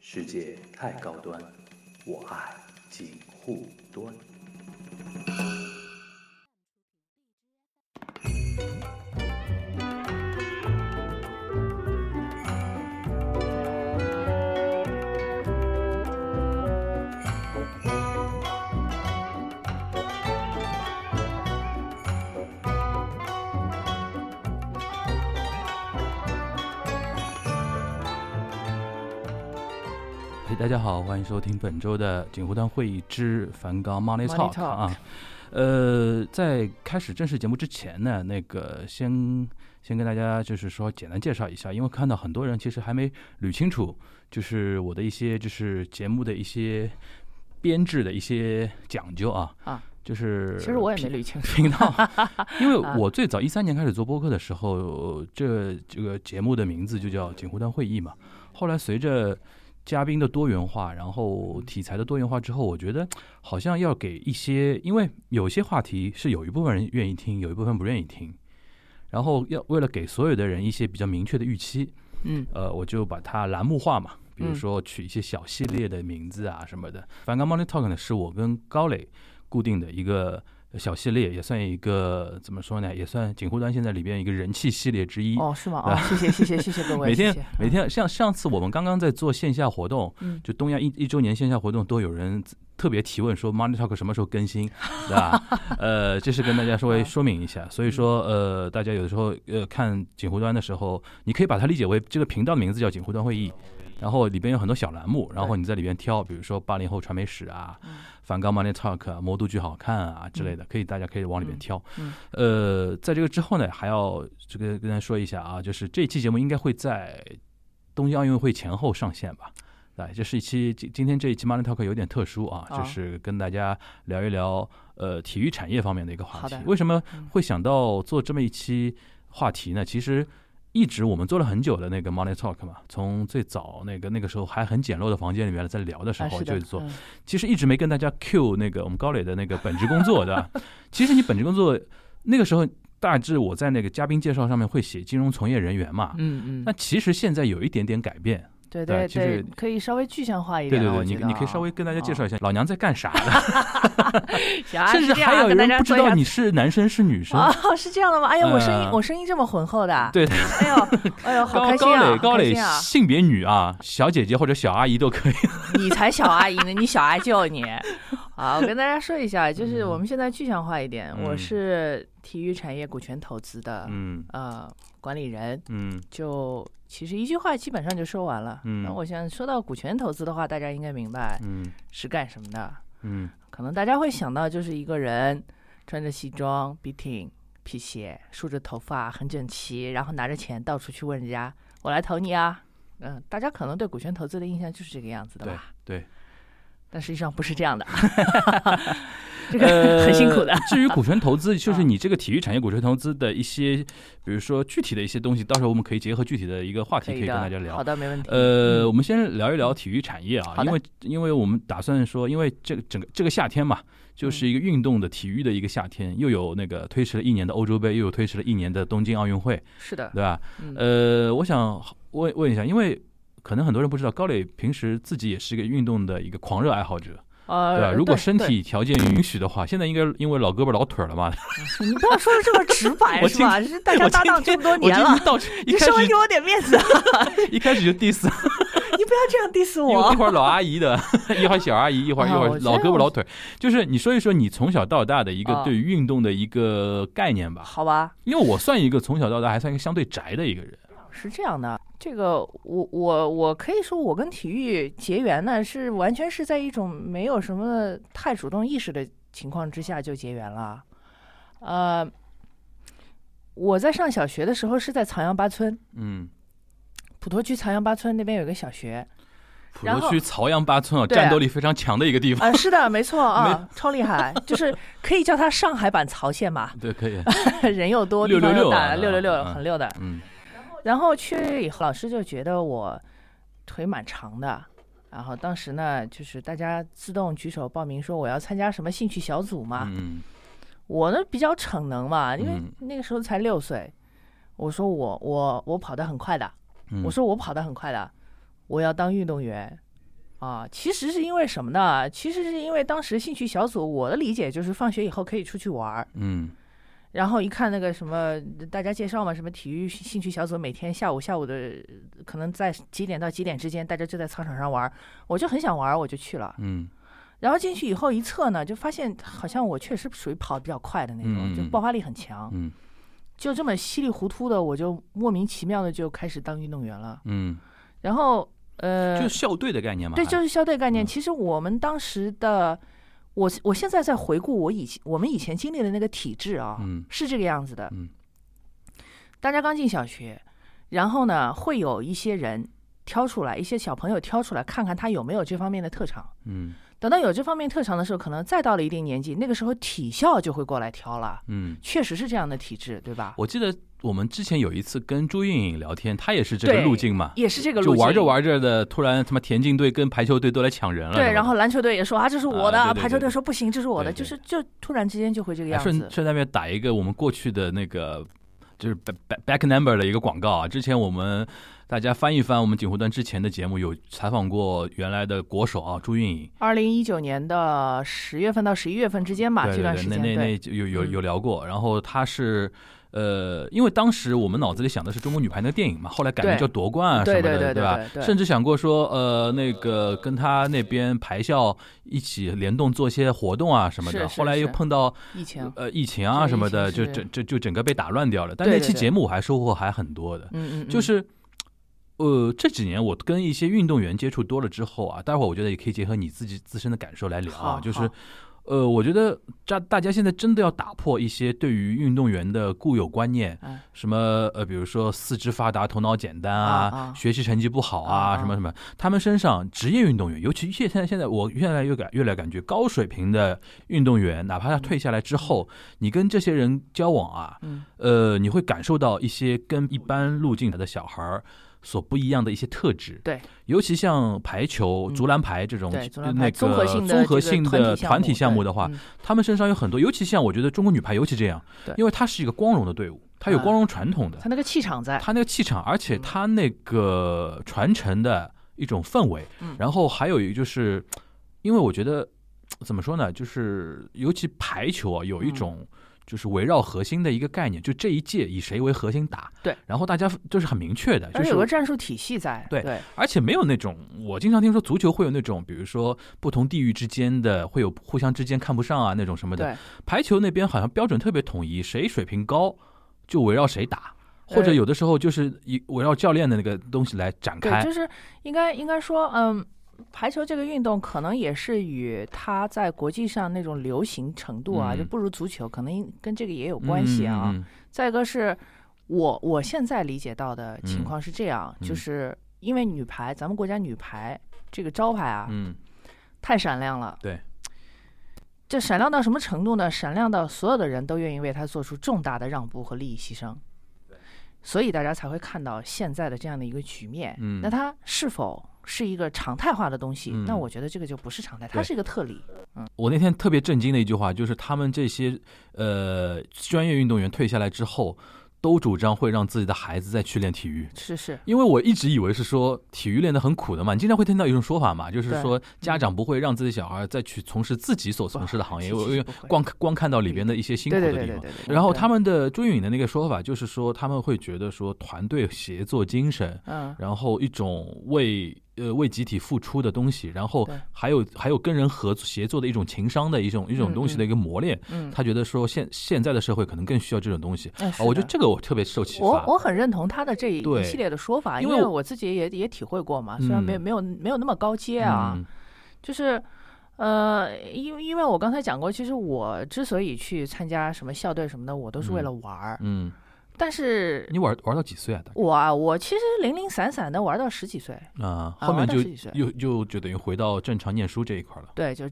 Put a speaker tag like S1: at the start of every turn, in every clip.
S1: 世界太高端，我爱锦护端。
S2: 嘿，大家好，欢迎收听本周的锦湖端会议之梵高 Money
S3: Money
S2: Talk 啊。呃，在开始正式节目之前呢，那个先先跟大家就是说简单介绍一下，因为看到很多人其实还没捋清楚，就是我的一些就是节目的一些编制的一些讲究啊。
S3: 啊，
S2: 就是
S3: 其实我也
S2: 平
S3: 没捋清楚。
S2: 频道，因为
S3: 啊
S2: 我最早一三年开始做播客的时候，这这个节目的名字就叫“锦湖端会议”嘛。后来随着嘉宾的多元化，然后题材的多元化之后，我觉得好像要给一些，因为有些话题是有一部分人愿意听，有一部分不愿意听。然后要为了给所有的人一些比较明确的预期，
S3: 嗯，
S2: 呃，我就把它栏目化嘛，比如
S3: 嗯
S2: 说取一些小系列的名字啊什么的。梵高 Money Talk 呢，是我跟高磊固定的一个小系列，也算一个怎么说呢，也算锦湖端现在里边一个人气系列之一。
S3: 哦，是吗？
S2: 啊
S3: 哦，谢谢，谢谢，谢谢各位。
S2: 每天
S3: 谢谢
S2: 每，天像上次我们刚刚在做线下活动，
S3: 嗯
S2: 就东亚一一周年线下活动，都有人特别提问说 Money Talk 什么时候更新， 对吧？呃，这是跟大家稍微
S3: 啊
S2: 说明一下。所以说，呃，大家有的时候呃看锦湖端的时候，你可以把它理解为这个频道的名字叫锦湖端会议。然后里边有很多小栏目，然后
S3: 对
S2: 你在里边挑，比如说八零后传媒史啊
S3: 嗯、
S2: 梵高 Money Talk 啊、魔都剧好看啊之类的，可以大家可以往里面
S3: 嗯
S2: 挑。
S3: 嗯
S2: 呃，在这个之后呢，还要这个跟大家说一下啊，就是这期节目应该会在东京奥运会前后上线吧。来，这是一期今今天这一期 Money Talk 有点特殊啊，
S3: 哦
S2: 就是跟大家聊一聊呃体育产业方面的一个话
S3: 好
S2: 题
S3: 的。
S2: 为什么
S3: 嗯
S2: 会想到做这么一期话题呢？其实一直我们做了很久的那个 Money Talk 嘛，从最早那个那个时候还很简陋的房间里面在聊的时
S3: 啊
S2: 候
S3: 是
S2: 就
S3: 的，
S2: 做，
S3: 嗯
S2: 其实一直没跟大家 Q 那个我们高磊的那个本职工 作的。其实你本职工作那个时候大致我在那个嘉宾介绍上面会写金融从业人员嘛，
S3: 嗯
S2: 那
S3: 嗯，
S2: 其实现在有一点点改变。
S3: 对
S2: 对
S3: 对
S2: 其实
S3: 对，可以稍微具象化一
S2: 对
S3: 点
S2: 对
S3: 啊。
S2: 对，
S3: 我
S2: 你
S3: 觉得
S2: 你可以
S3: 啊
S2: 稍微跟大家介
S3: 啊
S2: 绍一下老娘在干啥的，
S3: 行啊
S2: 甚
S3: 是
S2: 至
S3: 这样
S2: 还
S3: 啊
S2: 有
S3: 跟大
S2: 人
S3: 家
S2: 不知
S3: 说一
S2: 道
S3: 下
S2: 你是男生是女生。
S3: 哦，是这样的吗？哎呀，我声音
S2: 呃
S3: 我声音这么浑厚 的，
S2: 对，
S3: 哎呦哎呦，好
S2: 高
S3: 开心
S2: 高
S3: 啊，
S2: 磊高
S3: 好开
S2: 磊
S3: 心啊！
S2: 性别女啊，小姐姐或者小阿姨都可以。
S3: 你才小阿姨呢，你小阿 舅你。啊，我跟大家说一下，就是我们现在具象化一点，我
S2: 嗯
S3: 是体育产业股权投资的
S2: 嗯
S3: 呃管理人，
S2: 嗯
S3: 就其实一句话基本上就说完了。
S2: 嗯
S3: 那我想说到股权投资的话，大家应该明白
S2: 嗯
S3: 是干什么的。
S2: 嗯
S3: 可能大家会想到就是一个人穿着西装、笔挺、皮鞋，梳着头发，很整齐，然后拿着钱到处去问人家：“我来投你啊！”嗯，大家可能对股权投资的印象就是这个样子的吧？
S2: 对，
S3: 但实际上不是这样 的，
S2: 呃
S3: 这个很辛苦的。。
S2: 至于股权投资，就是
S3: 啊
S2: 你这个体育产业股权投资的一些，比如说具体的一些东西，到时候我们可以结合具体的一个话题可以
S3: 以
S2: 跟
S3: 的，
S2: 大家聊
S3: 好。的，没问题。
S2: 呃，
S3: 嗯
S2: 我们先聊一聊体育产业啊，
S3: 好的
S2: 因为因为我们打算说，因为这个整个这个夏天嘛，就是一个运动的体育的一个夏天，又有那个推迟了一年的欧洲杯，又有推迟了一年的东京奥运会，
S3: 是的，
S2: 对吧？
S3: 嗯，
S2: 呃，我想问问一下，因为可能很多人不知道，高磊平时自己也是一个运动的一个狂热爱好者，对吧？
S3: 呃，
S2: 啊如果
S3: 对
S2: 身
S3: 对
S2: 体条件允许的话，现在应该因为老胳膊老腿儿了嘛。
S3: 你不要说的这么直 白
S2: 我
S3: 是吧？是大
S2: 我
S3: 家
S2: 今
S3: 搭档这么多
S2: 我今
S3: 年
S2: 天
S3: 了
S2: 一，到一
S3: 你
S2: 开
S3: 稍微
S2: 始
S3: 给我点面子，啊！
S2: 一开始就 diss，
S3: 你不要这样 diss
S2: 因为一
S3: 我。
S2: 会儿老阿姨的，一会儿小阿姨，一会儿一
S3: 啊
S2: 会
S3: 我
S2: 儿
S3: 觉
S2: 老
S3: 得
S2: 胳膊
S3: 我
S2: 老腿儿，就是你说一说你从小到大的一个
S3: 啊
S2: 对于运动的一个概念吧。
S3: 好吧，
S2: 因为我算一个从小到大还算一个相对宅的一个人，
S3: 是这样的，这个我我我可以说，我跟体育结缘呢，是完全是在一种没有什么太主动意识的情况之下就结缘了。呃，我在上小学的时候是在藏阳八村，
S2: 嗯，
S3: 普陀区藏阳八村那边有个小 学，
S2: 普
S3: 然
S2: 陀
S3: 后
S2: 区朝阳八村啊，
S3: 对啊
S2: 战斗力非常强的一个 地方，
S3: 啊、是的，没错啊，超厉害，就是可以叫它上海版曹县 吧，
S2: 对，可以，
S3: 人又多，
S2: 六
S3: 地方
S2: 六六
S3: 又大，
S2: 啊
S3: 六六六，
S2: 嗯
S3: 很溜的。
S2: 嗯
S3: 然后去以后，老师就觉得我腿蛮长的，然后当时呢，就是大家自动举手报名说我要参加什么兴趣小组嘛。
S2: 嗯
S3: 我呢比较逞能嘛，因为
S2: 嗯
S3: 那个时候才六岁，我说我我我跑得很快的，
S2: 嗯，
S3: 我说我跑得很快的，我要当运动员。啊，其实是因为什么呢？其实是因为当时兴趣小组，我的理解就是放学以后可以出去玩儿，
S2: 嗯
S3: 然后一看那个什么，大家介绍嘛，什么体育兴趣小组，每天下午下午的，可能在几点到几点之间，大家就在操场上玩儿，我就很想玩儿，我就去了。
S2: 嗯
S3: 然后进去以后一测呢，就发现好像我确实属于跑得比较快的那种，
S2: 嗯嗯
S3: 就
S2: 嗯
S3: 爆发力很强，
S2: 嗯
S3: 就这么稀里糊涂的，我就莫名其妙的就开始当运动员了。
S2: 嗯，
S3: 然后呃，
S2: 就校队的概念嘛，
S3: 对，就是校队概念。
S2: 嗯
S3: 其实我们当时的，我我现在在回顾我以前我们以前经历的那个体制啊，
S2: 嗯
S3: 是这个样子的。
S2: 嗯
S3: 大家刚进小学，然后呢，会有一些人挑出来，一些小朋友挑出来，看看他有没有这方面的特长。
S2: 嗯
S3: 等到有这方面特长的时候，可能再到了一定年纪，那个时候体校就会过来挑了。
S2: 嗯。
S3: 确实是这样的体制，对吧？
S2: 我记得我们之前有一次跟朱茵颖聊天，她也是这个
S3: 对
S2: 路径嘛，
S3: 也是这个
S2: 就
S3: 路
S2: 玩着
S3: 径
S2: 玩着的，突然他妈田径队跟排球队都来抢人了。
S3: 对，然后篮球队也说啊，这是我的；
S2: 啊对对对
S3: 排球队说不行，这是我的。
S2: 对对
S3: 就是就突然之间就会这个
S2: 哎
S3: 样
S2: 顺
S3: 子。
S2: 顺带便打一个我们过去的那个就是 back back- back number 的一个广告啊。之前我们大家翻一翻我们锦湖端之前的节目，有采访过原来的国手啊朱茵颖，
S3: 二零一九年的十月份到十一月份之间吧，
S2: 对
S3: 这
S2: 对
S3: 段
S2: 对，
S3: 时
S2: 那
S3: 间
S2: 那那
S3: 对，
S2: 就有有
S3: 嗯
S2: 有聊过。然后她是。呃，因为当时我们脑子里想的是中国女排那个电影嘛，后来改名
S3: 对
S2: 叫夺冠啊什么的，
S3: 对对对对对
S2: 吧？
S3: 对
S2: 甚至想过说，呃，那个跟她那边排校一起联动做些活动啊什么的。
S3: 是是
S2: 后来又
S3: 是
S2: 碰到
S3: 疫情，
S2: 呃，疫情啊
S3: 这
S2: 什么
S3: 疫情
S2: 的，就是整这就整个被打乱掉了。但
S3: 对
S2: 那
S3: 对
S2: 期
S3: 对
S2: 节目我还收获还很多的，
S3: 嗯嗯，嗯
S2: 就是呃这几年我跟一些运动员接触多了之后啊，待会儿我觉得也可以结合你自己自身的感受来聊啊
S3: 好，
S2: 就是
S3: 好
S2: 呃，我觉得大大家现在真的要打破一些对于运动员的固有观念，
S3: 哎
S2: 什么呃，比如说四肢发达、头脑简单
S3: 啊
S2: 啊
S3: 啊，
S2: 学习成绩不好
S3: 啊
S2: 啊，
S3: 啊
S2: 什么什么，他们身上职业运动员，尤其现在现在我越来越感越来感觉高水平的运动员，哪怕他退下来之后，你跟这些人交往啊，
S3: 嗯
S2: 呃，你会感受到一些跟一般路径来的小孩儿。所不一样的一些特质，
S3: 对，
S2: 尤其像排球、
S3: 嗯
S2: 竹篮排这种
S3: 对足篮
S2: 那
S3: 排
S2: 个
S3: 综合性的
S2: 综合
S3: 这个
S2: 性的团体项目的话，，
S3: 对嗯
S2: 他们身上有很多，尤其像我觉得中国女排尤其这样
S3: 对，
S2: 因为它是一个光荣的队伍，它有光荣传统的，
S3: 他那个气场在，嗯
S2: 它那个气场，而且它那个传承的一种氛围，
S3: 嗯
S2: 然后还有一个就是，因为我觉得怎么说呢，就是尤其排球啊，有一
S3: 嗯
S2: 种。就是围绕核心的一个概念，就这一届以谁为核心打，
S3: 对，
S2: 然后大家就是很明确的，就
S3: 而且有个
S2: 是
S3: 战术体系在，
S2: 对
S3: 对
S2: 而且没有那种，我经常听说足球会有那种，比如说不同地域之间的会有互相之间看不上啊那种什么的，
S3: 对，
S2: 排球那边好像标准特别统一，谁水平高就围绕谁打，或者
S3: 呃
S2: 有的时候就是以围绕教练的那个东西来展
S3: 对，
S2: 开。
S3: 就是应该应该说，嗯，排球这个运动可能也是与它在国际上那种流行程度啊，
S2: 嗯
S3: 就不如足球，可能跟这个也有关系啊。
S2: 嗯，嗯
S3: 再一个是我我现在理解到的情况是这样，
S2: 嗯
S3: 就是因为女排，咱们国家女排这个招牌啊，
S2: 嗯
S3: 太闪亮了。
S2: 对。
S3: 这闪亮到什么程度呢？闪亮到所有的人都愿意为他做出重大的让步和利益牺牲，所以大家才会看到现在的这样的一个局面。
S2: 嗯
S3: 那它是否是一个常态化的东西？
S2: 嗯
S3: 那我觉得这个就不是常态，它
S2: 对
S3: 是一个特例。
S2: 我那天特别震惊的一句话就是，他们这些呃专业运动员退下来之后，都主张会让自己的孩子再去练体育。
S3: 是是，
S2: 因为我一直以为是说体育练得很苦的嘛，你经常会听到一种说法嘛，就是
S3: 对
S2: 说家长不会让自己小孩再去从事自己所从事的行业，
S3: 不
S2: 因
S3: 会
S2: 为
S3: 嗯不会
S2: 光光看到里边的一些辛苦
S3: 对
S2: 的
S3: 对
S2: 地
S3: 对
S2: 方
S3: 对。对对。
S2: 然后
S3: 对
S2: 他们的朱颖的那个说法就是说，他们会觉得说团队协作精神，
S3: 嗯，
S2: 然后一种为呃为集体付出的东西，然后
S3: 对
S2: 还有还有跟人合作协作的一种情商的一种一种
S3: 嗯
S2: 东西的一个磨练。
S3: 嗯
S2: 他觉得说现现在的社会可能更需要这种东西。
S3: 哎
S2: 啊
S3: 是
S2: 我觉得
S3: 的
S2: 这个我特别受启
S3: 我
S2: 发。
S3: 我很认同他的这一
S2: 对
S3: 系列的说法，
S2: 因
S3: 因
S2: 为
S3: 为
S2: 我
S3: 我自己也也体会过嘛，虽然没
S2: 嗯
S3: 没有没有那么高阶啊，
S2: 嗯
S3: 就是，呃，因为因为我刚才讲过，其实我之所以去参加什么校队什么的，我都是为
S2: 嗯
S3: 了玩儿。
S2: 嗯，
S3: 但是
S2: 你玩玩到几岁啊？大
S3: 我啊，我其实零零散散的玩到十几岁，
S2: 概啊，
S3: 啊
S2: 后面
S3: 玩到
S2: 就
S3: 十几岁
S2: 又又就等于回到正常念书这一块了。
S3: 对，就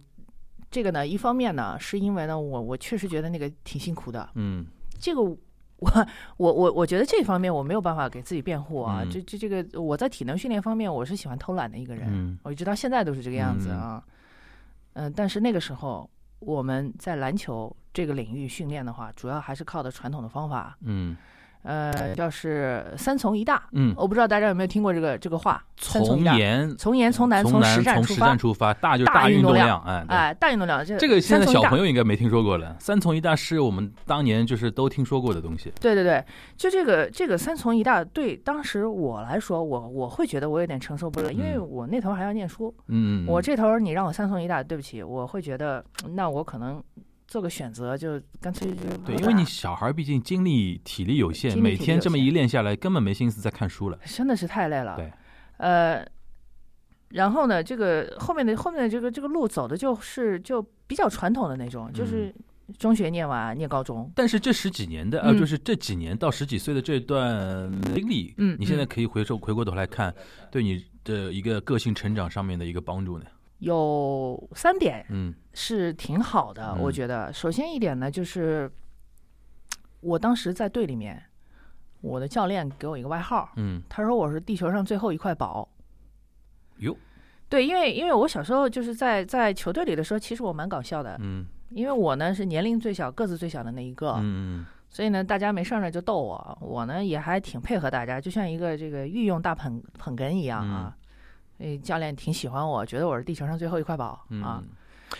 S3: 这个呢，一方面呢，是因为呢，我我确实觉得那个挺辛苦的，
S2: 嗯
S3: 这个我。我我我我觉得这方面我没有办法给自己辩护啊，
S2: 嗯
S3: 这这这个我在体能训练方面我是喜欢偷懒的一个人，
S2: 嗯
S3: 哦我一直到现在都是这个样子啊。嗯、但是那个时候我们在篮球这个领域训练的话，主要还是靠的传统的方法，
S2: 嗯
S3: 呃，叫是三从一大。
S2: 嗯，
S3: 我不知道大家有没有听过这个这个话，三从
S2: 从
S3: 一大，
S2: 严嗯
S3: 从严从难
S2: 从
S3: 实
S2: 从
S3: 出
S2: 实
S3: 发
S2: 战。出发，大就是
S3: 大运
S2: 运
S3: 动
S2: 动
S3: 量
S2: 量，哎，对。
S3: 哎，大运动量，这
S2: 这个现在
S3: 三从
S2: 小
S3: 一大
S2: 朋友应该没听说过了，三从一大是我们当年就是都听说过的东西。
S3: 对对对，就这个这个三从一大，对当时我来说，我我会觉得我有点承受不了，因为
S2: 嗯
S3: 我那头还要念书，
S2: 嗯，
S3: 我这头儿你让我三从一大，对不起，我会觉得那我可能做个选择，就干脆就
S2: 对，
S3: 不
S2: 因为你
S3: 打
S2: 小孩毕竟精力体力有限，
S3: 精力
S2: 每
S3: 体力
S2: 天
S3: 有
S2: 这么
S3: 限
S2: 一练下来，根本没心思再看书了。
S3: 真的是太累了。
S2: 对，
S3: 呃，然后呢，这个后面的后面的这个这个路走的就是就比较传统的那种，
S2: 嗯
S3: 就是中学念完念高中，
S2: 但是这十几年的呃，
S3: 嗯
S2: 就是这几年到十几岁的这段经历，
S3: 嗯
S2: 你现在
S3: 嗯
S2: 可以回首回过头来看，对你的一个个性成长上面的一个帮助呢。
S3: 有三点
S2: 嗯
S3: 是挺好的，我
S2: 嗯
S3: 觉得。首先一点呢，就是我当时在队里面，我的教练给我一个外号，
S2: 嗯，
S3: 他说我是地球上最后一块宝。
S2: 哟，
S3: 对，因为因为我小时候就是在在球队里的时候，其实我蛮搞笑的，
S2: 嗯
S3: 因为我呢是年龄最小、个子最小的那一个，
S2: 嗯
S3: 所以呢大家没事儿呢就逗我，我呢也还挺配合大家，就像一个这个御用大捧捧哏一样啊。所以教练挺喜欢我，觉得我是地球上最后一块宝、
S2: 嗯
S3: 啊。，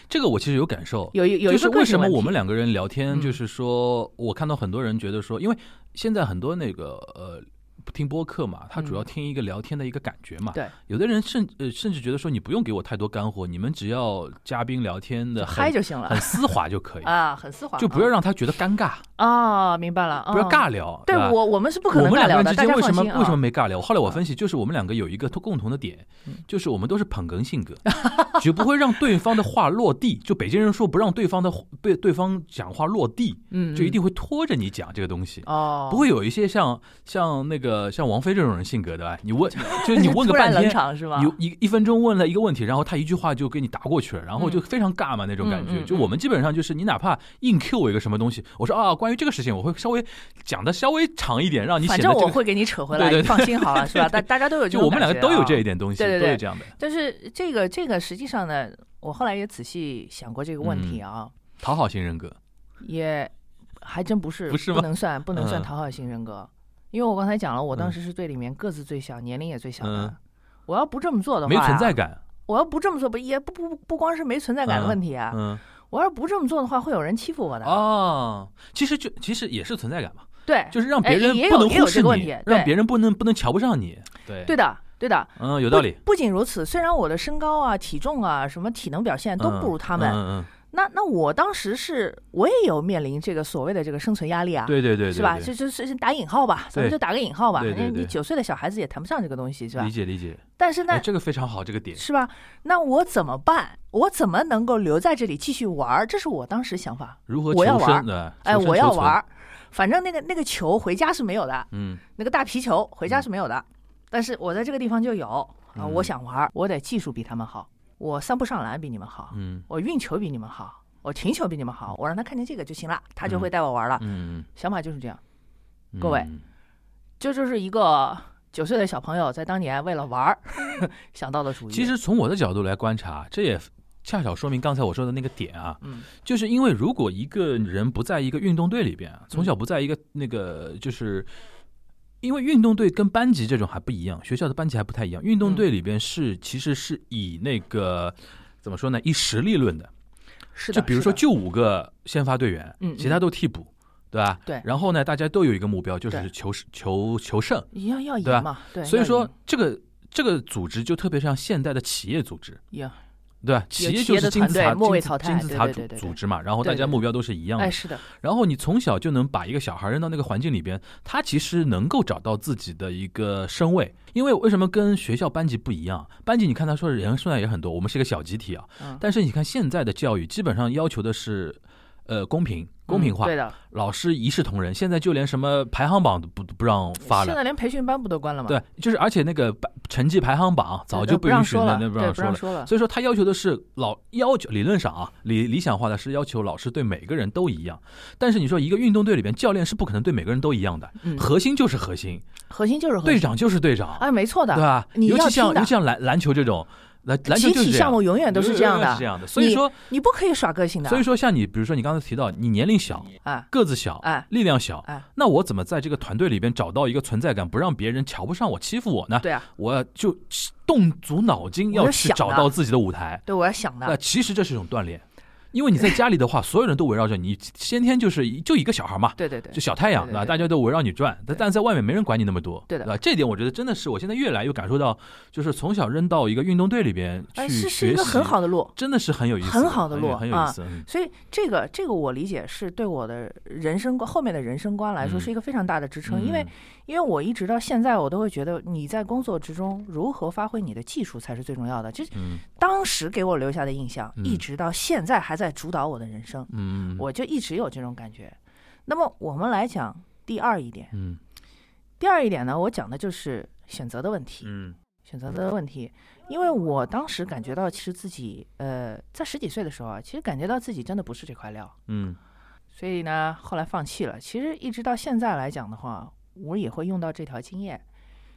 S2: 这个我其实有感受，
S3: 有一
S2: 就
S3: 有一个
S2: 是
S3: 个
S2: 为
S3: 性
S2: 什么
S3: 问
S2: 我
S3: 题
S2: 们两个人聊天，
S3: 嗯
S2: 就是说我看到很多人觉得说，因为现在很多那个呃。听播客嘛，他主要
S3: 嗯
S2: 听一个聊天的一个感觉嘛。
S3: 对，
S2: 有的人甚呃甚至觉得说你不用给我太多干货，你们只要嘉宾聊天的
S3: 嗨
S2: 很
S3: 就行了
S2: 很丝滑就可以，
S3: 啊，很丝滑，
S2: 就不要让他觉得尴尬，
S3: 啊，明白了，
S2: 不要
S3: 嗯。
S2: 尬聊。
S3: 对
S2: 吧
S3: 我，我们是不可
S2: 我
S3: 能
S2: 们
S3: 尬
S2: 两
S3: 聊
S2: 个
S3: 的，
S2: 人之
S3: 大
S2: 间
S3: 家
S2: 为
S3: 放
S2: 什么
S3: 心啊。
S2: 为什么没尬聊？后来我
S3: 啊
S2: 分析，就是我们两个有一个共同的点
S3: 嗯，
S2: 就是我们都是捧哏性格， 绝不会让对方的话落地。就北京人说不让对方的被对方讲话落地，
S3: 嗯，
S2: 就一
S3: 嗯
S2: 定会拖着你讲这个东西。
S3: 哦，
S2: 不会有一些像像那个像王菲这种人性格的吧？ 你问就是你问个
S3: 突然
S2: 半
S3: 冷
S2: 天，
S3: 场是吧？
S2: 有一一分钟问了一个问题，然后他一句话就给你答过去了，然后就非常尬嘛那种感
S3: 嗯嗯
S2: 觉。
S3: 嗯
S2: 就我们基本上就是你哪怕硬 Q 我一个什么东西，我说啊，关于这个事情我会稍微讲的稍微长一点，让你
S3: 反
S2: 显
S3: 正
S2: 得这
S3: 我
S2: 个。
S3: 会给你扯回来，
S2: 对对
S3: 你放心好了，是吧？大大家都有这
S2: 就
S3: 种
S2: 我们两个
S3: 感觉
S2: 都有
S3: 啊
S2: 这一点东西，
S3: 对对
S2: 都有
S3: 对
S2: 这样的
S3: 但是这个这个实际上呢，我后来也仔细想过这个问题
S2: 嗯
S3: 啊，
S2: 讨好型人格。
S3: 也还真不是，
S2: 不是吗
S3: 能算不能算
S2: 嗯
S3: 讨好型人格，因为我刚才讲了，我当时是队里面个子最小，年龄也最小的
S2: 嗯。
S3: 我要不这么做的话，
S2: 没有存在。感，
S3: 我要不这么做，不也不不不光是没存在感的
S2: 嗯
S3: 问题啊！
S2: 嗯
S3: 我要不这么做的话，会有人欺负我的。
S2: 哦，其实就其实也是存在感嘛，
S3: 对，
S2: 就是让别
S3: 哎
S2: 人
S3: 也
S2: 不
S3: 有
S2: 能
S3: 也有
S2: 忽
S3: 这
S2: 视
S3: 个问
S2: 你
S3: 题，对
S2: 让别人不能不能瞧不上你，对
S3: 对，的，对的，
S2: 嗯，有道理，
S3: 不。不仅如此，虽然我的身高啊、体重啊、什么体能表现都
S2: 嗯
S3: 不如他们，
S2: 嗯嗯
S3: 那那我当时是我也有面临这个所谓的这个生存压力啊
S2: 嗯，，对对对，对
S3: 是吧？
S2: 对
S3: 就就是是打引号吧，咱们就打个引号吧，
S2: 对
S3: 反
S2: 对
S3: 正你
S2: 对
S3: 九岁的小孩子也谈不上这个东西，是吧
S2: 理？解理解，
S3: 但是
S2: 哎，
S3: 那
S2: 这个非常好，这个点，
S3: 是吧？那我怎么办？我怎么能够留在这里继续玩儿？这是我当时想法。
S2: 如何
S3: 我要
S2: 求
S3: 玩
S2: 生
S3: 儿
S2: 的？
S3: 哎，
S2: 求生
S3: 我要
S2: 求存
S3: 玩，儿，反正那个那个球回家是没有的，
S2: 嗯，
S3: 那个大皮球回家是没有的，但是我在这个地方就有啊。
S2: 嗯
S3: 我想玩儿，我得技术比他们好，我三步上篮比你们好，
S2: 嗯
S3: 我运球比你们好，我停球比你们好，我让他看见这个就行了，他就
S2: 嗯
S3: 会带我玩了。
S2: 嗯，
S3: 想法就是这样，
S2: 嗯
S3: 各位，这就是一个九岁的小朋友在当年为了玩儿 想到的主意。
S2: 嗯其，实从我的角度来观察，这也恰巧说明刚才我说的那个点啊，
S3: 嗯
S2: 就是因为如果一个人不在一个运动队里边啊，
S3: 嗯
S2: 从小不在一个那个就是。因为运动队跟班级这种还不一样，学校的班级还不太一样。运
S3: 嗯
S2: 动队里边是、其实是以那个怎么说呢，以实力论的，
S3: 是的，
S2: 就比如说
S3: 是的
S2: 就五个先发队员，
S3: 嗯
S2: 其他都替补，对吧？
S3: 对
S2: 然后呢，大家都有一个目标，就是
S3: 对
S2: 求求求胜。
S3: 要要
S2: 对吧
S3: 赢嘛，对，
S2: 所以
S3: 要
S2: 说
S3: 赢
S2: 这个这个组织就特别像现代的企业组织，
S3: 呀，
S2: 对吧？企业就
S3: 企业
S2: 是
S3: 的
S2: 金字
S3: 团
S2: 塔
S3: 队末位
S2: 金字
S3: 淘汰
S2: 金字
S3: 对
S2: 塔
S3: 对
S2: 组
S3: 对对对
S2: 组织嘛，然后
S3: 对
S2: 大家
S3: 对
S2: 目标都是一样
S3: 哎，
S2: 的。
S3: 是的，
S2: 然后你从小就能把一个小孩扔到那个环境里边，他其实能够找到自己的一个身位。因为为什么跟学校班级不一样？班级你看他说人数量也很多，我们是一个小集体啊。
S3: 嗯，
S2: 但是你看现在的教育基本上要求的是，呃，公平公平化，
S3: 嗯对的，
S2: 老师一视同仁。现在就连什么排行榜都不不让发
S3: 现
S2: 了。
S3: 在连培训班不都关了吗？
S2: 对，就是而且那个排成绩排行榜
S3: 呃，
S2: 早就
S3: 不
S2: 允
S3: 让
S2: 许
S3: 说了，
S2: 那不
S3: 对
S2: 让
S3: 不
S2: 说
S3: 让
S2: 了。
S3: 说了，
S2: 所以说，他要求的是老要求理论上啊，理理想化的是要求老师对每个人都一样。但是你说一个运动队里边，教练是不可能对每个人都一样的，
S3: 嗯，
S2: 核心就是核心，
S3: 核心就是核
S2: 队
S3: 心，
S2: 长就是队长，啊
S3: 哎，没错
S2: 对
S3: 的，
S2: 吧？
S3: 你
S2: 尤
S3: 要
S2: 其
S3: 听
S2: 像
S3: 的呃
S2: 尤其像篮篮球这种，篮篮球
S3: 集
S2: 就是
S3: 体
S2: 这
S3: 项
S2: 样
S3: 目，永远都是这样
S2: 永远
S3: 的
S2: 是这，样的。所以说，
S3: 你不可以耍个性的
S2: 所以说像你，比如说你刚才提到你年龄小，
S3: 啊
S2: 个子小，
S3: 啊
S2: 力量小，
S3: 啊！
S2: 那我怎么在这个团队里边找到一个存在感，不让别人瞧不上我、欺负我呢？
S3: 对啊，
S2: 我就动足脑筋
S3: 我
S2: 要
S3: 就
S2: 去
S3: 想
S2: 找
S3: 的
S2: 到自己的舞台。
S3: 对我要想
S2: 那
S3: 的，
S2: 其实这是一种锻炼，因为你在家里的话，所有人都围绕着你，先天就是一就一个小孩嘛，
S3: 对对对
S2: 就，小太阳，
S3: 对
S2: 对
S3: 对
S2: 吧？
S3: 对
S2: 大家都围绕你转，但但在外面没人管你那么多，
S3: 对的
S2: 吧？这点我觉得真的是我现在越来越感受到，就是从小扔到一个运动队里边
S3: 哎，
S2: 去学
S3: 是是
S2: 习，
S3: 一个很好的路，
S2: 真的是很有意思，
S3: 很好的
S2: 很有
S3: 路
S2: 很有意
S3: 啊
S2: 思。嗯
S3: 所以这个这个我理解是对我的人生观后面的人生观来说
S2: 嗯
S3: 是一个非常大的支撑，因为
S2: 嗯
S3: 因为我一直到现在我都会觉得你在工作之中如何发挥你的技术才是最重要的，这
S2: 嗯
S3: 当时给我留下的印象，
S2: 嗯
S3: 一直到现在还在主导我的人生，
S2: 嗯，
S3: 我就一直有这种感觉。那么我们来讲第二一点，
S2: 嗯
S3: 第二一点呢，我讲的就是选择的问题。
S2: 嗯
S3: 选择的问题，因为我当时感觉到，其实自己，呃，在十几岁的时候啊，其实感觉到自己真的不是这块料，
S2: 嗯
S3: 所以呢，后来放弃了。其实一直到现在来讲的话，我也会用到这条经验，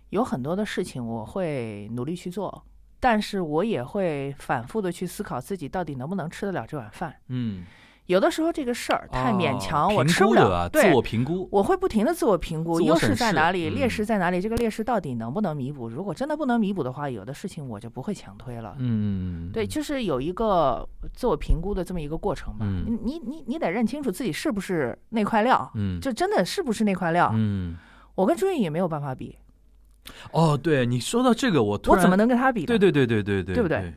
S3: 有很多的事情我会努力去做，但是我也会反复的去思考自己到底能不能吃得了这碗饭。
S2: 嗯，
S3: 有的时候这个事儿太勉
S2: 哦
S3: 强，我
S2: 评
S3: 吃不
S2: 估
S3: 了。
S2: 的啊自
S3: 对
S2: 我，评估，
S3: 我会不停的自我评估，
S2: 自我
S3: 优
S2: 审
S3: 势在
S2: 视
S3: 哪里，劣
S2: 嗯
S3: 势在哪里，这个劣势到底能不能弥补？如果真的不能弥补的话，有的事情我就不会强推了。
S2: 嗯，
S3: 对，就是有一个自我评估的这么一个过程吧。
S2: 嗯
S3: 你你你你得认清楚自己是不是那块料，
S2: 嗯
S3: 就真的是不是那块料。
S2: 嗯，
S3: 我跟朱茵也没有办法比，
S2: 哦，对你说到这个，我突
S3: 我
S2: 然
S3: 怎么能跟她比呢？
S2: 对对对对对对，
S3: 对不对？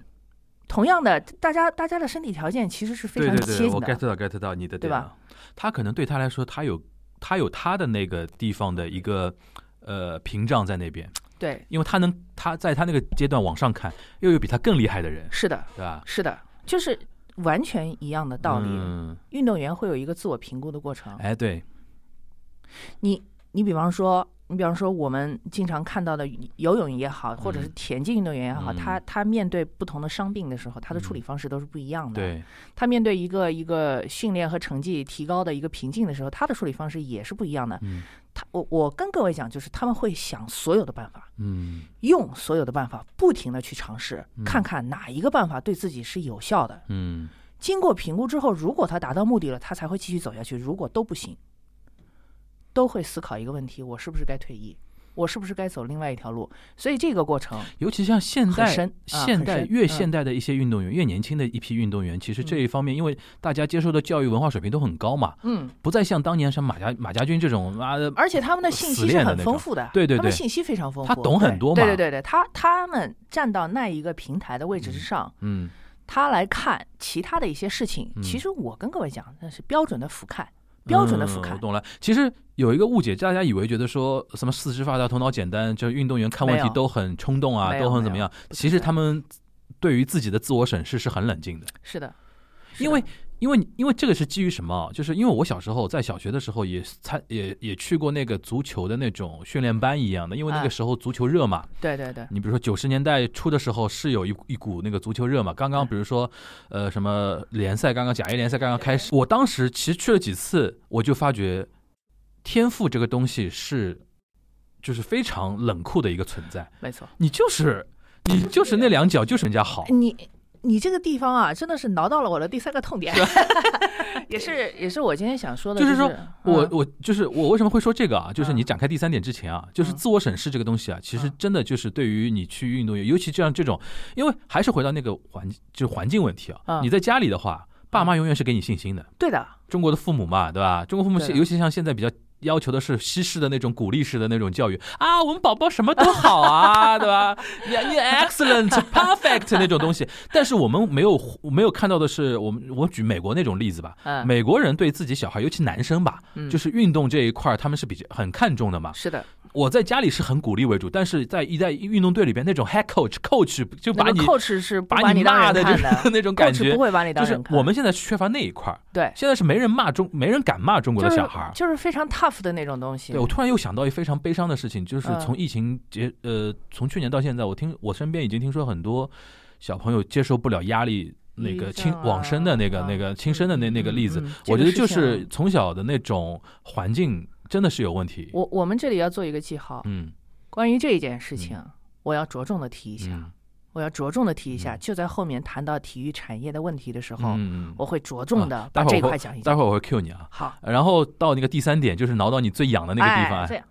S3: 同样的，大家大家的身体条件其实是非
S2: 对
S3: 常
S2: 对
S3: 接
S2: 对，
S3: 近
S2: 我
S3: 的。
S2: get 到 get 到你的
S3: 对
S2: 点
S3: 吧
S2: 了？他可能对他来说，他有他有他的那个地方的一个呃屏障在那边，
S3: 对，
S2: 因为他能他在他那个阶段往上看，又有比他更厉害的人，
S3: 是的，
S2: 对吧？
S3: 是的，就是完全一样的道理。
S2: 嗯，
S3: 运动员会有一个自我评估的过程。
S2: 哎，对，
S3: 你你比方说，你比方说我们经常看到的游泳也好，或者是田径运动员也好，
S2: 嗯
S3: 他他面对不同的伤病的时候，他的处
S2: 嗯
S3: 理方式都是不一样的。
S2: 对，
S3: 他面对一个一个训练和成绩提高的一个瓶颈的时候，他的处理方式也是不一样的。
S2: 嗯
S3: 他我我跟各位讲，就是他们会想所有的办法，
S2: 嗯
S3: 用所有的办法，不停的去尝试，
S2: 嗯
S3: 看看哪一个办法对自己是有效的。
S2: 嗯
S3: 经过评估之后，如果他达到目的了，他才会继续走下去；如果都不行，都会思考一个问题：我是不是该退役？我是不是该走另外一条路？所以这个过程
S2: 尤其像现
S3: 很
S2: 代
S3: 深，啊
S2: 现代
S3: 很深
S2: 越
S3: 嗯
S2: 现代的一些运动员，越年轻的一批运动员，其实这
S3: 嗯
S2: 一方面，因为大家接受的教育文化水平都很高嘛，
S3: 嗯，
S2: 不再像当年像马家马家军这种啊妈的，
S3: 而且他们的信
S2: 死
S3: 息是
S2: 练的
S3: 很
S2: 那种
S3: 丰富的，
S2: 对对
S3: 他们
S2: 对
S3: 信息非常丰富，
S2: 他懂很多嘛
S3: 对对对对，他他们站到那一个平台的位置之上，
S2: 嗯，
S3: 他来看其他的一些事情。
S2: 嗯
S3: 其实我跟各位讲，那是标准的俯瞰，标准的俯
S2: 嗯
S3: 瞰
S2: 我，懂了。其实有一个误解，大家以为觉得说什么四肢发达、头脑简单，就是运动员看问
S3: 没
S2: 题
S3: 有
S2: 都很冲动啊，
S3: 没有
S2: 都很怎么样？
S3: 不存
S2: 其实
S3: 在
S2: 他们对于自己的自我审视是很冷静的，
S3: 是的，是的
S2: 因为。因为因为这个是基于什么啊？就是因为我小时候在小学的时候也参也也去过那个足球的那种训练班一样的，因为那
S3: 哎
S2: 个时候足球热嘛，
S3: 对对对，
S2: 你比如说九十年代初的时候是有一一股那个足球热嘛，刚刚
S3: 嗯
S2: 比如说呃什么联赛刚刚甲 A 联赛刚刚开始，我当时其实去了几次，我就发觉天赋这个东西是就是非常冷酷的一个存在，
S3: 没错。
S2: 你就是你就是那两脚就是人家好，
S3: 你你这个地方啊，真的是挠到了我的第三个 痛点，也是也是我今天想说的，
S2: 就是是说我
S3: 嗯
S2: 我就是我为什么会说这个啊？就是你
S3: 嗯
S2: 展开第三点之前啊，就是
S3: 嗯
S2: 自我审视这个东西啊，其实
S3: 嗯
S2: 真的就是对于你去运动员，尤其像这种，因为还是回到那个环就是环境问题啊。
S3: 嗯
S2: 你在家里的话，爸妈永远是给你信心的。
S3: 对的，
S2: 中国的父母嘛，对吧？中国父母
S3: 对的
S2: 尤其像现在比较。要求的是西式的那种鼓励式的那种教育啊，我们宝宝什么都好啊，对 吧？你你 excellent perfect 那种东西，但是我们没有没有看到的是，我们我举美国那种例子吧，
S3: 嗯，
S2: 美国人对自己小孩，尤其男生吧，
S3: 嗯
S2: 就是运动这一块儿，他们是比较很看重的嘛。
S3: 是的，
S2: 我在家里是很鼓励为主，但是在一在运动队里边，那种 head coach coach 就把
S3: 那个
S2: 你
S3: coach 是不
S2: 把
S3: 你当
S2: 骂
S3: 人
S2: 的就
S3: 看
S2: 是那种感
S3: coach
S2: 觉
S3: 不，会把你当
S2: 就是
S3: 人看，
S2: 我们现在缺乏那一块儿，
S3: 对。
S2: 现在是没人骂中，没人敢骂中国
S3: 就
S2: 的
S3: 是
S2: 小孩儿。
S3: 就是非常 tough 的那种东西。
S2: 对，我突然又想到一非常悲伤的事情，就是
S3: 嗯
S2: 从疫情结呃，从去年到现在，我听我身边已经听说很多小朋友接受不了压力，那
S3: 抑郁
S2: 个
S3: 症
S2: 轻往
S3: 啊
S2: 生的那个
S3: 啊
S2: 那个轻生的那那个例子
S3: 嗯嗯嗯，
S2: 我觉得就
S3: 这个事
S2: 是
S3: 情
S2: 从小的那种环境真的是有问题。
S3: 我我们这里要做一个记号，
S2: 嗯
S3: 关于这一件事情，我要着重的提一下。
S2: 嗯
S3: 我要着重的提一下，
S2: 嗯
S3: 就在后面谈到体育产业的问题的时候，
S2: 嗯，
S3: 我会着重
S2: 啊
S3: 的
S2: 待
S3: 把
S2: 会儿
S3: 这一
S2: 我
S3: 块讲一讲。
S2: 待会儿我会 Q 你啊。
S3: 好，
S2: 然后到那个第三点，就是挠到你最痒的那个地方
S3: 哎，
S2: 啊
S3: 这，样，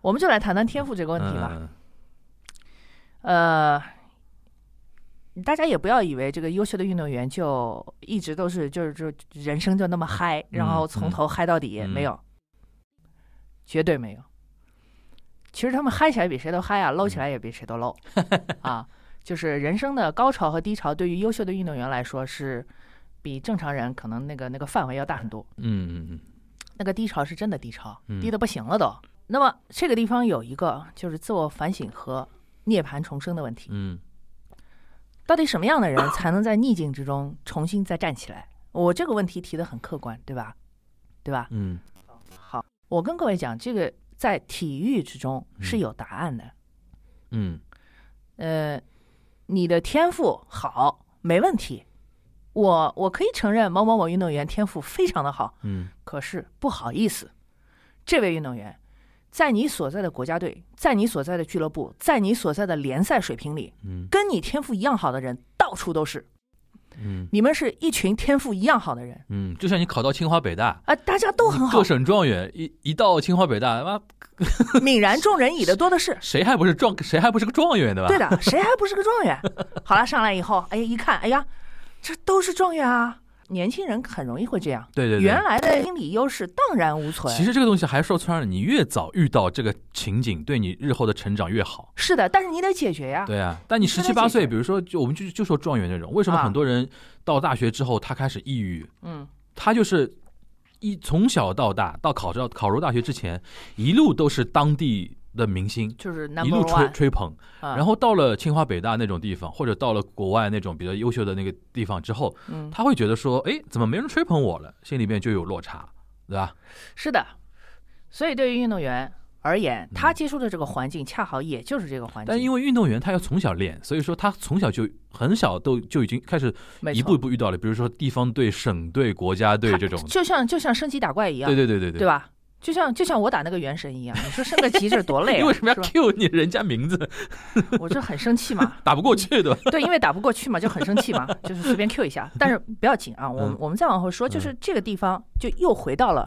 S3: 我们就来谈谈天赋这个问题吧。
S2: 嗯。嗯
S3: 呃，大家也不要以为这个优秀的运动员就一直都是就是就人生就那么嗨，然后从头嗨到底，
S2: 嗯
S3: 没有，绝对没有。其实他们嗨起来比谁都嗨啊，low
S2: 嗯
S3: 起来也比谁都 low 啊，就是人生的高潮和低潮，对于优秀的运动员来说是比正常人可能那个那个范围要大很多。
S2: 嗯嗯嗯
S3: 那个低潮是真的低潮，
S2: 嗯
S3: 低的不行了都。那么这个地方有一个就是自我反省和涅槃重生的问题。
S2: 嗯
S3: 到底什么样的人才能在逆境之中重新再站起来？我这个问题提得很客观，对吧？对吧？
S2: 嗯
S3: 好，我跟各位讲，这个在体育之中
S2: 嗯
S3: 是有答案的。
S2: 嗯
S3: 呃，你的天赋好没问题，我我可以承认某某某运动员天赋非常的好，
S2: 嗯
S3: 可是不好意思，这位运动员在你所在的国家队，在你所在的俱乐部，在你所在的联赛水平里，
S2: 嗯
S3: 跟你天赋一样好的人到处都是。
S2: 嗯
S3: 你们是一群天赋一样好的人
S2: 嗯，就像你考到清华北大，
S3: 啊，大家都很好
S2: 各，省状元一一到清华北大，妈
S3: 泯然众人矣的多的是。
S2: 谁还不是状谁还不是个状元对吧？
S3: 对的，谁还不是个状元？好了，上来以后，哎，一看，哎呀，这都是状元啊！年轻人很容易会这样，
S2: 对对对。
S3: 原来的心理优势荡然无存。
S2: 其实这个东西还说穿了，你越早遇到这个情景，对你日后的成长越好。
S3: 是的，但是你得解决呀。
S2: 对啊，但你
S3: 你
S2: 十
S3: 现
S2: 七
S3: 在
S2: 八
S3: 解
S2: 岁，
S3: 决
S2: 比如说就我们就就说状元这种，为什么
S3: 啊
S2: 很多人到大学之后他开始抑郁？
S3: 嗯，
S2: 他就是一从小到大到考上考入大学之前，一路都是当地的明星，
S3: 就是
S2: 一
S3: number
S2: 路吹
S3: one。
S2: 吹捧。
S3: 啊
S2: 然后到了清华北大那种地方，或者到了国外那种比较优秀的那个地方之后，
S3: 嗯，
S2: 他会觉得说，哎，怎么没人吹捧我了？心里面就有落差，对吧？
S3: 是的，所以对于运动员而言，他接触的这个环境恰好也就是这个环境。
S2: 嗯但因为运动员他要从小练，所以说他从小就很小都就已经开始
S3: 没错
S2: 一步一步遇到了，比如说地方队、省队、国家队这种。
S3: 就像就像升级打怪一样
S2: 对，对对对对
S3: 对吧？就像就像我打那个原神一样，你说升个级这多累、啊？
S2: 你为什么要
S3: 是吧
S2: Q 你人家名字？，
S3: 我就很生气嘛
S2: 打不过去对吧？
S3: 对，因为打不过去嘛，就很生气嘛，就是随便 Q 一下。但是不要紧啊，我们
S2: 嗯
S3: 我们再往后说，就是这个地方就又回到了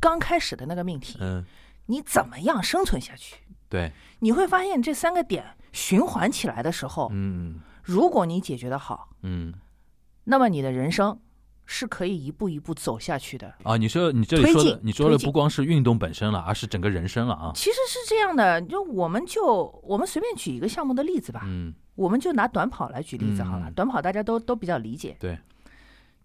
S3: 刚开始的那个命题，
S2: 嗯，
S3: 你怎么样生存下去？
S2: 对，
S3: 你会发现这三个点循环起来的时候，
S2: 嗯
S3: 如果你解决的好，
S2: 嗯
S3: 那么你的人生是可以一步一步走下去的。
S2: 啊，你说你这里
S3: 推
S2: 说的
S3: 进，
S2: 你说的
S3: 推进
S2: 不光是运动本身了，而是整个人生了啊。
S3: 其实是这样的，就我们就我们随便举一个项目的例子吧，
S2: 嗯
S3: 我们就拿短跑来举例子好了，
S2: 嗯
S3: 短跑大家都都比较理解。
S2: 对，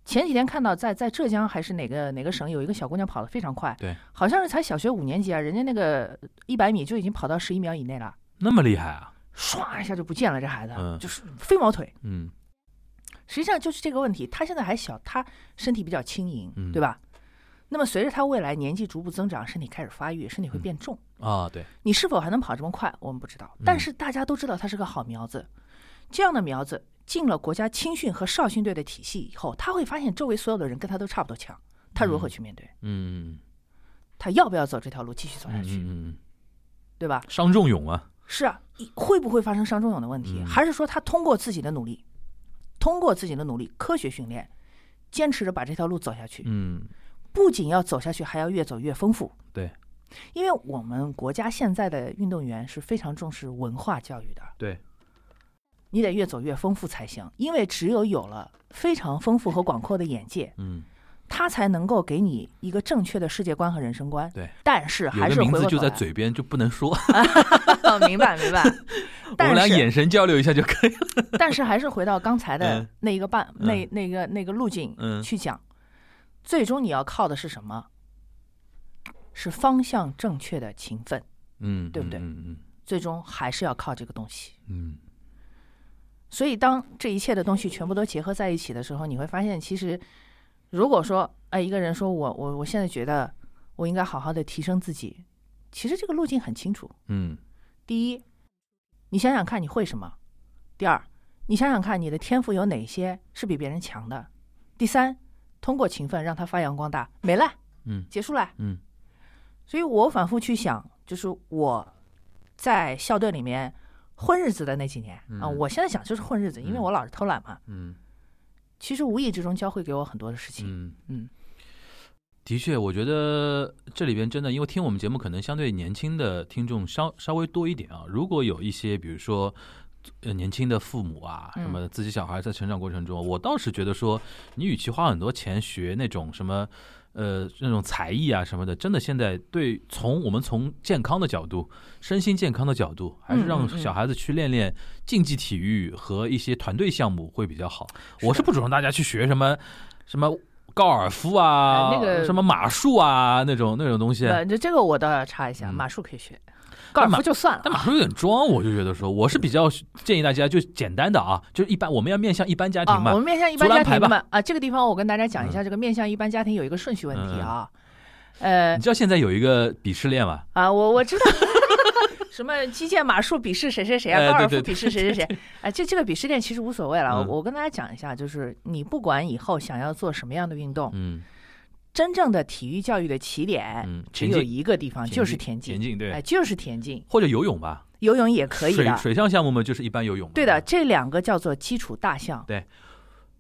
S3: 前几天看到在在浙江还是哪个哪个省有一个小姑娘跑得非常快，
S2: 对，
S3: 好像是才小学五年级啊，人家那个一百米就已经跑到十一秒以内了，
S2: 那么厉害啊？
S3: 唰一下就不见了，这孩子、
S2: 嗯
S3: 就是飞毛腿。
S2: 嗯
S3: 实际上就是这个问题，她现在还小，她身体比较轻盈，
S2: 嗯
S3: 对吧？那么随着她未来年纪逐步增长，身体开始发育，身体会变重。
S2: 啊，对，
S3: 你是否还能跑这么快，我们不知道
S2: 嗯。
S3: 但是大家都知道他是个好苗子，这样的苗子进了国家青训和少训队的体系以后，他会发现周围所有的人跟他都差不多强，他如何去面对？
S2: 嗯
S3: 他要不要走这条路继续走
S2: 嗯
S3: 下
S2: 嗯
S3: 去，
S2: 嗯，嗯
S3: 对吧？
S2: 伤仲永啊，
S3: 是啊，一会不会发生伤仲永的问题，
S2: 嗯
S3: 还是说他通过自己的努力，通过自己的努力，科学训练，坚持着把这条路走下去？
S2: 嗯
S3: 不仅要走下去，还要越走越丰富。
S2: 对，
S3: 因为我们国家现在的运动员是非常重视文化教育的。
S2: 对，
S3: 你得越走越丰富才行，因为只有有了非常丰富和广阔的眼界，
S2: 嗯，
S3: 他才能够给你一个正确的世界观和人生观。
S2: 对，
S3: 但是
S2: 有
S3: 还
S2: 的
S3: 是回
S2: 名
S3: 过
S2: 字
S3: 头
S2: 就在
S3: 来，
S2: 嘴边就不能说，
S3: 哦明白明 白。
S2: 我们
S3: 但
S2: 俩
S3: 是
S2: 眼神交流一下就可以了。
S3: 但是还是回到刚才的
S2: 嗯
S3: 那一个半、那那个那个路径
S2: 嗯
S3: 去讲，最终你要靠的是什么？是方向正确的勤奋，
S2: 嗯，
S3: 对不对
S2: 嗯嗯
S3: 最终还是要靠这个东西。
S2: 嗯
S3: 所以，当这一切的东西全部都结合在一起的时候，你会发现，其实如果说，哎，一个人说我我我现在觉得我应该好好的提升自己，其实这个路径很清楚。
S2: 嗯
S3: 第一，你想想看你会什么；第二，你想想看你的天赋有哪些是比别人强的；第三，通过勤奋让它发扬光大，没了，
S2: 嗯
S3: 结束了。
S2: 嗯
S3: 所以我反复去想，就是我在校队里面混日子的那几年啊，
S2: 嗯
S3: 我现在想就是混日子，因为
S2: 嗯
S3: 我老是偷懒嘛。
S2: 嗯
S3: 其实无意之中教会给我很多的事情。
S2: 嗯
S3: 嗯，
S2: 的确，我觉得这里边真的，因为听我们节目可能相对年轻的听众稍稍微多一点啊。如果有一些，比如说。呃，年轻的父母啊，
S3: 嗯
S2: 什么自己小孩在成长过程中，我倒是觉得说，你与其花很多钱学那种什么，呃，那种才艺啊什么的，真的现在对从我们从健康的角度、身心健康的角度，还是让
S3: 嗯嗯嗯
S2: 小孩子去练练竞技体育和一些团队项目会比较好。
S3: 是
S2: 我是不主张大家去学什么什么高尔夫啊，
S3: 哎那个
S2: 什么马术啊那种那种东西。
S3: 呃，这这个我倒要插一下，
S2: 嗯
S3: 马术可以学，高尔
S2: 但马
S3: 夫就算了
S2: 但
S3: 啊。
S2: 马术有点装，我就觉得说，我是比较建议大家就简单的啊，就是一般我们要面向一般家庭
S3: 啊，
S2: 嘛
S3: 我，们面向一般
S2: 竹
S3: 家
S2: 篮
S3: 庭
S2: 排吧嗯
S3: 们啊，这个地方我跟大家讲一下，这个面向一般家庭有一个顺序问题啊。呃
S2: 你知道现在有一个鄙视链嘛？
S3: 啊，我我知 道，什么击剑、马术比试谁谁谁
S2: 哎
S3: 啊，高尔夫
S2: 对对
S3: 比试谁谁谁，哎，这这个鄙视链其实无所谓了。
S2: 嗯
S3: 我我跟大家讲一下，就是你不管以后想要做什么样的运动，
S2: 嗯
S3: 真正的体育教育的起点
S2: 嗯，
S3: 哎只
S2: 田
S3: 有
S2: 径
S3: 一个地方，就是田
S2: 田
S3: 径，
S2: 径对，
S3: 哎，就是田径，
S2: 或者游泳吧，
S3: 游泳也可以
S2: 水
S3: 的。
S2: 水上项目嘛，就是一般游泳嘛。
S3: 对的，，这两个叫做基础大项。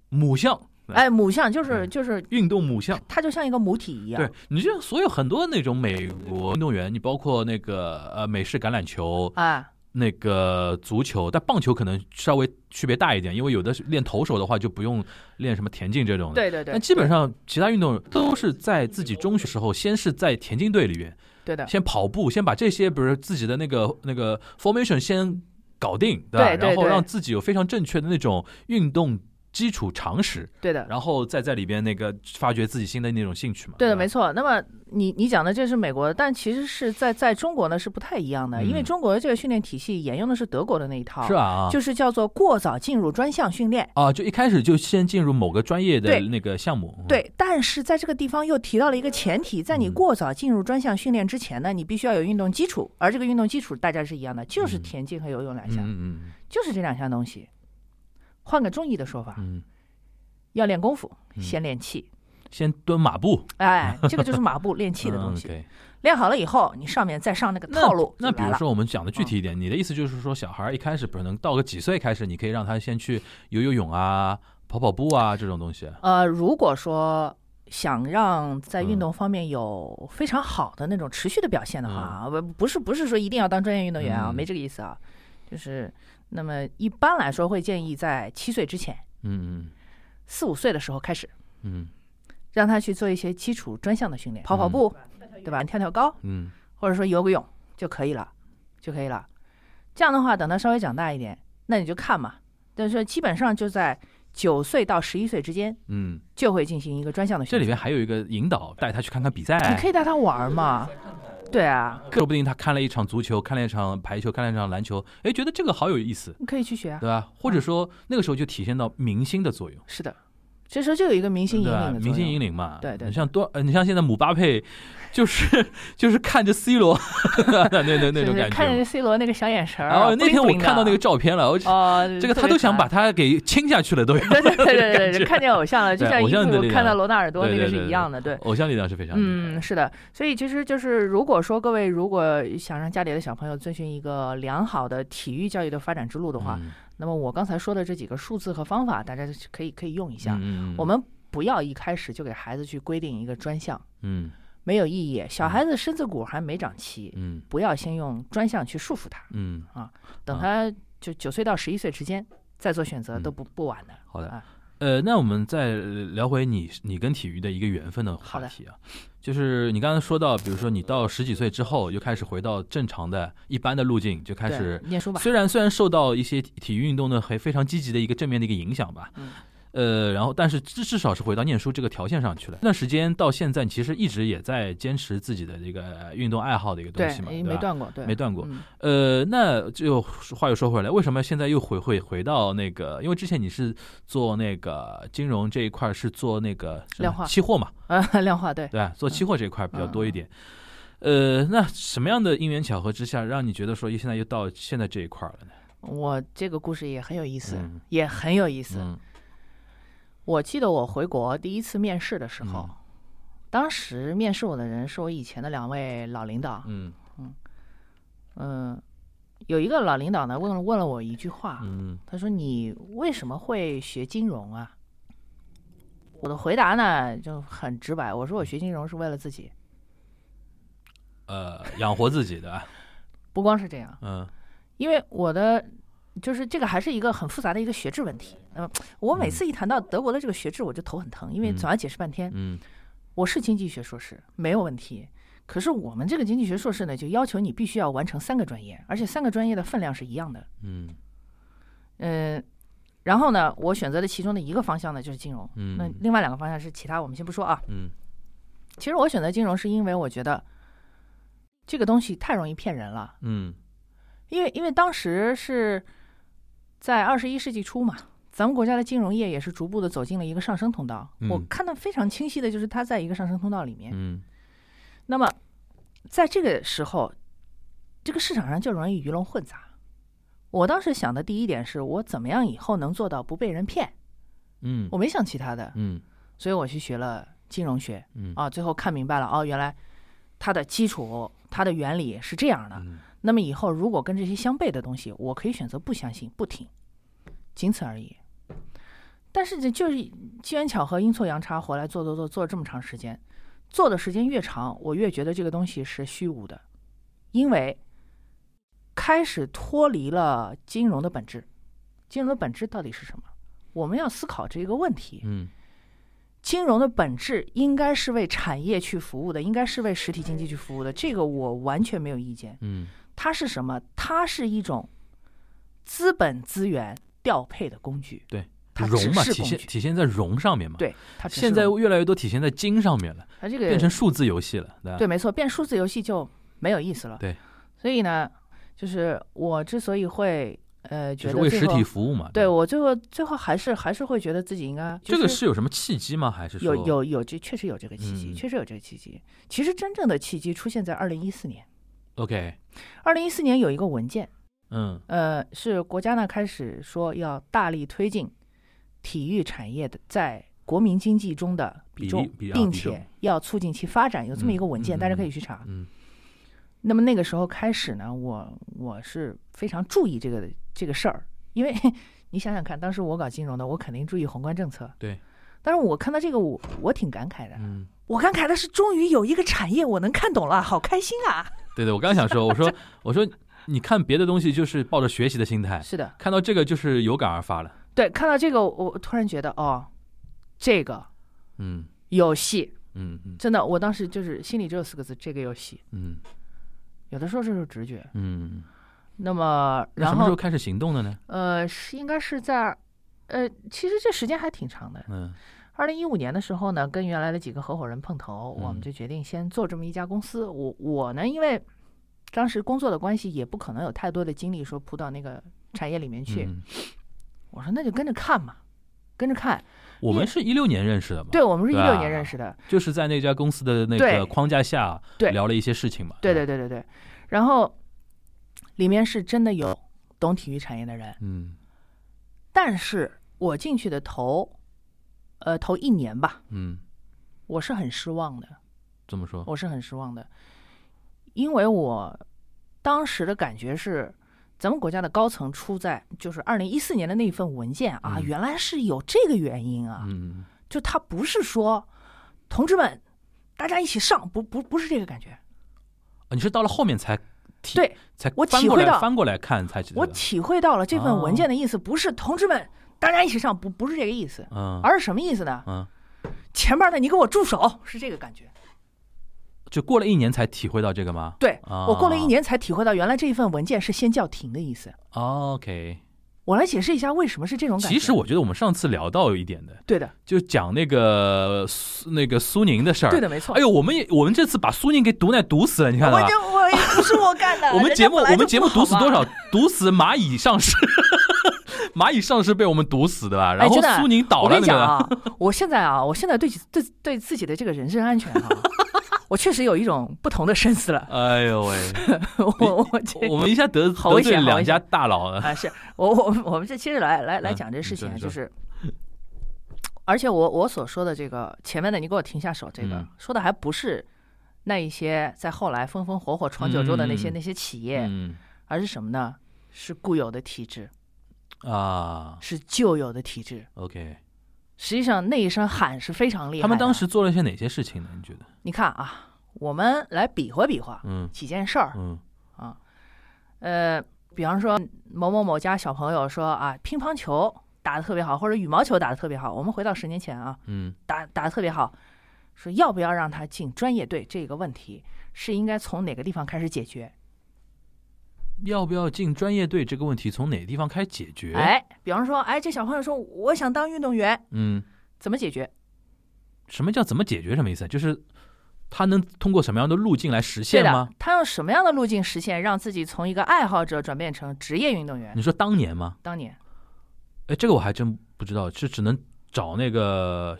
S2: 母项，
S3: 哎，母项就是
S2: 嗯
S3: 就是，
S2: 运动母项。
S3: 它就像一个母体一样。
S2: 对，你就所有很多那种美国运动员，你包括那个呃美式橄榄球，
S3: 啊，
S2: 那个足球，但棒球可能稍微区别大一点，因为有的是练投手的话就不用练什么田径这种的。，
S3: 对对对，
S2: 但基本上其他运动都是在自己中学时候，先是在田径队里边，
S3: 对的。
S2: 先跑步，先把这些，比如自己的那个那个 formation 先搞定，对吧？
S3: 对对
S2: 然后
S3: 对
S2: 让自己有非常正确的那种运动基础常识，
S3: 对的，
S2: 然后再在里边那个发掘自己新的那种兴趣嘛。
S3: 对的，
S2: 吧
S3: 没错。那么你你讲的这是美国的，但其实是在在中国呢是不太一样的，因为
S2: 嗯
S3: 中国的这个训练体系沿用的是德国的那一套，
S2: 是吧啊，
S3: 就是叫做过早进入专项训练。
S2: 啊，就一开始就先进入某个专业的
S3: 对
S2: 那个项目。嗯，
S3: 对，但是在这个地方又提到了一个前提，在你
S2: 嗯
S3: 过早进入专项训练之前呢，你必须要有运动基础，而这个运动基础大家是一样的，就是
S2: 嗯
S3: 田径和游泳两
S2: 嗯
S3: 项，
S2: 嗯嗯
S3: 就是这两项东西。换个中医的说法，
S2: 嗯。
S3: 要练功夫，
S2: 嗯
S3: 先练气。
S2: 先蹲马步
S3: 哎，这个就是 马步练气的东
S2: 嗯
S3: 西。
S2: ，OK
S3: 练好了以后，你上面再上那个
S2: 那
S3: 套路
S2: 那
S3: 就
S2: 比
S3: 来
S2: 如
S3: 了嗯
S2: 说，我们讲的具体一点，你的意思就是说，小孩儿一开始可能到个几岁开始，你可以让他先去游游泳啊、跑跑步啊这种东西。
S3: 呃，如果说想让在运
S2: 嗯
S3: 动方面有非常好的那种持续的表现的话啊，不、不是不是说一定要当专业运动员啊，
S2: 嗯
S3: 没这个意思啊，就是那么一般来说会建议在七岁之前，
S2: 嗯
S3: 四五岁的时候开始，
S2: 嗯
S3: 让他去做一些基础专项的训练，跑跑步，对吧？跳跳高，
S2: 嗯
S3: 或者说游个泳就可以了，就可以了。这样的话，等他稍微长大一点，那你就看嘛，但是基本上就在九岁到十一岁之间
S2: 嗯嗯，
S3: 就会进行一个专项的训
S2: 这
S3: 练
S2: 里。边哎还有一个引导，带他去看看比
S3: 你可
S2: 赛。
S3: 以带他玩儿嘛，对啊，
S2: 说不定他看了一场足球，看了一场排球，看了一场篮球，哎，觉得这个好有意思，
S3: 你可以去学啊
S2: 对。吧？或者说那个时候就体现到明星的作用，
S3: 是的，这时候就有一个明星引
S2: 对吧啊
S3: 领的
S2: 明星引
S3: 领，
S2: 领嘛。
S3: 对对
S2: 你像多，呃你像现在姆巴佩，就是就是看着 C 罗 那那那种
S3: 就是
S2: 感觉嘛，
S3: 看着 C 罗那个小眼神儿啊，
S2: 然后那天我看到那个
S3: 布灵布灵的
S2: 照片了，我
S3: 哦，
S2: 这个他都想把他给亲下去了， 都有。
S3: 特别可爱。对 对对对
S2: 感
S3: 对，
S2: 觉
S3: 看见偶像了，就
S2: 对
S3: 像
S2: 偶
S3: 一
S2: 像的
S3: 幕
S2: 力量
S3: 看到罗纳尔多
S2: 对
S3: 那个
S2: 对对
S3: 是
S2: 对
S3: 一样的，对，
S2: 偶像力量是非常厉害
S3: 嗯，
S2: 的。
S3: 是的，所以其实就是，如果说各位如果想让家里的小朋友遵循一个良好的体育教育的发展之路的话，
S2: 嗯，
S3: 那么我刚才说的这几个数字和方法，大家就是可以可以用一下。
S2: 嗯
S3: 我们不要一开始就给孩子去规定一个专项，
S2: 嗯
S3: 没有意义。小孩子身子骨还没长齐，
S2: 嗯
S3: 不要先用专项去束缚他，
S2: 嗯，
S3: 等
S2: 啊
S3: 他就九岁到十一岁之间再做选择都不不晚的。
S2: 嗯好的
S3: 啊。
S2: 呃，那我们再聊回你你跟体育的一个缘分的
S3: 好
S2: 话
S3: 的
S2: 题啊，就是你刚才说到，比如说你到十几岁之后，又开始回到正常的一般的路径，就开
S3: 对，
S2: 始
S3: 念书吧。
S2: 虽然虽然受到一些体体育运动的还非常积极的一个正面的一个影响吧，
S3: 嗯
S2: 呃，然后但是至至少是回到念书这个条线上去了。那段时间到现在，其实一直也在坚持自己的这个呃运动爱好的一个东
S3: 对
S2: 西嘛，，对
S3: 没
S2: 吧？
S3: 断过，对，
S2: 没断过
S3: 嗯。
S2: 呃，那就话又说回来，为什么现在又回回回到那个？因为之前你是做那个金融这一块儿，是做那个什么
S3: 量化
S2: 期货嘛，
S3: 呃， 量化对，
S2: 对吧？做期货这一块比较多一点。
S3: 嗯
S2: 呃，那什么样的因缘巧合之下，让你觉得说现在又到现在这一块儿了呢？
S3: 我这个故事也很有意思，
S2: 嗯
S3: 也很有意思。
S2: 嗯
S3: 我记得我回国第一次面试的时候，
S2: 嗯
S3: 当时面试我的人是我以前的两位老领导，
S2: 嗯
S3: 嗯、有一个老领导呢问了问了我一句话，
S2: 嗯
S3: 他说你为什么会学金融啊？我的回答呢就很直白，我说我学金融是为了自己，
S2: 呃养活自己对吧？
S3: 不光是这样，
S2: 嗯
S3: 因为我的就是这个还是一个很复杂的一个学制问题。嗯，我每次一谈到德国的这个学制，我就头很疼，因为
S2: 嗯
S3: 总要解释半天。
S2: 嗯
S3: 我是经济学硕士，没有问题。可是我们这个经济学硕士呢，就要求你必须要完成三个专业，而且三个专业的分量是一样的。
S2: 嗯
S3: 嗯，然后呢，我选择了其中的一个方向呢，就是金融。
S2: 嗯
S3: 那另外两个方向是其他，我们先不说啊。
S2: 嗯
S3: 其实我选择金融是因为我觉得这个东西太容易骗人了，
S2: 嗯
S3: 因为因为当时是在二十一世纪初嘛，咱们国家的金融业也是逐步的走进了一个上升通道。
S2: 嗯
S3: 我看到非常清晰的就是它在一个上升通道里面。
S2: 嗯
S3: 那么在这个时候，这个市场上就容易鱼龙混杂。我当时想的第一点是我怎么样以后能做到不被人骗，
S2: 嗯
S3: 我没想其他的，
S2: 嗯
S3: 所以我去学了金融学。
S2: 嗯
S3: 啊，最后看明白了，哦，原来它的基础、它的原理是这样的。那么以后如果跟这些相悖的东西，我可以选择不相信、不听，仅此而已。但是这就是机缘巧合、阴错阳差回来做做做做这么长时间，做的时间越长，我越觉得这个东西是虚无的，因为开始脱离了金融的本质。金融的本质到底是什么？我们要思考这个问题。
S2: 嗯
S3: 金融的本质应该是为产业去服务的，应该是为实体经济去服务的，这个我完全没有意见。
S2: 嗯
S3: 它是什么？它是一种资本资源调配的工具，
S2: 对，
S3: 它只
S2: 融嘛，
S3: 是
S2: 体
S3: 工
S2: 现
S3: 具，
S2: 体现在融上面嘛。，
S3: 对，它只是
S2: 现在
S3: 工具
S2: 越来越多体现在金上面了，
S3: 它这个
S2: 变成数字游戏了，对吧？
S3: 对，没错，变数字游戏就没有意思了。
S2: 对，
S3: 所以呢，就是我之所以会呃
S2: 就
S3: 觉
S2: 是
S3: 得
S2: 为
S3: 最
S2: 实
S3: 后
S2: 体服务嘛。
S3: 对
S2: 吧，
S3: 我最后最后还是还是会觉得自己应该、就
S2: 这个是有什么契机吗？还是说
S3: 有有有这确实有这个契机，
S2: 嗯
S3: 确实有这个契机。其实真正的契机出现在二零一四年。
S2: OK？
S3: 二零一四年有一个文件，
S2: 嗯
S3: 呃，是国家呢开始说要大力推进体育产业的在国民经济中的比重，
S2: 比例比啊
S3: 并
S2: 比重
S3: 且要促进其发展，有这么一个文件，
S2: 嗯嗯
S3: 大家可
S2: 嗯
S3: 以去查。
S2: 嗯
S3: 那么那个时候开始呢，我我是非常注意这个这个事儿，因为 你想想看，当时我搞金融的，我肯定注意宏观政策。
S2: 对。
S3: 但是我看到这个我，我挺感慨的。
S2: 嗯，
S3: 我感慨的是，终于有一个产业我能看懂了，好开心啊！
S2: 对对，我刚想说，我说我说你看别的东西就是抱着学习的心态，
S3: 是的，
S2: 看到这个就是有感而发了。
S3: 对，看到这个，我我突然觉得，哦，这个
S2: 嗯
S3: 有戏，
S2: 嗯嗯
S3: 真的，我当时就是心里只有四个字：这个有戏。
S2: 嗯
S3: 有的时候这是直觉。
S2: 嗯。
S3: 那么，
S2: 那什
S3: 然
S2: 么时
S3: 后
S2: 候开始行动的呢？
S3: 呃，是应该是在呃，其实这时间还挺长的。
S2: 嗯
S3: 二零一五年的时候呢，跟原来的几个合伙人碰头，我们
S2: 嗯
S3: 就决定先做这么一家公司。我我呢，因为当时工作的关系，也不可能有太多的精力说扑到那个产业里面去。
S2: 嗯，
S3: 我说那就跟着看嘛，跟着看。
S2: 我们是一六年认识的嘛，
S3: 对，我们是一
S2: 对
S3: 六
S2: 啊
S3: 年认识的，
S2: 就是在那家公司的那
S3: 对
S2: 个框架下
S3: 对
S2: 聊了一些事情嘛。
S3: 对
S2: 吧
S3: 对对对对。然后里面是真的有懂体育产业的人。
S2: 嗯
S3: 但是我进去的头，呃，头一年吧，
S2: 嗯，
S3: 我是很失望的，
S2: 这么说？
S3: 我是很失望的，因为我当时的感觉是，咱们国家的高层出在就是二零一四年的那一份文件啊，
S2: 嗯
S3: 原来是有这个原因啊，
S2: 嗯
S3: 就他不是说，同志们，大家一起上，不不不是这个感觉，
S2: 啊，你是到了后面才体
S3: 对
S2: 才
S3: 我
S2: 翻
S3: 体
S2: 过
S3: 会
S2: 来
S3: 到
S2: 翻过来看才知道
S3: 我
S2: 的。
S3: 体会到了这份文件的意思，不是同志们大家一起上，不不是这个意思，
S2: 嗯
S3: 而是什么意思呢？
S2: 嗯，
S3: 前面的你给我住手，是这个感觉。
S2: 就过了一年才体会到这个吗？
S3: 对、
S2: 啊
S3: 我过了一年才体会到，原来这一份文件是先叫停的意思。
S2: 哦 OK，
S3: 我来解释一下为什么是这种感觉。
S2: 其实我觉得我们上次聊到有一点的，
S3: 对的，
S2: 就讲那个苏那个苏宁的事儿。
S3: 对的，。没错。
S2: 哎呦，我们也我们这次把苏宁给毒奶毒死了，你看到吧？
S3: 我也不是我干的
S2: 我们节目我们节目毒死多？
S3: 人家本来就不好嘛
S2: 少？毒死蚂蚁上市， 蚂蚁上市被我们毒死的吧？然后
S3: 哎真的
S2: 苏宁倒
S3: 我
S2: 了
S3: 跟你
S2: 那
S3: 讲
S2: 个，
S3: 啊， 我现在啊，我现在对对对自己的这个人身安全啊， 我确实有一种不同的深思了。
S2: 哎呦喂！
S3: 我我 这
S2: 我们一下得
S3: 好
S2: 得
S3: 危险
S2: 罪
S3: 好
S2: 两
S3: 危
S2: 家大佬了。
S3: 啊，是我我我们这其实来来来
S2: 嗯
S3: 讲这事情啊，
S2: 你
S3: 就
S2: 说你
S3: 是，而且我我所说的这个前面的你给我停下手，这个、
S2: 嗯
S3: 说的还不是那一些在后来风风火火闯九州的那
S2: 嗯
S3: 些、
S2: 嗯嗯
S3: 那些企业，
S2: 嗯
S3: 而是什么呢？是固有的体制，
S2: 啊
S3: 是旧有的体制。
S2: ，OK，
S3: 实际上那一声喊是非常厉害的。
S2: 他们当时做了些哪些事情呢？你觉得？
S3: 你看啊，我们来比划比划
S2: 嗯
S3: 几件事儿。
S2: 嗯
S3: 呃，比方说某某某家小朋友说啊，乒乓球打得特别好，或者羽毛球打得特别好。我们回到十年前啊，
S2: 嗯
S3: 打打得特别好，说要不要让他进专业队这个问题是应该从哪个地方开始解决？
S2: 要不要进专业队这个问题，从哪个地方开始解决？，
S3: 哎，比方说，哎，这小朋友说我想当运动员，
S2: 嗯，
S3: 怎么解决？
S2: 什么叫怎么解决？什么意思啊？就是他能通过什么样的路径来实
S3: 对
S2: 现
S3: 的
S2: 吗？，
S3: 他用什么样的路径实现让自己从一个爱好者转变成职业运动员？
S2: 你说当年吗？
S3: 当年
S2: 哎，这个我还真不知道，是只能找那个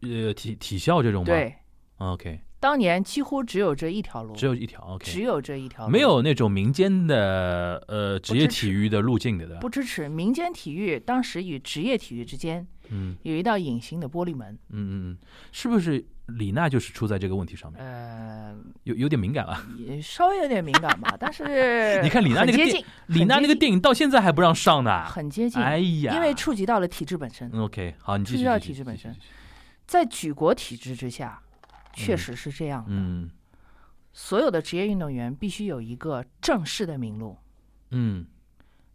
S2: 呃体体校这种吗？
S3: 对，
S2: ，OK，
S3: 当年几乎只有这一条路，
S2: 只有一条
S3: 只
S2: ，OK，
S3: 有这一条路，
S2: 没有那种民间的呃职业
S3: 支持
S2: 体育的路径的，对吧
S3: 不支持民间体育。当时与职业体育之间
S2: 嗯
S3: 有一道隐形的玻璃门。
S2: 嗯嗯，嗯，是不是李娜就是出在这个问题上面，
S3: 呃，
S2: 有有点敏感了。
S3: 也稍微有点敏感吧，但 是
S2: 你看李娜
S3: 很
S2: 那个
S3: 接
S2: 电
S3: 近，
S2: 李娜那个
S3: 很接近
S2: 电影到现在还不让上呢，
S3: 很接近，
S2: 哎呀，
S3: 因为触及到了体制本身。
S2: 嗯 OK，好，你继续
S3: 知道
S2: 继续
S3: 体制本身
S2: 继续继续
S3: 在举国体制之下，确实是这样的。
S2: 嗯
S3: 所有的职业运动员必须有一个正式的名录，
S2: 嗯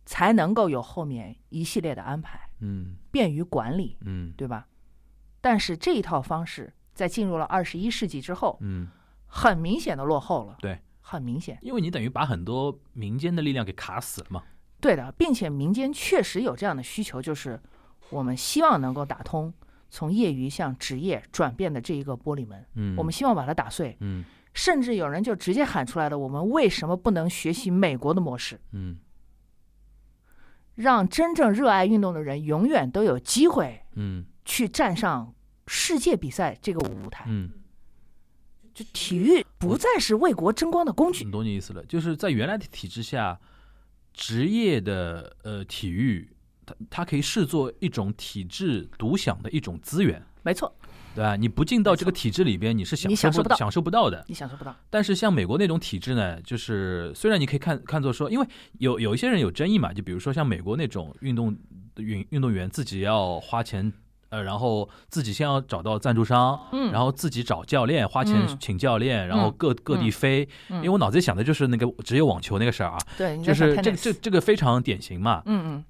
S3: 才能够有后面一系列的安排，
S2: 嗯
S3: 便于管理，
S2: 嗯
S3: 对吧？但是这一套方式在进入了二十一世纪之后，
S2: 嗯，
S3: 很明显的落后了。
S2: 对，
S3: 很明显。
S2: 因为你等于把很多民间的力量给卡死了嘛。
S3: 对的，并且民间确实有这样的需求，就是我们希望能够打通从业余向职业转变的这一个玻璃门，
S2: 嗯，
S3: 我们希望把它打碎。
S2: 嗯
S3: 甚至有人就直接喊出来了：我们为什么不能学习美国的模式，
S2: 嗯
S3: 让真正热爱运动的人永远都有机会
S2: 嗯
S3: 去站上世界比赛这个舞台？
S2: 嗯，
S3: 就体育不再是为国争光的工具。
S2: 懂你意思了，就是在原来的体制下，职业的呃体育，它它可以视作一种体制独享的一种资源。
S3: 没错，
S2: 对吧？你不进到这个体制里边，你是享
S3: 你享
S2: 受
S3: 受不到
S2: 享受不到的。
S3: 你享受不到。
S2: 但是像美国那种体制呢，就是虽然你可以看看作说，因为有有一些人有争议嘛，就比如说像美国那种运动运运动员自己要花钱，呃，然后自己先要找到赞助商，
S3: 嗯
S2: 然后自己找教练，花钱
S3: 嗯
S2: 请教练，然后各、各地飞。
S3: 嗯
S2: 因为我脑子里想的就是那个职业网球那个事儿啊，
S3: 对，你
S2: 就
S3: 在
S2: 是
S3: 想
S2: 这
S3: tennis
S2: 这这个非常典型嘛。
S3: 嗯嗯，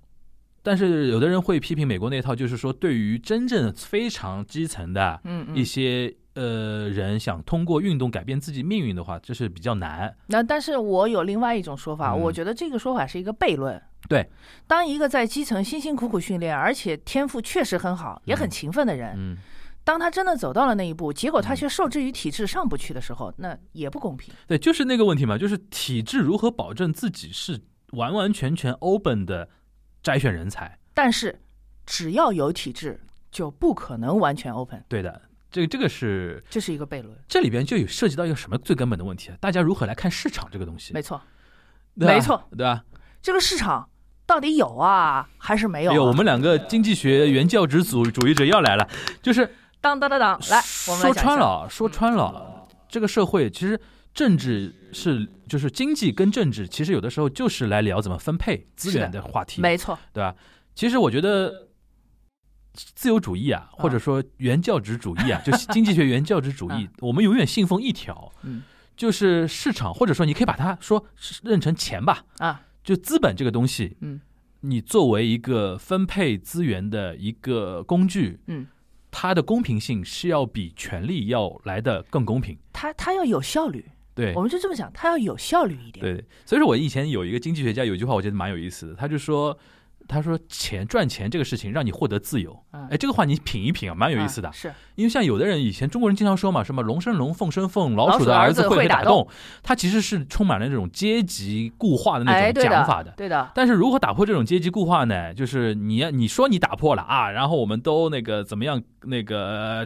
S2: 但是有的人会批评美国那套，就是说对于真正非常基层的，
S3: 嗯嗯
S2: 一些呃人想通过运动改变自己命运的话，这是比较难。
S3: 那但是我有另外一种说法，
S2: 嗯
S3: 我觉得这个说法是一个悖论。
S2: 对，
S3: 当一个在基层辛辛苦苦训练，而且天赋确实很好，也很勤奋的人，
S2: 嗯，
S3: 当他真的走到了那一步，结果他
S2: 嗯
S3: 却受制于体制上不去的时候，那也不公平。
S2: 对，就是那个问题嘛，就是体制如何保证自己是完完全全 open 的筛选人才？
S3: 但是只要有体制，就不可能完全 open，
S2: 对的，这这个是
S3: 这是一个悖论。
S2: 这里边就有涉及到一个什么最根本的问题啊？大家如何来看市场这个东西？
S3: 没错，
S2: 对吧
S3: 没错，
S2: 对吧？
S3: 这个市场到底有啊还是没有、
S2: 哎
S3: 啊？
S2: 呦，我们两个经济学原教旨主主义者要来了，就是
S3: 当当当当，来，我们来
S2: 说
S3: 讲一
S2: 穿
S3: 下嗯
S2: 了，啊，说穿了啊，这个社会其实政治是就是经济跟政治，其实有的时候就是来聊怎么分配资源的话题，
S3: 没错，
S2: 对吧？其实我觉得自由主义啊，或
S3: 嗯
S2: 者说原教旨主义啊，就是经济学原教旨主义
S3: 啊，
S2: 我们永远信奉一条
S3: 嗯，
S2: 就是市场，或者说你可以把它说是认成钱吧，
S3: 啊，
S2: 就资本这个东西，
S3: 嗯，
S2: 你作为一个分配资源的一个工具，
S3: 嗯，
S2: 它的公平性是要比权力要来的更公平，
S3: 他他要有效率，
S2: 对
S3: 我。们就这么讲，他要有效率一点。
S2: 对，所以说我以前有一个经济学家有一句话，我觉得蛮有意思的，他就说，他说钱赚钱这个事情让你获得自由，
S3: 嗯
S2: 哎，这个话你品一品啊，蛮有意思的
S3: 啊。是
S2: 因为像有的人以前中国人经常说嘛，什么龙生龙，凤生凤，
S3: 老
S2: 老
S3: 鼠
S2: 鼠
S3: 的
S2: 的
S3: 儿
S2: 儿
S3: 子
S2: 子
S3: 会
S2: 会
S3: 打
S2: 打洞，它其实是充满了这种阶级固化的那
S3: 哎，
S2: 种
S3: 对
S2: 讲法的。
S3: 对的，
S2: 但是如何打破这种阶级固化呢？就是你你说你打破了啊，然后我们都那个怎么样那个、呃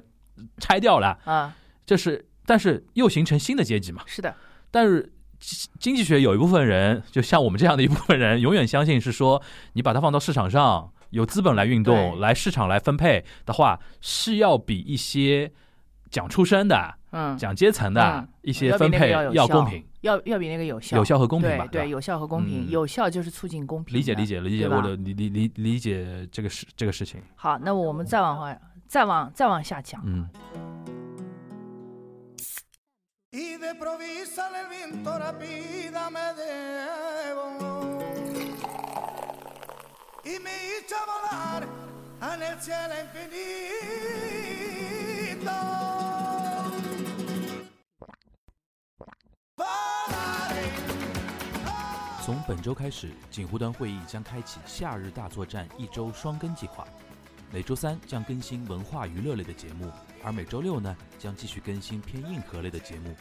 S2: 拆掉了，
S3: 啊，
S2: 这是但是又形成新的阶级嘛。
S3: 是的，
S2: 但是经经济学有一部分人，就像我们这样的一部分人，永远相信是说你把它放到市场上，有资本来运动，
S3: 对
S2: 来市场来分配的话，是要比一些讲出身的、
S3: 嗯，
S2: 讲阶层的、
S3: 嗯
S2: 一些分配
S3: 要比那个要有
S2: 要
S3: 效
S2: 公平。
S3: 要要比那个有效，
S2: 有效和公平
S3: 对
S2: 吧？
S3: 对，
S2: 吧
S3: 有效和公平，
S2: 嗯
S3: 有效就是促进公平的。
S2: 理解理解理解
S3: 对吧
S2: 我的理理理理解这个事这个事情，
S3: 好，那我们再往后，再往再往下讲。
S2: 嗯。
S4: Y de provisa el viento rápida me debo. Y me hizo volar en el cielo infinito. Volaré.
S5: 从本周开始，锦湖端会议将开启夏日大作战一周双更计划，每周三将更新文化娱乐类的节目，而每周六呢将继续更新偏硬核类的节目。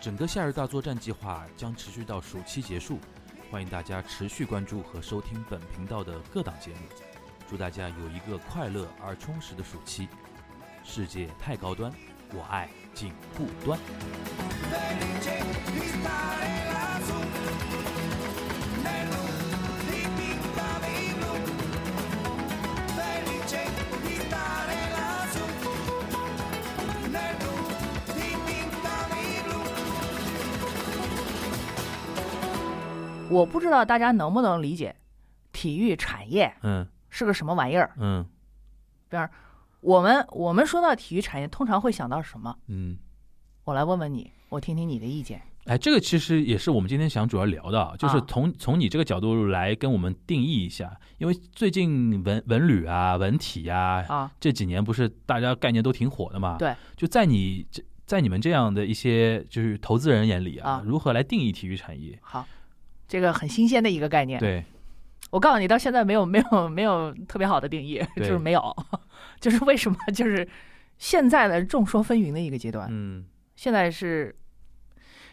S5: 整个夏日大作战计划将持续到暑期结束，欢迎大家持续关注和收听本频道的各档节目。祝大家有一个快乐而充实的暑期。世界太高端，我爱锦户端。
S4: felice di stare lassù nel dipinta di blu felice di stare lassù nel dipinta di blu
S3: 我不知道大家能不能理解，体育产业
S2: 嗯
S3: 是个什么玩意儿？
S2: 嗯
S3: 我们我们说到体育产业，通常会想到什么？
S2: 嗯，
S3: 我来问问你，我听听你的意见。
S2: 哎，这个其实也是我们今天想主要聊的啊，就是
S3: 啊
S2: 从从你这个角度来跟我们定义一下，因为最近文文旅啊、文体啊
S3: 啊
S2: 这几年不是大家概念都挺火的嘛？
S3: 对，
S2: 就在你这在你们这样的一些就是投资人眼里啊，
S3: 啊
S2: 如何来定义体育产业？
S3: 好，这个很新鲜的一个概念。
S2: 对，
S3: 我告诉你，到现在没有没有没有特别好的定义，就
S2: 对
S3: 是没有， 就是为什么就是现在的众说纷纭的一个阶段。
S2: 嗯
S3: 现在是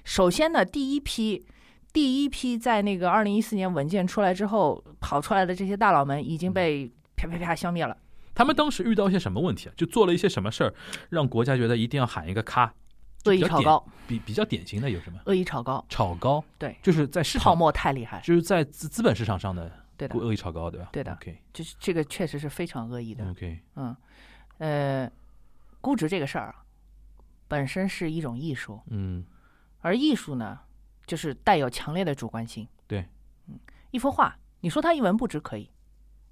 S3: 首先呢，第一批第一批在那个二零一四年文件出来之后跑出来的这些大佬们
S2: 嗯
S3: 已经被啪啪啪消灭了。
S2: 他们当时遇到一些什么问题啊？就做了一些什么事儿，让国家觉得一定要喊一个咔？
S3: 恶
S2: 比
S3: 意
S2: 较
S3: 炒
S2: 典
S3: 高，
S2: 比比较典型的有什么？
S3: 恶意炒高，
S2: 炒高，
S3: 对
S2: 就是在市
S3: 泡
S2: 场，
S3: 沫太厉害了，
S2: 就是在资资本市场上的
S3: 对的，
S2: 恶意炒高，对吧？
S3: 对的
S2: OK
S3: 就是这个确实是非常恶意的。
S2: OK，
S3: 嗯，呃，估值这个事儿啊本身是一种艺术，
S2: 嗯。
S3: 而艺术呢，就是带有强烈的主观性。
S2: 对，
S3: 嗯，一幅画，你说它一文不值可以，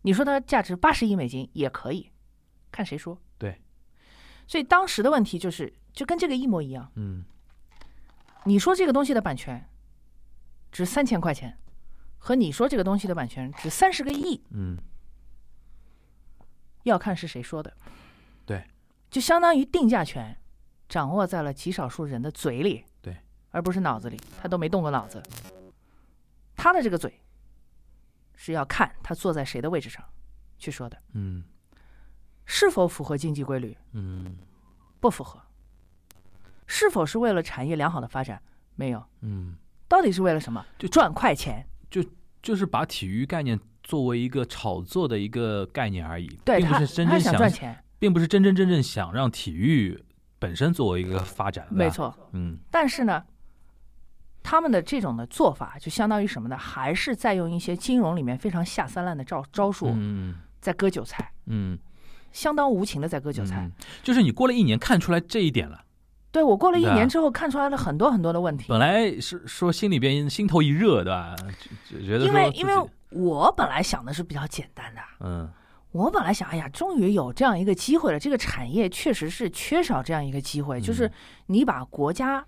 S3: 你说它价值八十亿美金也可以，看谁说。
S2: 对，
S3: 所以当时的问题就是，就跟这个一模一样。
S2: 嗯
S3: 你说这个东西的版权值三千块钱，和你说这个东西的版权值三十个亿，
S2: 嗯
S3: 要看是谁说的。
S2: 对，
S3: 就相当于定价权掌握在了极少数人的嘴里，
S2: 对，
S3: 而不是脑子里，他都没动过脑子。他的这个嘴是要看他坐在谁的位置上去说的，
S2: 嗯
S3: 是否符合经济规律，
S2: 嗯
S3: 不符合；是否是为了产业良好的发展，没有。
S2: 嗯，
S3: 到底是为了什么？
S2: 就
S3: 赚快钱。
S2: 就是把体育概念作为一个炒作的一个概念而已，
S3: 对
S2: 并不
S3: 他，
S2: 是真
S3: 他
S2: 正
S3: 想赚钱，
S2: 并不是真真正正想让体育本身作为一个发展，对吧
S3: 没，错。
S2: 嗯
S3: 但是呢，他们的这种的做法，就相当于什么呢？还是在用一些金融里面非常下三滥的招招数，
S2: 嗯
S3: 在割韭菜，
S2: 嗯，
S3: 相当无情的在割韭菜。
S2: 嗯就是你过了一年看出来这一点了，
S3: 对我过了一
S2: 对啊
S3: 年之后，看出来了很多很多的问题。
S2: 本来是说心里边心头一热，对吧？就啊就觉得
S3: 因为
S2: 说自己
S3: 因为我本来想的是比较简单的，
S2: 嗯
S3: 我本来想，哎呀，终于有这样一个机会了。这个产业确实是缺少这样一个机
S2: 嗯
S3: 会，就是你把国家，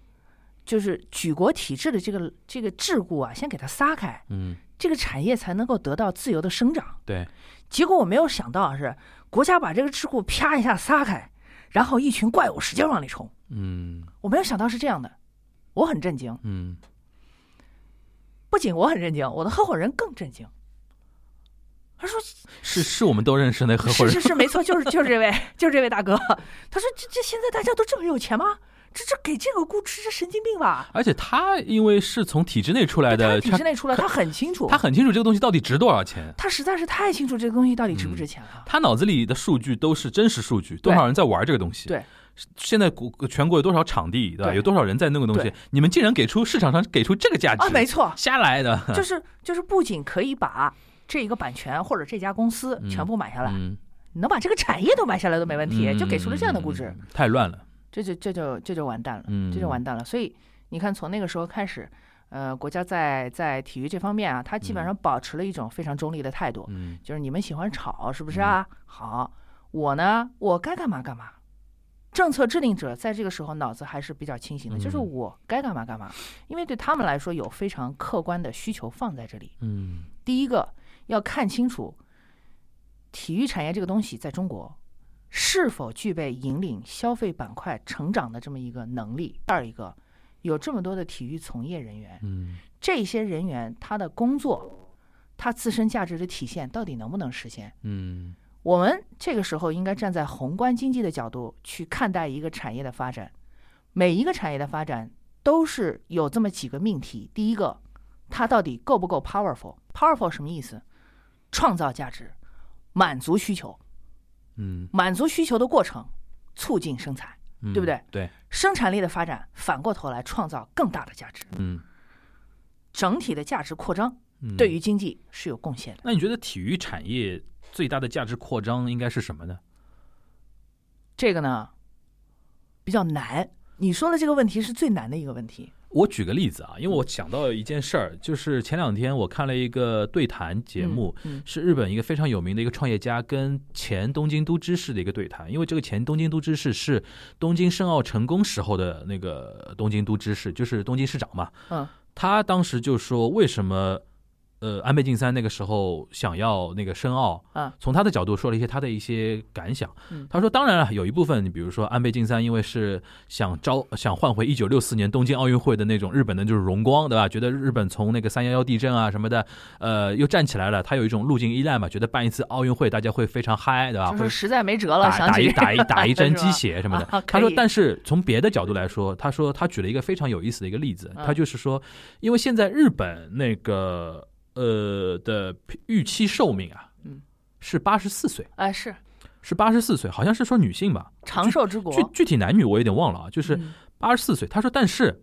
S3: 就是举国体制的这个这个桎梏啊，先给它撒开，
S2: 嗯
S3: 这个产业才能够得到自由的生长。
S2: 对，
S3: 结果我没有想到啊是，国家把这个桎梏啪一下撒开，然后一群怪物使劲往里冲。
S2: 嗯
S3: 我没有想到是这样的，我很震惊。
S2: 嗯
S3: 不仅我很震惊，我的合伙人更震惊。他说
S2: 是是我们都认识那合伙
S3: 是
S2: 人，
S3: 是是，没错，就是就是这位，就是这位大哥。他说这这现在大家都这么有钱吗？这这给这个估值，这神经病吧？
S2: 而且他因为是从体制内出来
S3: 他
S2: 的，
S3: 体
S2: 他
S3: 制内出来，他很清楚，
S2: 他很清楚这个东西到底值多少钱。
S3: 他实在是太清楚这个东西到底值不值钱了。
S2: 嗯他脑子里的数据都是真实数据，多少人在玩这个东西？
S3: 对，
S2: 现在国全国有多少场地，对吧？
S3: 对
S2: 有多少人在弄个东西
S3: 对？
S2: 你们竟然给出市场上给出这个价值，
S3: 啊，没错，
S2: 瞎来的。
S3: 就是就是，不仅可以把这一个版权或者这家公司
S2: 嗯
S3: 全部买下来，
S2: 嗯，
S3: 你能把这个产业都买下来都没问题，
S2: 嗯
S3: 就给出了这样的估值，
S2: 嗯嗯嗯太乱了。
S3: 这就这就这就完蛋了，
S2: 嗯
S3: 这就完蛋了。所以你看从那个时候开始，呃，国家在在体育这方面啊，它基本
S5: 嗯
S3: 上保持了一种非常中立的态度，
S5: 嗯
S3: 就是你们喜欢吵是不
S2: 嗯
S3: 是啊？好，我呢，我该干嘛干嘛。政策制定者在这个时候脑子还是比较清醒的，就是
S5: 嗯
S3: 我该干嘛干嘛，因为对他们来说有非常客观的需求放在这里。
S5: 嗯
S3: 第一个要看清楚，体育产业这个东西在中国是否具备引领消费板块成长的这么一个能力。第二一个，有这么多的体育从业人员，
S5: 嗯
S3: 这些人员他的工作，他自身价值的体现到底能不能实现？
S5: 嗯
S3: 我们这个时候应该站在宏观经济的角度去看待一个产业的发展。每一个产业的发展都是有这么几个命题：第一个，它到底够不够 powerful？powerful 什么意思？创造价值，满足需求，
S5: 嗯，
S3: 满足需求的过程促进生产，
S5: 嗯
S3: 对不对？
S5: 对，
S3: 生产力的发展反过头来创造更大的价值，
S5: 嗯，
S3: 整体的价值扩张
S5: 嗯
S3: 对于经济是有贡献的。
S2: 那你觉得体育产业最大的价值扩张应该是什么呢？
S3: 这个呢比较难。你说的这个问题是最难的一个问题。
S2: 我举个例子啊，因为我想到一件事儿，就是前两天我看了一个对谈节目，
S3: 嗯，嗯
S2: 是日本一个非常有名的一个创业家跟前东京都知事的一个对谈，因为这个前东京都知事是东京申奥成功时候的那个东京都知事，就是东京市长嘛。
S3: 嗯，
S2: 他当时就说为什么呃安倍晋三那个时候想要那个申奥
S3: 啊，
S2: 从他的角度说了一些他的一些感想
S3: 嗯。
S2: 他说，当然了，有一部分，你比如说安倍晋三因为是想招想换回一九六四年东京奥运会的那种日本的就是荣光，对吧？觉得日本从那个三幺幺地震啊什么的，呃，又站起来了，他有一种路径依赖嘛，觉得办一次奥运会大家会非常嗨，对吧？
S3: 就
S2: 会
S3: 是实在没辙了，
S2: 打
S3: 想
S2: 打
S3: 起
S2: 一打 一打一针鸡
S3: 血，
S2: 血什么的。
S3: 啊
S2: 他说
S3: 可以，
S2: 但是从别的角度来说，他说他举了一个非常有意思的一个例子，
S3: 嗯
S2: 他就是说，因为现在日本那个呃的预期寿命啊
S3: 嗯，
S2: 是八十四岁，
S3: 哎，是
S2: 是八十四岁，好像是说女性吧，
S3: 长寿之国，
S2: 具具体男女我有点忘了啊，就是
S3: 嗯
S2: 八十四岁。他说，但是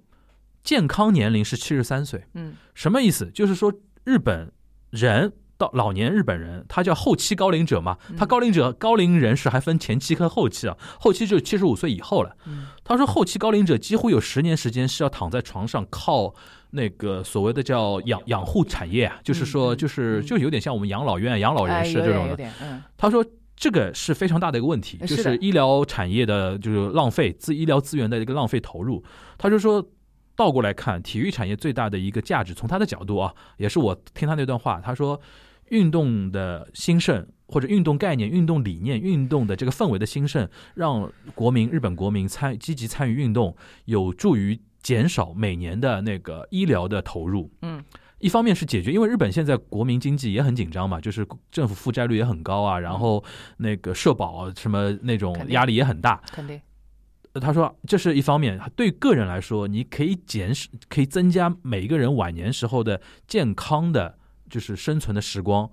S2: 健康年龄是七十三岁。
S3: 嗯
S2: 什么意思？就是说日本人到老年日本人，他叫后期高龄者嘛，他
S3: 嗯
S2: 高龄者高龄人士还分前期和后期啊，后期就是七十五岁以后了。
S3: 嗯
S2: 他说后期高龄者几乎有十年时间是要躺在床上靠。那个所谓的叫养养护产业啊，就是说，
S3: 嗯
S2: 就是
S3: 嗯
S2: 就有点像我们养老院、养老人
S3: 哎，
S2: 士
S3: 有
S2: 这
S3: 点
S2: 种
S3: 有
S2: 的。
S3: 点，嗯
S2: 他说这个是非常大的一个问题，
S3: 呃
S2: 就是
S3: 的
S2: 是医疗产业的就是浪费资医疗资源的一个浪费投入。他就说。倒过来看，体育产业最大的一个价值，从他的角度啊，也是我听他那段话，他说，运动的兴盛或者运动概念、运动理念、运动的这个氛围的兴盛，让国民日本国民参积极参与运动，有助于减少每年的那个医疗的投入。
S3: 嗯，
S2: 一方面是解决，因为日本现在国民经济也很紧张嘛，就是政府负债率也很高啊，然后那个社保啊什么那种
S3: 肯定
S2: 压力也很大。
S3: 肯定，
S2: 呃他说这是一方面，对个人来说，你可以减少，可以增加每一个人晚年时候的健康的。就是生存的时 光，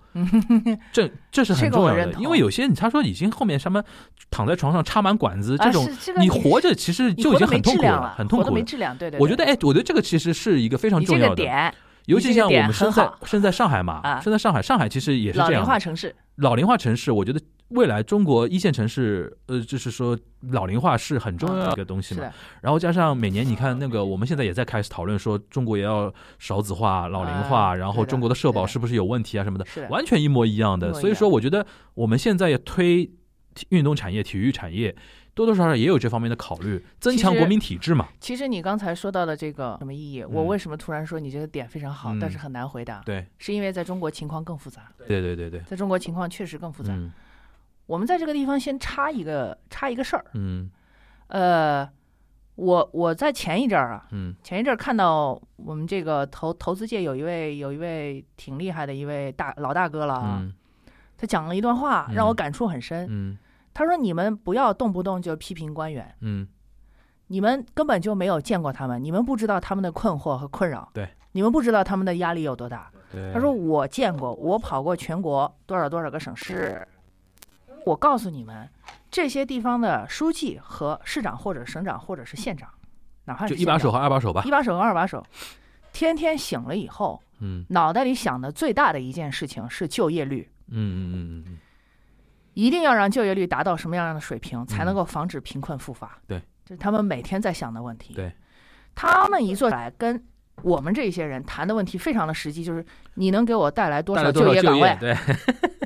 S2: 这这是很
S3: 这个
S2: 重
S3: 我
S2: 要
S3: 认
S2: 的，
S3: 同
S2: 因为有些你他说已经后面什么躺在床上插满管子
S3: 啊
S2: 这种
S3: 是这个，
S2: 你
S3: 你
S2: 活着其实
S3: 你
S2: 就已
S3: 活得
S2: 经
S3: 没
S2: 很痛
S3: 质
S2: 苦
S3: 量了，
S2: 很痛
S3: 活
S2: 苦
S3: 得没
S2: 了。
S3: 质量，对对，
S2: 我觉得
S3: 对
S2: 哎，我觉得这个其实是一个非常
S3: 你这
S2: 重要
S3: 个
S2: 的，
S3: 点，
S2: 尤其像我们
S3: 你这
S2: 身
S3: 个点很
S2: 在
S3: 好
S2: 身在上海嘛，
S3: 啊
S2: 身在上海，上海其实也是
S3: 老
S2: 这
S3: 龄
S2: 样
S3: 化
S2: 的
S3: 城市，
S2: 老龄化城市。我觉得未来中国一线城市，呃，就是说老龄化是很重要的一个东西
S3: 是
S2: 嘛。
S3: 的，
S2: 然后加上每年你看那个，我们现在也在开始讨论说中国也要少子化、老龄化，
S3: 啊
S2: 然后
S3: 对的
S2: 中国的社保
S3: 对的
S2: 是不是有问题啊什么的，
S3: 是的
S2: 完全一模一样
S3: 一
S2: 的。
S3: 模一
S2: 所以说，
S3: 样
S2: 我觉得我们现在也推体运动产业、体育产业，多多少少也有这方面的考虑，增
S3: 其
S2: 强
S3: 实
S2: 国民体质嘛。
S3: 其实你刚才说到的这个什么意义？我
S2: 嗯
S3: 为什么突然说你这个点非常好，但
S2: 嗯
S3: 是很难回答？
S2: 对，
S3: 是因为在中国情况更复杂，
S2: 对对对对，
S3: 在中国情况确实更复杂。
S2: 嗯
S3: 我们在这个地方先插一个插一个事儿，
S2: 嗯
S3: 呃，我我在前一阵儿啊，
S2: 嗯
S3: 前一阵儿看到我们这个投投资界有一位有一位挺厉害的一位大老大哥了啊，
S2: 嗯
S3: 他讲了一段话
S2: 嗯
S3: 让我感触很深。
S2: 嗯
S3: 他说：“你们不要动不动就批评官员，
S2: 嗯，
S3: 你们根本就没有见过他们，你们不知道他们的困惑和困扰，
S2: 对，
S3: 你们不知道他们的压力有多大。”
S2: 嗯对。
S3: 他说：“我见过，我跑过全国多少多少个省市，我告诉你们，这些地方的书记和市长或者省长或者是县长，哪怕是
S2: 就一把
S3: 县长
S2: 手和二把手吧
S3: 一。把手和二把手，天天醒了以后，
S2: 嗯
S3: 脑袋里想的最大的一件事情是就业率，
S2: 嗯嗯嗯嗯
S3: 一定要让就业率达到什么样的水平，才能够防止贫困复发。
S2: 嗯对，
S3: 这是他们每天在想的问题。
S2: 对，
S3: 他们一坐下来跟我们这些人谈的问题非常的实际，就是你能给我带来多
S2: 带
S3: 少
S2: 来多少
S3: 业
S2: 就
S3: 岗位啊
S2: 业？？对，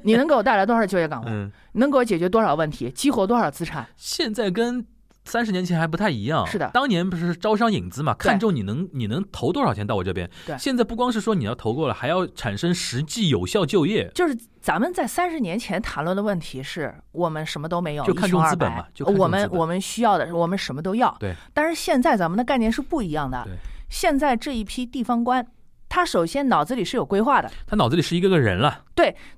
S3: 你能给我带来多少就业岗位？
S2: 嗯，
S3: 能给我解决多少问题？激活多少资产？
S2: 现在跟三十年前还不太一样。
S3: 是的
S2: 当年不是招商引资嘛，
S3: 对
S2: 看中你能你能投多少钱到我这边。
S3: 对
S2: 现在不光是说你要投过了，还要产生实际有效就业。
S3: 就是咱们在三十年前谈论的问题是我们什么都没有，
S2: 就看
S3: 一穷
S2: 重
S3: 二
S2: 资本
S3: 白
S2: 嘛就看
S3: 我
S2: 重资
S3: 们
S2: 本
S3: 我们需要的是我们什么都要。
S2: 对。
S3: 但是现在咱们的概念是不一样的
S2: 对。
S3: 现在这一批地方官，他首先脑子里是有规划的，
S2: 他脑子里是一个个人了。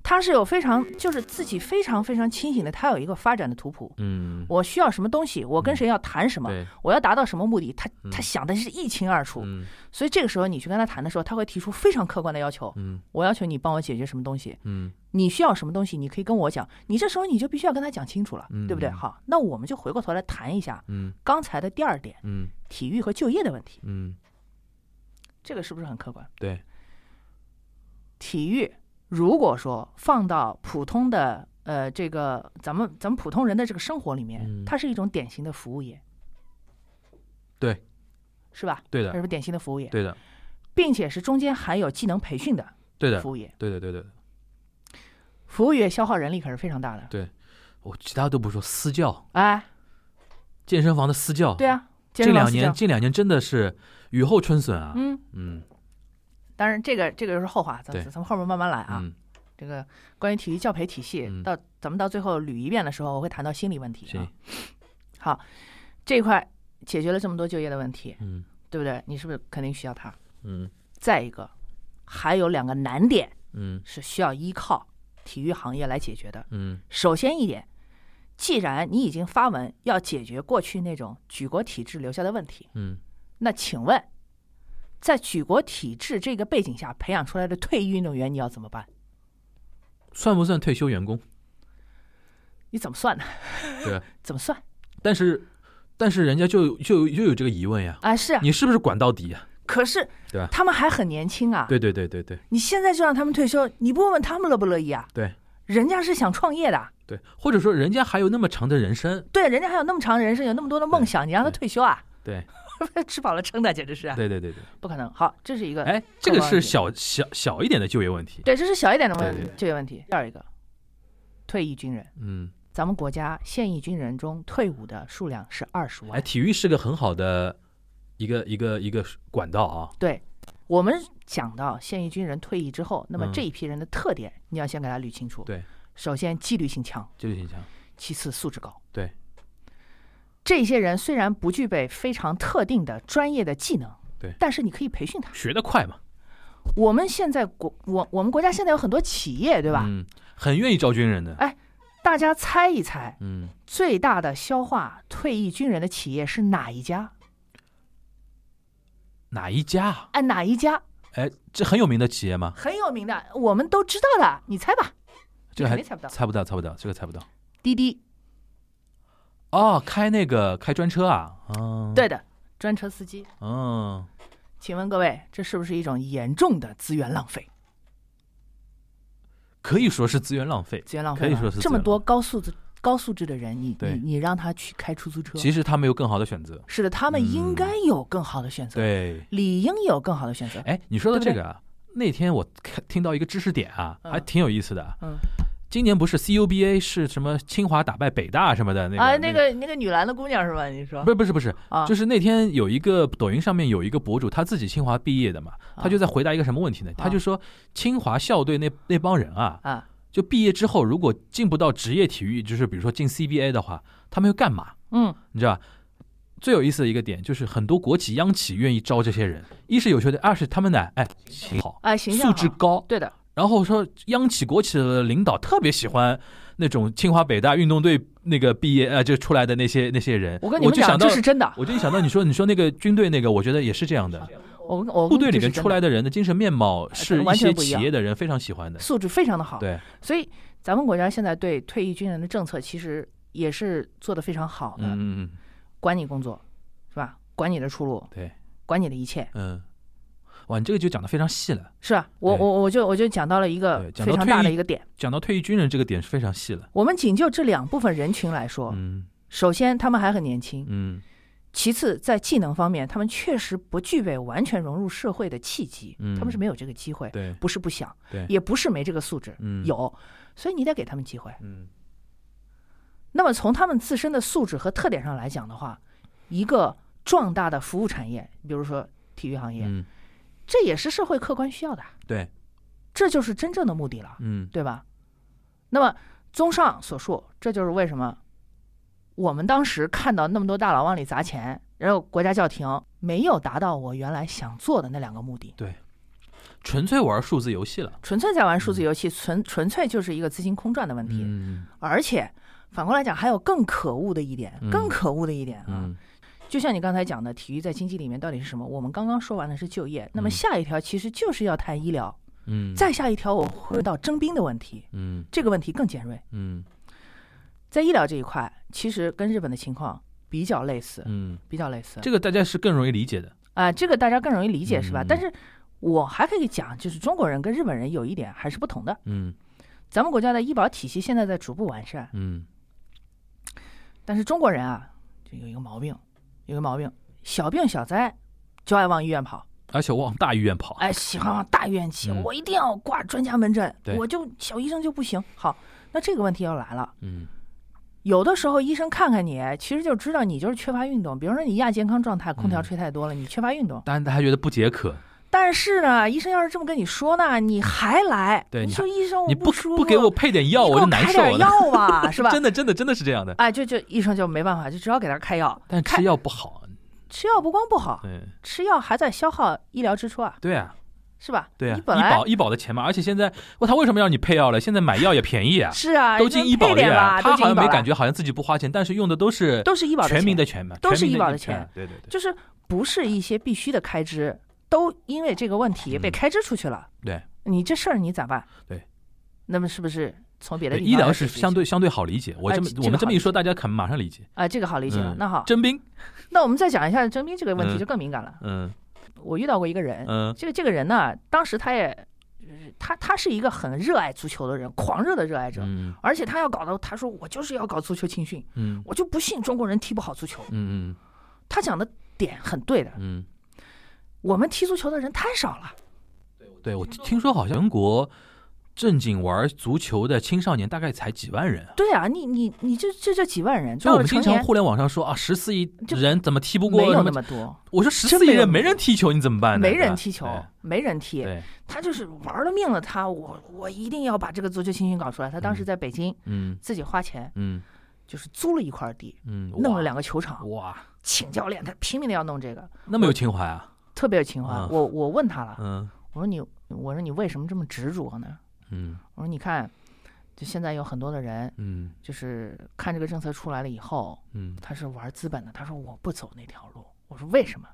S3: 他是有非常就是自己非常非常清醒的，他有一个发展的图谱。
S2: 嗯，
S3: 我需要什么东西，我跟谁要谈什么，
S2: 对，
S3: 我要达到什么目的，他
S2: 嗯
S3: 他想的是一清二楚。
S2: 嗯
S3: 所以这个时候你去跟他谈的时候，他会提出非常客观的要求。
S2: 嗯
S3: 我要求你帮我解决什么东西，
S2: 嗯
S3: 你需要什么东西，你可以跟我讲。你这时候你就必须要跟他讲清楚了，
S2: 嗯
S3: 对不对？好，那我们就回过头来谈一下
S2: 嗯
S3: 刚才的第二点，
S2: 嗯
S3: 体育和就业的问题。
S2: 嗯，
S3: 这个是不是很客观？
S2: 对，
S3: 体育如果说放到普通的呃这个咱们咱们普通人的这个生活里面，
S2: 嗯
S3: 它是一种典型的服务业，
S2: 对，
S3: 是吧？
S2: 对
S3: 它是
S2: 的，
S3: 不是典型的服务业，
S2: 对的，
S3: 并且是中间含有技能培训的
S2: 对的
S3: 服，务业。
S2: 对的，对的。
S3: 服务业消耗人力可是非常大的。
S2: 我其他都不说，私教
S3: 哎，
S2: 健身房的私教，
S3: 对啊，
S2: 这
S3: 健身房
S2: 两
S3: 私
S2: 年
S3: 教
S2: 这两年真的是雨后春笋啊。
S3: 嗯，
S2: 嗯
S3: 当然这个这个又是后话，咱
S2: 对
S3: 咱咱们后面慢慢来啊。
S2: 嗯
S3: 这个关于体育教培体系，
S2: 嗯
S3: 到咱们到最后捋一遍的时候，我会谈到心理问题啊
S2: 行。
S3: 好，这一块解决了这么多就业的问题，
S2: 嗯
S3: 对不对？你是不是肯定需要它？
S2: 嗯
S3: 再一个，还有两个难点
S2: 嗯
S3: 是需要依靠体育行业来解决的。
S2: 嗯
S3: 首先一点，既然你已经发文要解决过去那种举国体制留下的问题，
S2: 嗯
S3: 那请问，在举国体制这个背景下培养出来的退役运动员，你要怎么办？
S2: 算不算退休员工？
S3: 你怎么算呢？
S2: 对，
S3: 怎么算？
S2: 但是但是人家就就就有这个疑问呀，
S3: 啊，是啊，
S2: 你是不是管到底呀？
S3: 可是
S2: 对吧
S3: 他们还很年轻啊。
S2: 对对对对对
S3: 你现在就让他们退休，你不问问他们乐不乐意啊？
S2: 对，
S3: 人家是想创业的，
S2: 对，或者说人家还有那么长的人生，
S3: 对，人家还有那么长的人生，有那么多的梦想，你让他
S2: 对
S3: 退休啊？
S2: 对
S3: 吃饱了撑的，简直是啊
S2: 对对对对。
S3: 不可能。好，这是一个，
S2: 哎，这个是小小小一点的就业问题。
S3: 对，这是小一点的
S2: 对对对
S3: 问就业问题。第二一个，退役军人，
S2: 嗯，
S3: 咱们国家现役军人中退伍的数量是二十
S2: 哎，
S3: 万。
S2: 体育是个很好的一个一个一个管道啊。
S3: 对，我们讲到现役军人退役之后，那么
S2: 嗯
S3: 这一批人的特点，你要先给他捋清楚。
S2: 对，
S3: 首先纪律性强，
S2: 纪律性强，
S3: 其次素质高。
S2: 对，
S3: 这些人虽然不具备非常特定的专业的技能，
S2: 对
S3: 但是你可以培训他。
S2: 学得快嘛，
S3: 我们现在国我我们国家现在有很多企业，对吧？
S2: 嗯，很愿意招军人的。
S3: 大家猜一猜，
S2: 嗯，
S3: 最大的消化退役军人的企业是哪一家？
S2: 哪一家啊？
S3: 哎，哪一家
S2: 哎，这很有名的企业吗？
S3: 很有名的，我们都知道的，你猜吧。
S2: 这个还
S3: 肯定猜不到。
S2: 猜不到，猜不到，这个猜不到。
S3: 滴滴，
S2: 哦，开那个开专车啊？嗯，
S3: 对，的，专车司机。
S2: 嗯，
S3: 请问各位，这是不是一种严重的资源浪费？
S2: 可以说是资源浪费。
S3: 资源浪费
S2: 可以
S3: 吧
S2: 说是
S3: 这
S2: 资源
S3: 么
S2: 浪
S3: 多高素质、高素质的人，你
S2: 对
S3: 你你让他去开出租车，
S2: 其实他们有更好的选择。
S3: 是的，他们应该有更好的选择，
S2: 嗯对，
S3: 理应有更好的选择。
S2: 哎，你说到
S3: 对
S2: 这
S3: 不对
S2: 个啊，那天我看听到一个知识点啊，
S3: 嗯
S2: 还挺有意思的啊。
S3: 嗯
S2: 今年不是 CUBA 是什么清华打败北大什么的那个
S3: 啊，那个那个女篮的姑娘是吧？你说
S2: 不是不是不是，
S3: 啊，
S2: 就是那天有一个抖音上面有一个博主，他自己清华毕业的嘛，
S3: 啊
S2: 他就在回答一个什么问题呢？他就说清华校队那那帮人啊，
S3: 啊，
S2: 就毕业之后如果进不到职业体育，就是比如说进 CBA 的话，他们要干嘛？
S3: 嗯，
S2: 你知道吧？最有意思的一个点就是很多国企央企愿意招这些人，一是有球队，二是他们呢，哎，形好，
S3: 啊，形象
S2: 素质
S3: 好
S2: 高，
S3: 对的，
S2: 然后说央企国企的领导特别喜欢那种清华北大运动队那个毕业呃就出来的那些那些人，
S3: 我跟你们
S2: 就
S3: 讲，
S2: 想到
S3: 这是真的。
S2: 我就一想到你说你说那个军队那个，我觉得也是这样的，
S3: 我跟我
S2: 部队里
S3: 面
S2: 面出来的人的精神面貌是一
S3: 哎完
S2: 些
S3: 全不一
S2: 企
S3: 样啊
S2: 业的人非常喜欢的，
S3: 素质非常的好，
S2: 对，
S3: 所以咱们国家现在对退役军人的政策其实也是做得非常好的，
S2: 嗯嗯
S3: 管你工作是吧？管你的出路，
S2: 对，
S3: 管你的一切，
S2: 嗯，哇，你这个就讲的非常细了，
S3: 是吧？我
S2: 对
S3: 我我就我就讲到了一个
S2: 对讲
S3: 非
S2: 到
S3: 常大
S2: 退
S3: 的
S2: 役
S3: 一个点。
S2: 讲到退役军人这个点是非常细了，
S3: 我们仅就这两部分人群来说，
S2: 嗯
S3: 首先他们还很年轻，
S2: 嗯
S3: 其次，在技能方面，他们确实不具备完全融入社会的契机，
S2: 嗯
S3: 他们是没有这个机会，
S2: 对，
S3: 不是不想
S2: 对，
S3: 也不是没这个素质，
S2: 嗯
S3: 有，所以你得给他们机会。
S2: 嗯
S3: 那么从他们自身的素质和特点上来讲的话，一个壮大的服务产业，比如说体育行业，
S2: 嗯，
S3: 这也是社会客观需要的，
S2: 对，
S3: 这就是真正的目的了，
S2: 嗯
S3: 对吧？那么综上所述，这就是为什么我们当时看到那么多大佬往里砸钱，然后国家叫停，没有达到我原来想做的那两个目的，
S2: 纯粹玩数字游戏了，
S3: 纯粹在玩数字游戏，纯纯粹就是一个资金空转的问题，
S2: 嗯
S3: 而且。反过来讲，还有更可恶的一点，
S2: 嗯
S3: 更可恶的一点啊，
S2: 嗯
S3: 就像你刚才讲的，体育在经济里面到底是什么？我们刚刚说完的是就业，那么
S2: 嗯
S3: 下一条其实就是要谈医疗，
S2: 嗯，
S3: 再下一条我回到征兵的问题，
S2: 嗯
S3: 这个问题更尖锐。
S2: 嗯
S3: 在医疗这一块，其实跟日本的情况比较类似，
S2: 嗯，
S3: 比较类似。
S2: 这个大家是更容易理解的，
S3: 啊、这个大家更容易理解是吧？
S2: 嗯
S3: 但是我还可以讲，就是中国人跟日本人有一点还是不同的。
S2: 嗯
S3: 咱们国家的医保体系现在在逐步完善，
S2: 嗯
S3: 但是中国人啊，就有一个毛病，有一个毛病，小病小灾就爱往医院跑。
S2: 而且往大医院跑，
S3: 哎，喜欢往大医院去，
S2: 嗯
S3: 我一定要挂专家门诊，
S2: 对
S3: 我就小医生就不行。好，那这个问题要来了，
S2: 嗯
S3: 有的时候医生看看你，其实就知道你就是缺乏运动，比如说你亚健康状态，空调
S2: 嗯
S3: 吹太多了，你缺乏运动。
S2: 当然大家觉得不解渴，
S3: 但是呢，医生要是这么跟你说呢，你还来，
S2: 嗯对
S3: 你
S2: 你
S3: 说
S2: 还
S3: 医生我
S2: 你
S3: 不舒服，
S2: 不给我配点药，
S3: 你
S2: 我
S3: 给
S2: 就
S3: 我
S2: 难
S3: 开
S2: 受
S3: 点
S2: 了，？
S3: 药吧，是吧
S2: 真的真的真的是这样的，
S3: 哎，就就医生就没办法，就只好给他开药。
S2: 但
S3: 开
S2: 吃药不好，啊
S3: 吃药不光不好，
S2: 对
S3: 吃药还在消耗医疗支出啊，
S2: 对啊。
S3: 是吧？
S2: 对啊，
S3: 你
S2: 医
S3: 本来
S2: 保医保的钱嘛，而且现在哇，他为什么要你配药了？现在买药也便宜啊，
S3: 是啊，
S2: 都进医保
S3: 配
S2: 了
S3: 点
S2: 呀
S3: 吧，
S2: 他
S3: 都进
S2: 好像
S3: 医保
S2: 没
S3: 了
S2: 感觉，好像自己不花钱，但是用的都是
S3: 都是医保的
S2: 全民
S3: 钱
S2: 的钱嘛，
S3: 都是
S2: 全民
S3: 医保的
S2: 钱
S3: 钱，
S2: 对对对，
S3: 就是不是一些必须的开支，都因为这个问题被
S2: 嗯
S3: 开支出去了。
S2: 对，
S3: 你这事儿你咋办？
S2: 对，
S3: 那么是不是从别的
S2: 对
S3: 地
S2: 医
S3: 方
S2: 疗
S3: 来
S2: 是
S3: 解决
S2: 相对相对好理解。我
S3: 哎
S2: 这么
S3: 这
S2: 我
S3: 这
S2: 们
S3: 个
S2: 这
S3: 好
S2: 么
S3: 理
S2: 一说，
S3: 解
S2: 大家肯马上理解。
S3: 啊，这个好理解了。
S2: 嗯
S3: 那好，
S2: 征兵，
S3: 那我们再讲一下征兵这个问题
S2: 嗯
S3: 就更敏感了。
S2: 嗯
S3: 我遇到过一个人，
S2: 嗯
S3: 这个这个人呢，当时他也，呃他他是一个很热爱足球的人，狂热的热爱者，
S2: 嗯
S3: 而且他要搞到，他说我就是要搞足球青训，
S2: 嗯
S3: 我就不信中国人踢不好足球。
S2: 嗯
S3: 他讲的点很对的，
S2: 嗯
S3: 我们踢足球的人太少了。
S2: 嗯，对我听说好像全国正经玩足球的青少年大概才几万人啊。
S3: 对啊，你你你这这这几万人，
S2: 就
S3: 到
S2: 我
S3: 了
S2: 们
S3: 成
S2: 经常
S3: 年
S2: 互联网上说啊，十四亿
S3: 就
S2: 人怎么踢不
S3: 没
S2: 过
S3: 有
S2: 什
S3: 那
S2: 么？
S3: 么多，
S2: 我说十
S3: 真
S2: 四亿
S3: 没有
S2: 人
S3: 那么
S2: 没人踢球，你怎么办呢？
S3: 没
S2: 对
S3: 人
S2: 吧
S3: 踢球
S2: 对，
S3: 没人踢，
S2: 哎对，
S3: 他就是玩了命了他。我我一定要把这个足球青训搞出来。他当时
S2: 嗯
S3: 在北京
S2: 嗯
S3: 自己花钱，
S2: 嗯
S3: 就是租了一块地，
S2: 嗯，
S3: 弄
S2: 哇
S3: 了两个球场，
S2: 哇，
S3: 请教练，他拼命的要弄这个，
S2: 那么有情怀啊！
S3: 特别有情怀。
S2: 嗯
S3: 我我问他了，
S2: 嗯
S3: 我说你，我说你为什么这么执着呢？
S2: 嗯
S3: 我说你看，就现在有很多的人，
S2: 嗯
S3: 就是看这个政策出来了以后，
S2: 嗯
S3: 他是玩资本的。他说我不走那条路。我说为什么？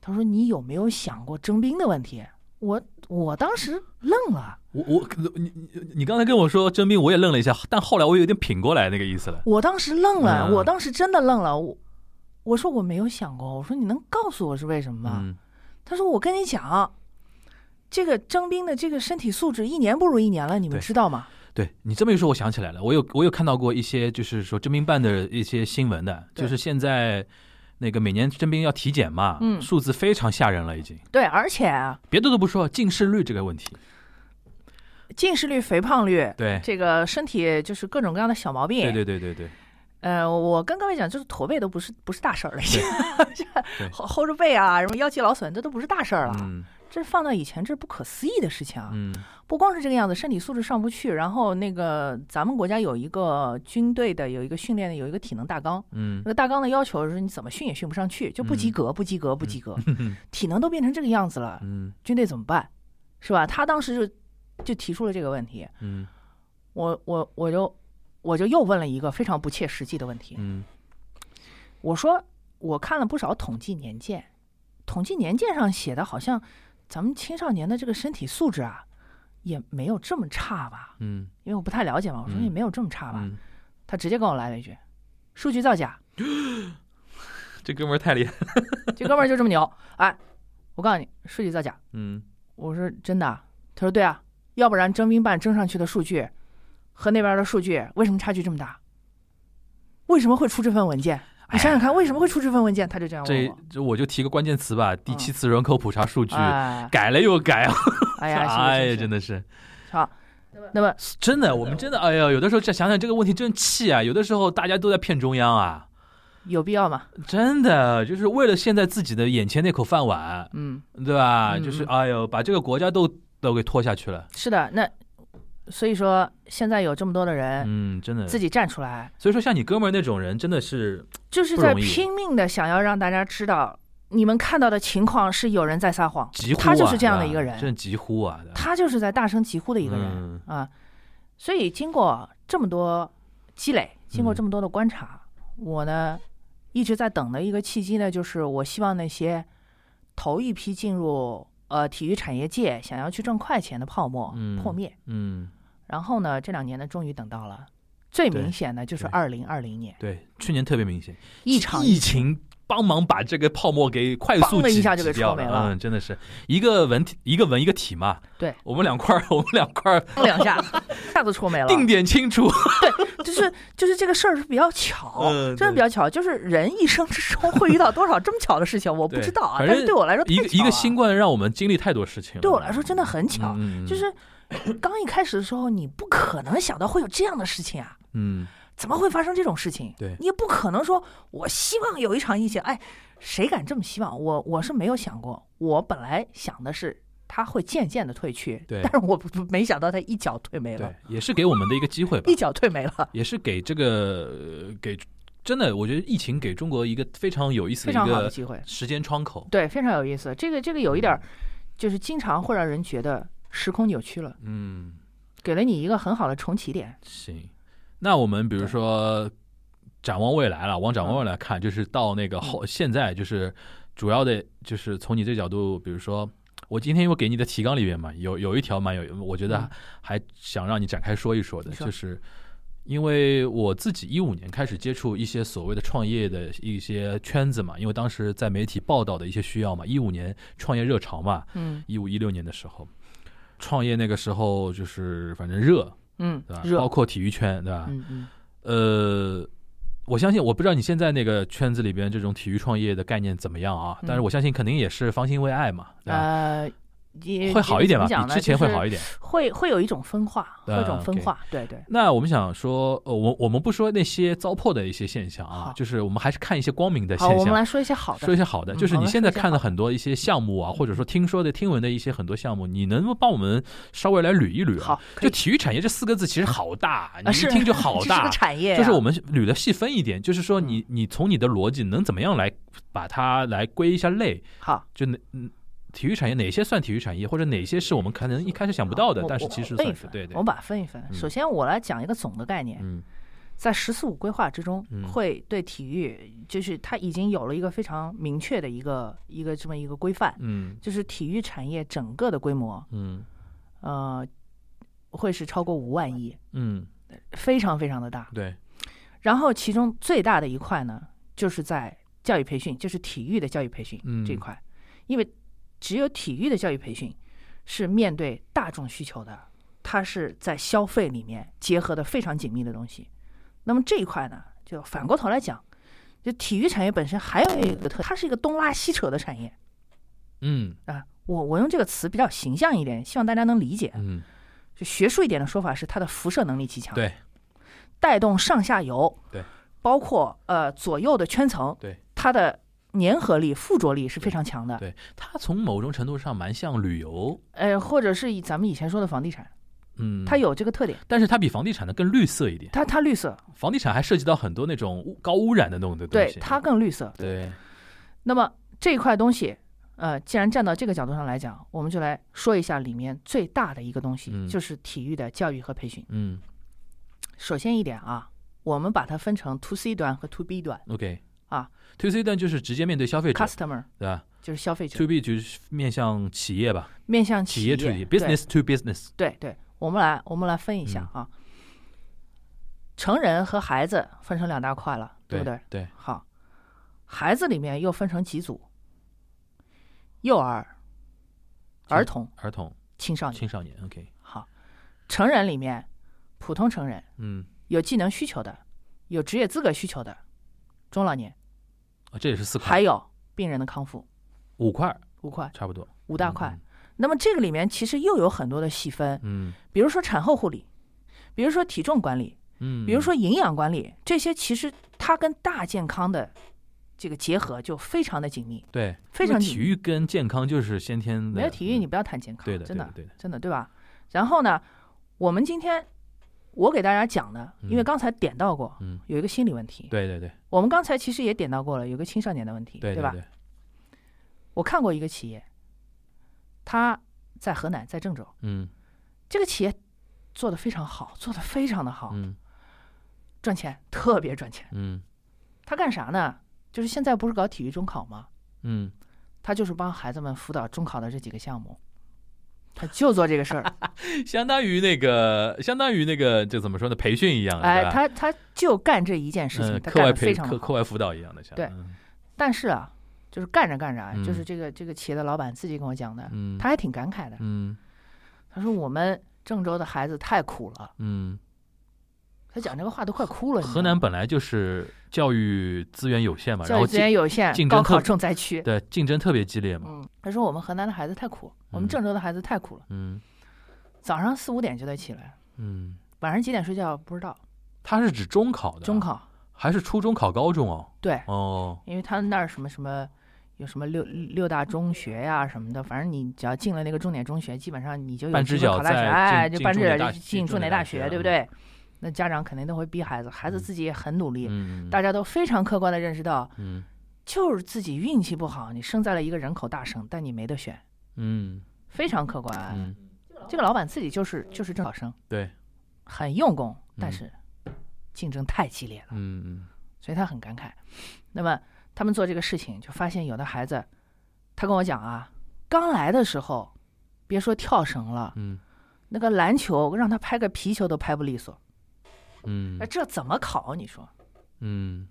S3: 他说你有没有想过征兵的问题？我我当时愣了，
S2: 我我你你你刚才跟我说征兵，我也愣了一下，但后来我有点品过来那个意思了。
S3: 我当时愣了，
S2: 嗯
S3: 我当时真的愣了。我我说我没有想过，我说你能告诉我是为什么吗？
S2: 嗯
S3: 他说我跟你讲，这个征兵的这个身体素质一年不如一年了，你们
S2: 对
S3: 知道吗？
S2: 对你这么一说，我想起来了，我有我有看到过一些就是说征兵办的一些新闻的，
S3: 对
S2: 就是现在那个每年征兵要体检嘛，
S3: 嗯
S2: 数字非常吓人了，已经。
S3: 对，而且啊
S2: 别的都不说，近视率这个问题，
S3: 近视率、肥胖率，
S2: 对
S3: 这个身体就是各种各样的小毛病。
S2: 对对对对对，
S3: 呃，我跟各位讲，就是驼背都不是不是大事儿了，已经
S2: 对
S3: 后后着背啊，什么腰肌劳损，这都不是大事儿了。
S2: 嗯
S3: 这放到以前，这是不可思议的事情啊！
S2: 嗯
S3: 不光是这个样子，身体素质上不去，然后那个咱们国家有一个军队的，有一个训练的，有一个体能大纲。
S2: 嗯
S3: 那个大纲的要求是，你怎么训也训不上去，就不及格，不及格，不及格。 体能都变成这个样子了，
S2: 嗯
S3: 军队怎么办？是吧？他当时就就提出了这个问题，
S2: 嗯
S3: 我我我就我就又问了一个非常不切实际的问题。
S2: 嗯
S3: 我说我看了不少统计年鉴，统计年鉴上写的好像咱们青少年的这个身体素质啊，也没有这么差吧？
S2: 嗯
S3: 因为我不太了解嘛，我说
S2: 嗯
S3: 也没有这么差吧。
S2: 嗯，
S3: 他直接跟我来了一句：“数据造假。
S2: 这哥们儿太厉害，”
S3: 这哥们儿就这么牛，哎，我告诉你，数据造假。
S2: 嗯
S3: 我说真的啊？他说对啊，要不然征兵办征上去的数据和那边的数据为什么差距这么大？为什么会出这份文件？你想想看，为什么会出这份文件？他就这样问
S2: 哎这
S3: 我。
S2: 这我就提个关键词吧，第
S3: 嗯
S2: 七次人口普查数据、
S3: 哎
S2: 改了又改，啊
S3: 哎呀，
S2: 哎呀，真
S3: 的
S2: 的是
S3: 好。那么
S2: 真的，我们真的，哎呀，有的时候再想想这个问题真气啊，有的时候大家都在骗中央啊，
S3: 有必要吗？
S2: 真的就是为了现在自己的眼前那口饭碗，
S3: 嗯，
S2: 对吧？
S3: 嗯
S2: 就是
S3: 嗯
S2: 哎呦，把这个国家都都给拖下去了，
S3: 是的。那所以说，现在有这么多的人
S2: 嗯，真的
S3: 哎自。己站出来，
S2: 所以说，像你哥们儿那种人，真的是
S3: 就是
S2: 不
S3: 在
S2: 容易
S3: 拼命的想要让大家知道，你们看到的情况是有人在撒谎，
S2: 急呼、啊，
S3: 他就是这样的
S2: 对吧
S3: 一个人
S2: 真的急呼啊，对吧
S3: 他就是在大声疾呼的一个人。
S2: 嗯
S3: 啊，所以经过这么多积累，经过
S2: 嗯
S3: 这么多的观察，我呢一直在等的一个契机呢，就是我希望那些头一批进入呃体育产业界想要去挣快钱的泡沫、
S2: 嗯
S3: 破灭。
S2: 嗯，
S3: 然后呢，这两年呢，终于等到了。最
S2: 对
S3: 明显的就是
S2: 对
S3: 二零二零年
S2: 对，去年特别明显，
S3: 一场
S2: 疫情帮忙把这个泡沫给快速
S3: 砰的一
S2: 挤
S3: 下就给
S2: 挤掉
S3: 戳没
S2: 了。
S3: 了
S2: 嗯，真的是一个文体一个文一个体嘛。
S3: 对，
S2: 我们两块儿， 我们两块儿
S3: 砰两下，一 下子戳没了。
S2: 定点清除。
S3: 就是就是这个事儿是比较巧，
S2: 嗯
S3: 真的比较巧。就是人一生之中会遇到多少这么巧的事情，我不
S2: 对
S3: 知道啊。
S2: 反
S3: 但是
S2: 正
S3: 对我来说太
S2: 一
S3: 巧
S2: 个
S3: 了，
S2: 一个新冠让我们经历太多事情了。
S3: 对我来说真的很巧，
S2: 嗯，嗯
S3: 就是刚一开始的时候，你不可能想到会有这样的事情啊，
S2: 嗯，
S3: 怎么会发生这种事情？
S2: 对
S3: 你也不可能说我希望有一场疫情，哎，谁敢这么希望？我我是没有想过，我本来想的是它会渐渐的退去，
S2: 对
S3: 但是我不没想到它一脚退没了
S2: 对，，也是给我们的一个机会吧
S3: 一，脚退没了，
S2: 也是给这个呃给真的，我觉得疫情给中国一个非常有意思的
S3: 非
S2: 一
S3: 常好的
S2: 个
S3: 机会，
S2: 时间窗口。
S3: 对，非常有意思。这个这个有一点
S2: 嗯
S3: 儿，就是经常会让人觉得时空扭曲了，
S2: 嗯，
S3: 给了你一个很好的重启点。
S2: 行，那我们比如
S3: 对嗯
S2: 说展望未来了，往展望未来看，就是到那个后现在，就是主要的，就是从你这角度，比如说。我今天因为给你的提纲里面嘛，有有一条蛮有，我觉得
S3: 嗯
S2: 还想让你展开说一说的，
S3: 你说
S2: 就是因为我自己一五年开始接触一些所谓的创业的一些圈子嘛，因为当时在媒体报道的一些需要嘛，一五年创业热潮嘛，
S3: 嗯
S2: 一五一六年的时候，创业那个时候就是反正热，
S3: 嗯
S2: 对吧，？
S3: 热
S2: 包括体育圈，对吧？
S3: 嗯嗯
S2: 呃，我相信，我不知道你现在那个圈子里边这种体育创业的概念怎么样啊？
S3: 嗯
S2: 但是我相信肯定也是方兴未艾嘛，对吧？
S3: 呃，也
S2: 会好一点吧，
S3: 怎么讲
S2: 比
S3: 呢
S2: 之前会
S3: 就是
S2: 好一点。
S3: 会会有一种分化，会有一种
S2: 嗯
S3: 分
S2: ，OK
S3: 化，对对，
S2: 那我们想说，呃，我我们不说那些糟粕的一些现象啊
S3: 好，
S2: 就是我们还是看一些光明的现
S3: 好，我们
S2: 象。
S3: 来说一些好的，
S2: 啊说一些好的，
S3: 嗯
S2: 就是
S3: 好
S2: 你
S3: 的
S2: 现
S3: 说
S2: 在
S3: 一些
S2: 看了很多一些项目啊，或者说听说的、听闻的一些很多项目，你能不能帮我们稍微来捋一捋啊
S3: 好？可
S2: 就
S3: 以啊
S2: 体育产业这四个字其实好大，你一
S3: 呃是
S2: 听就 好
S3: 这是
S2: 大
S3: 个，产业啊，嗯
S2: 就是我们捋的细分一点，就是说你你从你的逻辑能怎么样来把它来归一下类，
S3: 好，
S2: 就哪嗯体育产业哪些算体育产业，或者哪些是我们可能一开始想不到的
S3: 我，
S2: 但是
S3: 我
S2: 其实
S3: 分一
S2: 算是
S3: 分，
S2: 对对
S3: 我，把它分一分。首先，我来讲一个总的概念，
S2: 嗯
S3: 在“十四五”规划之中
S2: 嗯，
S3: 会对体育，就是它已经有了一个非常明确的一个一个这么一个规范，
S2: 嗯
S3: 就是体育产业整个的规模，
S2: 嗯
S3: 呃，会是超过五万亿，
S2: 嗯，
S3: 非常非常的大。
S2: 对，
S3: 然后其中最大的一块呢，就是在教育培训，就是体育的教育培训
S2: 嗯
S3: 这一块，因为只有体育的教育培训是面对大众需求的，它是在消费里面结合的非常紧密的东西。那么这一块呢，就反过头来讲，就体育产业本身还有一个特，它是一个东拉西扯的产业
S2: 嗯
S3: 啊。我我用这个词比较形象一点，希望大家能理解。
S2: 嗯
S3: 就学术一点的说法是，它的辐射能力极强。
S2: 对，
S3: 带动上下游，
S2: 对，
S3: 包括呃左右的圈层，
S2: 对，
S3: 它的粘合力、附着力是非常强的。
S2: 对，它从某种程度上蛮像旅游，
S3: 呃，或者是以咱们以前说的房地产，
S2: 嗯，
S3: 它，有这个特点，
S2: 但是它比房地产的更绿色一点，
S3: 它它绿色，
S2: 房地产还涉及到很多那种污高污染的那种的东
S3: 对，
S2: 西，
S3: 它更绿色。
S2: 对，
S3: 那么这一块东西，呃，既然站到这个角度上来讲，我们就来说一下里面最大的一个东西，
S2: 嗯
S3: 就是体育的教育和培训。
S2: 嗯
S3: 首先一点啊，我们把它分成 to C 端和 to B 端
S2: ，OK
S3: 啊。
S2: To C 段就是直接面对消费者，
S3: ，customer
S2: 对吧
S3: 就是消费者
S2: ？To，B 就是面向企业吧，
S3: 面向
S2: 企
S3: 业
S2: 业 to
S3: 对
S2: business 嗯 to business，
S3: 对对，我们来我们来分一下啊。成人和孩子分成两大块了，对不对？
S2: 对，
S3: 好，孩子里面又分成几组：幼儿、儿童、
S2: 儿童、
S3: 青少年。
S2: 青少年，OK，
S3: 好，成人里面，普通成人
S2: 嗯
S3: 有技能需求的，有职业资格需求的，中老年
S2: 啊，这也是四块，
S3: 还有病人的康复
S2: 五块
S3: 五块
S2: 差不多。
S3: 五大块。那么这个里面其实又有很多的细分，
S2: 嗯
S3: 比如说产后护理，比如说体重管理，
S2: 嗯，
S3: 比如说营养管理，这些其实它跟大健康的这个结合就非常的紧密，
S2: 对，
S3: 非
S2: 因为
S3: 常
S2: 体
S3: 紧密。
S2: 育跟健康就是先天的，
S3: 没有体育，
S2: 嗯
S3: 你不要谈健康，
S2: 对的，
S3: 真的
S2: 对的，
S3: 真的对吧？然后呢，我们今天我给大家讲的，因为
S2: 嗯
S3: 刚才点到过，
S2: 嗯
S3: 有一个心理问题，
S2: 对的对对对
S3: 我们刚才其实也点到过了，有个青少年的问题，
S2: 对
S3: 吧？
S2: 对
S3: 我看过一个企业，他在河南，在郑州，
S2: 嗯
S3: 这个企业做的非常好，做的非常的好，
S2: 嗯
S3: 赚钱特别赚钱。
S2: 嗯
S3: 他干啥呢？就是现在不是搞体育中考吗？
S2: 嗯，
S3: 他就是帮孩子们辅导中考的这几个项目，他就做这个 事儿。
S2: 相当于那个，相当于那个，就怎么说呢？培训一样，
S3: 哎
S2: 是，吧
S3: 他他就干这一件事情，
S2: 嗯，
S3: 他
S2: 课
S3: 干
S2: 外
S3: 得
S2: 培
S3: 非常
S2: 课
S3: 好。
S2: 课外辅导一样的，像
S3: 对
S2: 嗯
S3: 但是啊，就是干着干着啊，
S2: 嗯
S3: 就是这个这个企业的老板自己跟我讲的，
S2: 嗯，
S3: 他还挺感慨的。
S2: 嗯
S3: 他说我们郑州的孩子太苦了，
S2: 嗯，
S3: 他讲这个话都快哭了。你知道
S2: 河南
S3: 吗
S2: 本来就是教育资源有限嘛，然
S3: 教
S2: 后
S3: 育资源
S2: 竞
S3: 有限，
S2: 竞争
S3: 高考
S2: 特
S3: 重灾区。
S2: 对竞争特别激烈嘛，
S3: 嗯，他说我们河南的孩子太苦，我们
S2: 嗯
S3: 郑州的孩子太苦了。
S2: 嗯
S3: 早上四五点就得起来，
S2: 嗯，
S3: 晚上几点睡觉不知道。
S2: 他是指中考的，
S3: 中考
S2: 还是初中考高中哦？
S3: 对，
S2: 哦，
S3: 因为他们那儿什么什么有什么六六大中学呀、什么的，反正你只要进了那个重点中学，基本上你就有
S2: 半只
S3: 机会
S2: 脚
S3: 考大学，
S2: 在
S3: 哎，
S2: 进
S3: 就
S2: 进
S3: 半只
S2: 重点
S3: 脚
S2: 大
S3: 就
S2: 学
S3: 进
S2: 进
S3: 重
S2: 重
S3: 点
S2: 点
S3: 大
S2: 大
S3: 学，
S2: 学
S3: 对不
S2: 嗯
S3: 对？那家长肯定都会逼孩子，孩子自己也很努力，
S2: 嗯，
S3: 大
S2: 家
S3: 家都非常客观的认识到，
S2: 嗯
S3: 就是自己运气不好，你生在了一个人口大省，但你没得选，
S2: 嗯
S3: 非常客观。
S2: 嗯，
S3: 这个老板自己就是就是中考生，
S2: 对，
S3: 很用功，但
S2: 嗯
S3: 是竞争太激烈了。
S2: 嗯嗯
S3: 所以他很感慨。那么他们做这个事情，就发现有的孩子，他跟我讲啊，刚来的时候，别说跳绳了，
S2: 嗯
S3: 那个篮球让他拍个皮球都拍不利索，
S2: 嗯
S3: 那这怎么考？你说
S2: 嗯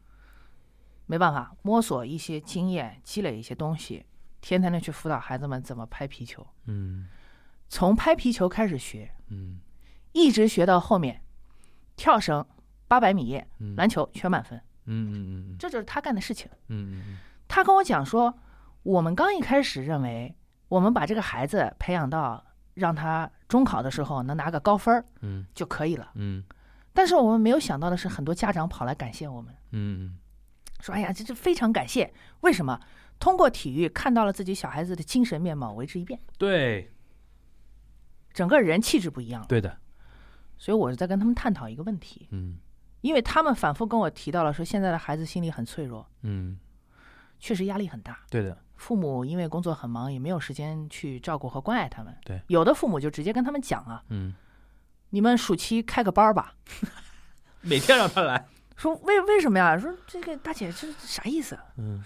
S3: 没办法，摸索一些经验，积累一些东西，天天的去辅导孩子们怎么拍皮球，
S2: 嗯
S3: 从拍皮球开始学，
S2: 嗯
S3: 一直学到后面，跳绳、八百米、
S2: 嗯
S3: 篮球全满分，
S2: 嗯嗯
S3: 这就是他干的事情。
S2: 嗯
S3: 他跟我讲说，我们刚一开始认为，我们把这个孩子培养到让他中考的时候能拿个高分儿
S2: 嗯
S3: 就可以了。
S2: 嗯
S3: 但是我们没有想到的是，很多家长跑来感谢我们，
S2: 嗯
S3: 说：“哎呀，这这非常感谢。”为什么？通过体育看到了自己小孩子的精神面貌，为之一变，
S2: 对
S3: 整个人气质不一样了。
S2: 对的，
S3: 所以我是在跟他们探讨一个问题，
S2: 嗯
S3: 因为他们反复跟我提到了说，现在的孩子心理很脆弱，
S2: 嗯
S3: 确实压力很大。
S2: 对的，
S3: 父母因为工作很忙，也没有时间去照顾和关爱他们。
S2: 对
S3: 有的父母就直接跟他们讲啊，
S2: 嗯，
S3: 你们暑期开个班儿吧。
S2: 每天让他来，
S3: 说为为什么呀？说这个大姐这啥意思？
S2: 嗯，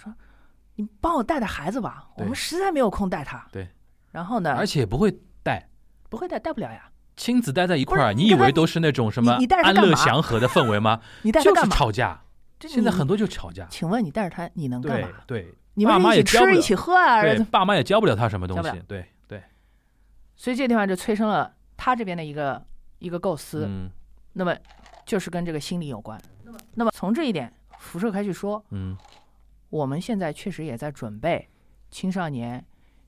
S3: 你帮我带带孩子吧，我
S2: 对
S3: 们实在没有空带他。
S2: 对，
S3: 然后呢，
S2: 而且不会带。
S3: 不会带带不了呀，
S2: 亲子待在一块
S3: 不是
S2: 儿，
S3: 你
S2: 你以
S3: 跟他
S2: 为都是那种什么
S3: 你你带着他
S2: 安
S3: 干嘛
S2: 乐祥和的氛围吗？
S3: 你带他
S2: 就
S3: 干
S2: 是
S3: 嘛？
S2: 吵架，
S3: 这你
S2: 现在很，多就吵架。
S3: 请问你带着他你能干
S2: 对
S3: 嘛？
S2: 对，
S3: 你
S2: 爸
S3: 们
S2: 妈
S3: 是一
S2: 也
S3: 起
S2: 教不
S3: 吃
S2: 了
S3: 一起喝啊，儿
S2: 对，
S3: 子。
S2: 爸妈也教不了他什么东
S3: 教不
S2: 西。对对，
S3: 所以这地方就催生了他这边的一个一个构思。
S2: 嗯
S3: 那么就是跟这个心理有关。那么从这一点辐射开去说，
S2: 嗯
S3: 我们现在确实也在准备青少年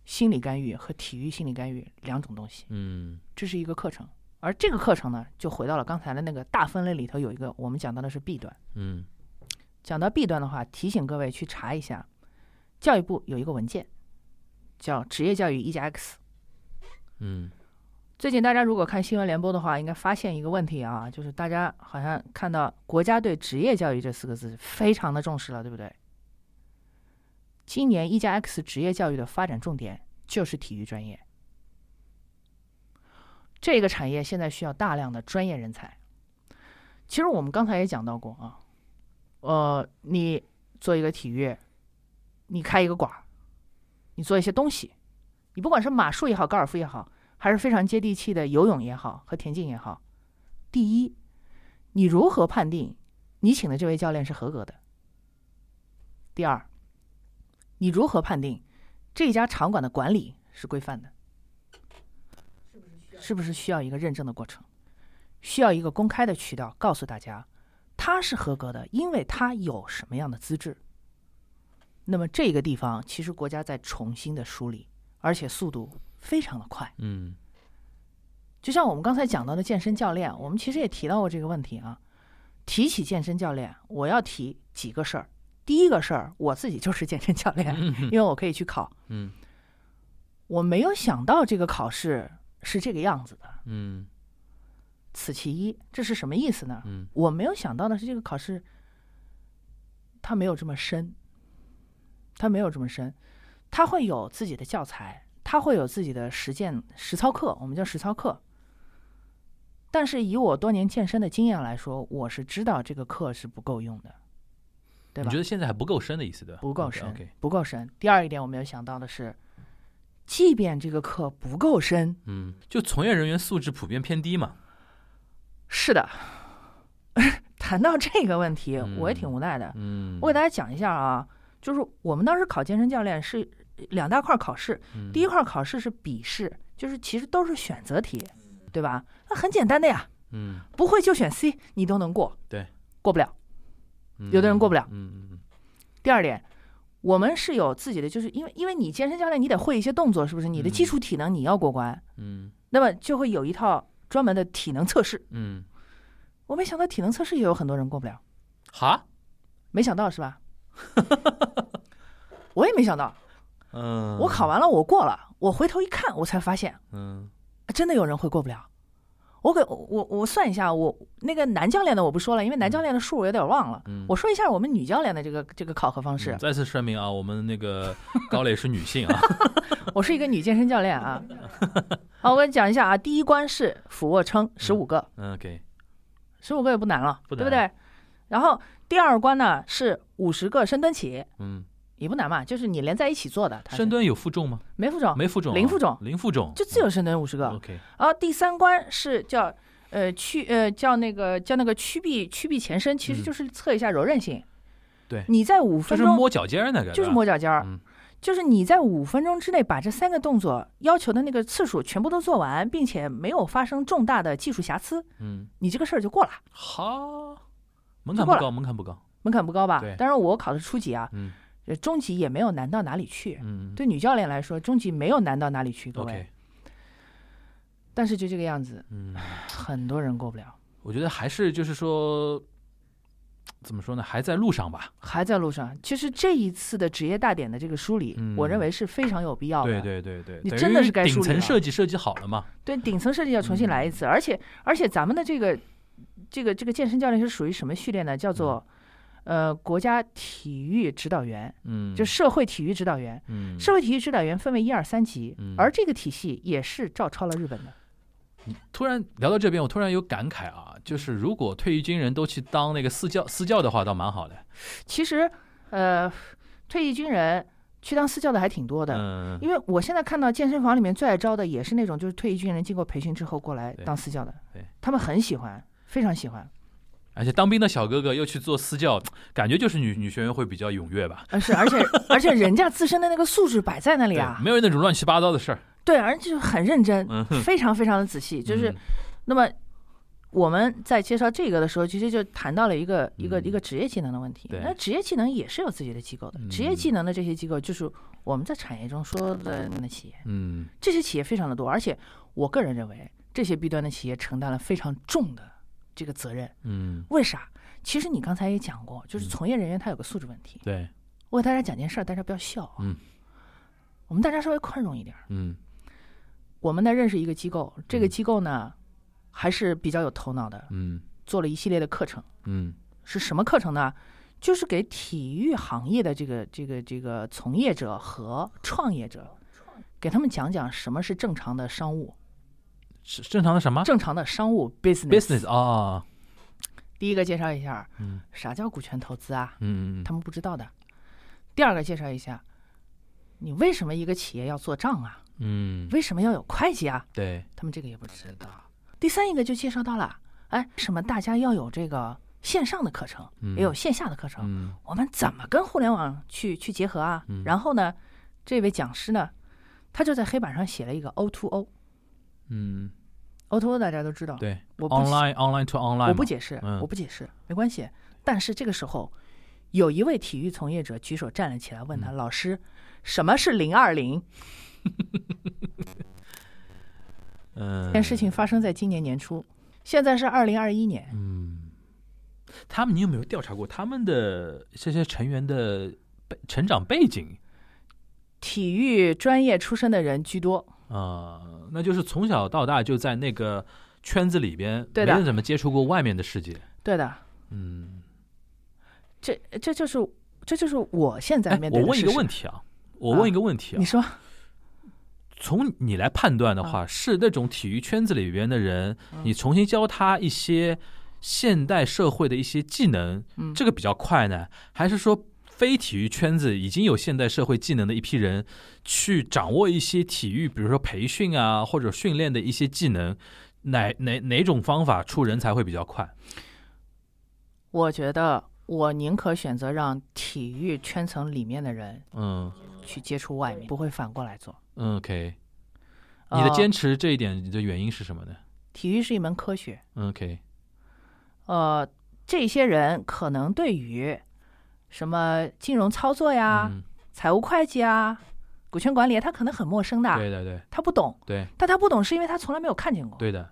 S3: 心理干预和体育心理干预两种东西，
S2: 嗯
S3: 这是一个课程。而这个课程呢，就回到了刚才的那个大分类里头，有一个我们讲到的是 B 端。
S2: 嗯
S3: 讲到 B 端的话，提醒各位去查一下，教育部有一个文件叫《职业教育一加 X》。
S2: 嗯
S3: 最近大家如果看新闻联播的话，应该发现一个问题啊，就是大家好像看到国家对职业教育这四个字非常的重视了，对不对？今年一加 X 职业教育的发展重点就是体育专业，这个产业现在需要大量的专业人才。其实我们刚才也讲到过啊，呃，你做一个体育，你开一个馆儿，你做一些东西，你不管是马术也好，高尔夫也好，还是非常接地气的游泳也好和田径也好。第一，你如何判定你请的这位教练是合格的？第二，你如何判定这家场馆的管理是规范的？是不是需要一个认证的过程？需要一个公开的渠道告诉大家，他是合格的，因为他有什么样的资质。那么这个地方其实国家在重新的梳理，而且速度非常的快。
S2: 嗯
S3: 就像我们刚才讲到的健身教练，我们其实也提到过这个问题啊。提起健身教练，我要提几个事儿。第一个事儿，我自己就是健身教练，因为我可以去考。
S2: 嗯
S3: 我没有想到这个考试是这个样子的，
S2: 嗯
S3: 此其一。这是什么意思呢？
S2: 嗯
S3: 我没有想到的是，这个考试它没有这么深，它没有这么深，它会有自己的教材，它会有自己的实践实操课，我们叫实操课。但是以我多年健身的经验来说，我是知道这个课是不够用的，对
S2: 你
S3: 吧
S2: 觉？得现在还不够深的意思对吧？
S3: 不够深
S2: OK，
S3: 不够深。第二一点，我没有想到的是，即便这个课不够深，
S2: 嗯，就从业人员素质普遍偏低嘛。
S3: 是的。 谈到这个问题，我也
S2: 嗯
S3: 挺无奈的。
S2: 嗯，
S3: 我给大家讲一下啊，就是我们当时考健身教练是两大块考试，
S2: 嗯
S3: 第一块考试是笔试，就是其实都是选择题，对吧？那很简单的呀，
S2: 嗯，
S3: 不会就选 C，你都能过。
S2: 对，
S3: 过不了。
S2: 嗯
S3: 有的人过不了
S2: 嗯嗯
S3: 第二点，我们是有自己的，就是因为因为你健身教练，你得会一些动作，是不是？你的基础体能你要过关，
S2: 嗯
S3: 那么就会有一套专门的体能测试。
S2: 嗯，
S3: 我没想到体能测试也有很多人过不了。
S2: 哈，
S3: 没想到是吧？ 我也没想到，
S2: 嗯，
S3: 我考完了，我过了，我回头一看，我才发现
S2: 嗯
S3: 真的有人会过不了。我给我我算一下，我那个男教练的我不说了，因为男教练的数我有点忘了。
S2: 嗯，
S3: 我说一下我们女教练的这个这个考核方式
S2: 嗯。再次声明啊，我们那 个高磊是女性啊，
S3: 我是一个女健身教练啊。好，我跟你讲一下啊，第一关是俯卧撑，十五个，
S2: 嗯，OK，
S3: 十五个也不难了，
S2: 不
S3: 对不
S2: 难
S3: 对？然后第二关呢是五十个深蹲起，
S2: 嗯，
S3: 也不难嘛，就是你连在一起做的。它是
S2: 深蹲有负重吗？
S3: 没负重，
S2: 没负重啊，
S3: 零负重
S2: 零负重，
S3: 就自由深蹲五十个。
S2: 嗯 OK，
S3: 然后啊第三关是叫呃屈呃叫那个叫那个屈臂屈臂前伸，其
S2: 嗯
S3: 实就是测一下柔韧性。
S2: 对
S3: 你在五
S2: 就
S3: 分
S2: 是
S3: 钟
S2: 摸脚尖儿那个，
S3: 就是
S2: 对吧
S3: 摸脚尖儿，
S2: 嗯
S3: 就是你在五分钟之内把这三个动作要求的那个次数全部都做完，并且没有发生重大的技术瑕疵，
S2: 嗯，
S3: 你这个事儿就过了，
S2: 哈，门槛
S3: 就过
S2: 不
S3: 了
S2: 高，门槛不高，
S3: 门槛不高吧
S2: 对？
S3: 当然我考的初级啊，
S2: 嗯
S3: 呃中级也没有难到哪里去。
S2: 嗯，
S3: 对女教练来说，中级没有难到哪里去，各位。
S2: ，OK，
S3: 但是就这个样子，
S2: 嗯，
S3: 很多人过不了，
S2: 我觉得还是就是说，怎么说呢，还在路上吧，
S3: 还在路上。其实这一次的职业大典的这个梳理，
S2: 嗯
S3: 我认为是非常有必要的。
S2: 对对对对，
S3: 你
S2: 等
S3: 真的
S2: 于
S3: 是该
S2: 顶
S3: 梳理
S2: 层
S3: 了
S2: 设计设计好了嘛，
S3: 对，顶层设计要重新来一
S2: 嗯
S3: 次，而且而且咱们的这个这个这个健身教练是属于什么序列呢？叫做、呃国家体育指导员，
S2: 嗯，
S3: 就社会体育指导员。
S2: 嗯，
S3: 社会体育指导员分为一二三级，
S2: 嗯
S3: 而这个体系也是照抄了日本的。
S2: 突然聊到这边，我突然有感慨啊，就是如果退役军人都去当那个私教私教的话，倒蛮好的。
S3: 其实，呃，退役军人去当私教的还挺多的。
S2: 嗯，
S3: 因为我现在看到健身房里面最爱招的也是那种就是退役军人经过培训之后过来
S2: 对
S3: 当私教的
S2: 对，
S3: 他们很喜欢，非常 喜欢。
S2: 而且当兵的小哥哥又去做私教，感觉就是女女学员会比较踊跃吧？
S3: 呃，是，而且而且人家自身的那个素质摆在那里啊，
S2: 没有那种乱七八糟的事儿。
S3: 对，而且就是很认真，
S2: 嗯
S3: 非常非常的仔细。就是，那么我们在介绍这个的时候，其实就谈到了一个、一个
S2: 嗯
S3: 一个职业技能的问题。
S2: 对嗯
S3: 那职业技能也是有自己的机构的，职业技能的这些机构就是我们在产业中说的那企业，
S2: 嗯
S3: 这些企业非常的多，而且我个人认为，这些 B 端的企业承担了非常重的这个责任。
S2: 嗯，
S3: 为啥？其实你刚才也讲过，就是从业人员他有个素质问题。
S2: 对，
S3: 我给大家讲件事儿，大家不要笑啊。
S2: 嗯
S3: 我们大家稍微宽容一点儿。
S2: 嗯
S3: 我们呢认识一个机构，这个
S2: 嗯
S3: 机构呢还是比较有头脑的，
S2: 嗯
S3: 做了一系列的课程。
S2: 嗯
S3: 是什么课程呢？就是给体育行业的这个这个这个从业者和创业者，给他们讲讲什么是正常的商务，
S2: 是正常的什么
S3: 正常的商务 business。
S2: business 啊？
S3: 第一个介绍一下，
S2: 嗯
S3: 啥叫股权投资啊？
S2: 嗯
S3: 他们不知道的。第二个介绍一下，你为什么一个企业要做账啊？
S2: 嗯，
S3: 为什么要有会计啊？
S2: 对，
S3: 他们这个也不知道。第三一个就介绍到了，哎，为什么大家要有这个线上的课程，
S2: 嗯
S3: 也有线下的课程？
S2: 嗯
S3: 我们怎么跟互联网去去结合啊？
S2: 嗯
S3: 然后呢，这位讲师呢，他就在黑板上写了一个 O to O，O
S2: 嗯，
S3: to O 大家都知道，
S2: 对
S3: 我不解
S2: ，online online to online，
S3: 我不
S2: 嘛
S3: 解释，
S2: 嗯
S3: 我不解释，没关系。但是这个时候，有一位体育从业者举手站了起来，问他、老师，什么是零二零？
S2: 嗯，
S3: 这件事情发生在今年年初，现在是二零二一年，
S2: 嗯，他们你有没有调查过他们的这些成员的背成长背景
S3: 体育专业出身的人居多。
S2: 啊、那就是从小到大就在那个圈子里边，
S3: 对的
S2: 没怎么接触过外面的世界。
S3: 对的，
S2: 嗯，
S3: 这这就是这就是我现在
S2: 哎
S3: 面，对
S2: 我
S3: 的
S2: 问一
S3: 事
S2: 个
S3: 实
S2: 问题啊，我问一个问题啊
S3: 你，说，
S2: 从你来判断
S3: 嗯
S2: 的话，是那种体育圈子里边的人，你重新教他一些现代社会的一些技能，
S3: 嗯，
S2: 这个比较快呢，还是说非体育圈子已经有现代社会技能的一批人，去掌握一些体育，比如说培训啊或者训练的一些技能，哪哪哪种方法出人才会比较快？
S3: 我觉得我宁可选择让体育圈层里面的人
S2: 嗯
S3: 去接触外面，不会反过来做。
S2: 嗯，OK，你的
S3: 呃
S2: 坚持这一点的原因是什么呢
S3: 体育是一门科学，
S2: 嗯？OK，
S3: 呃，这些人可能对于什么金融操作呀、
S2: 嗯，
S3: 财务会计啊、股权管理啊，他可能很陌生的，
S2: 对对对
S3: 他不懂。
S2: 对
S3: 但他不懂是因为他从来没有看见过，
S2: 对的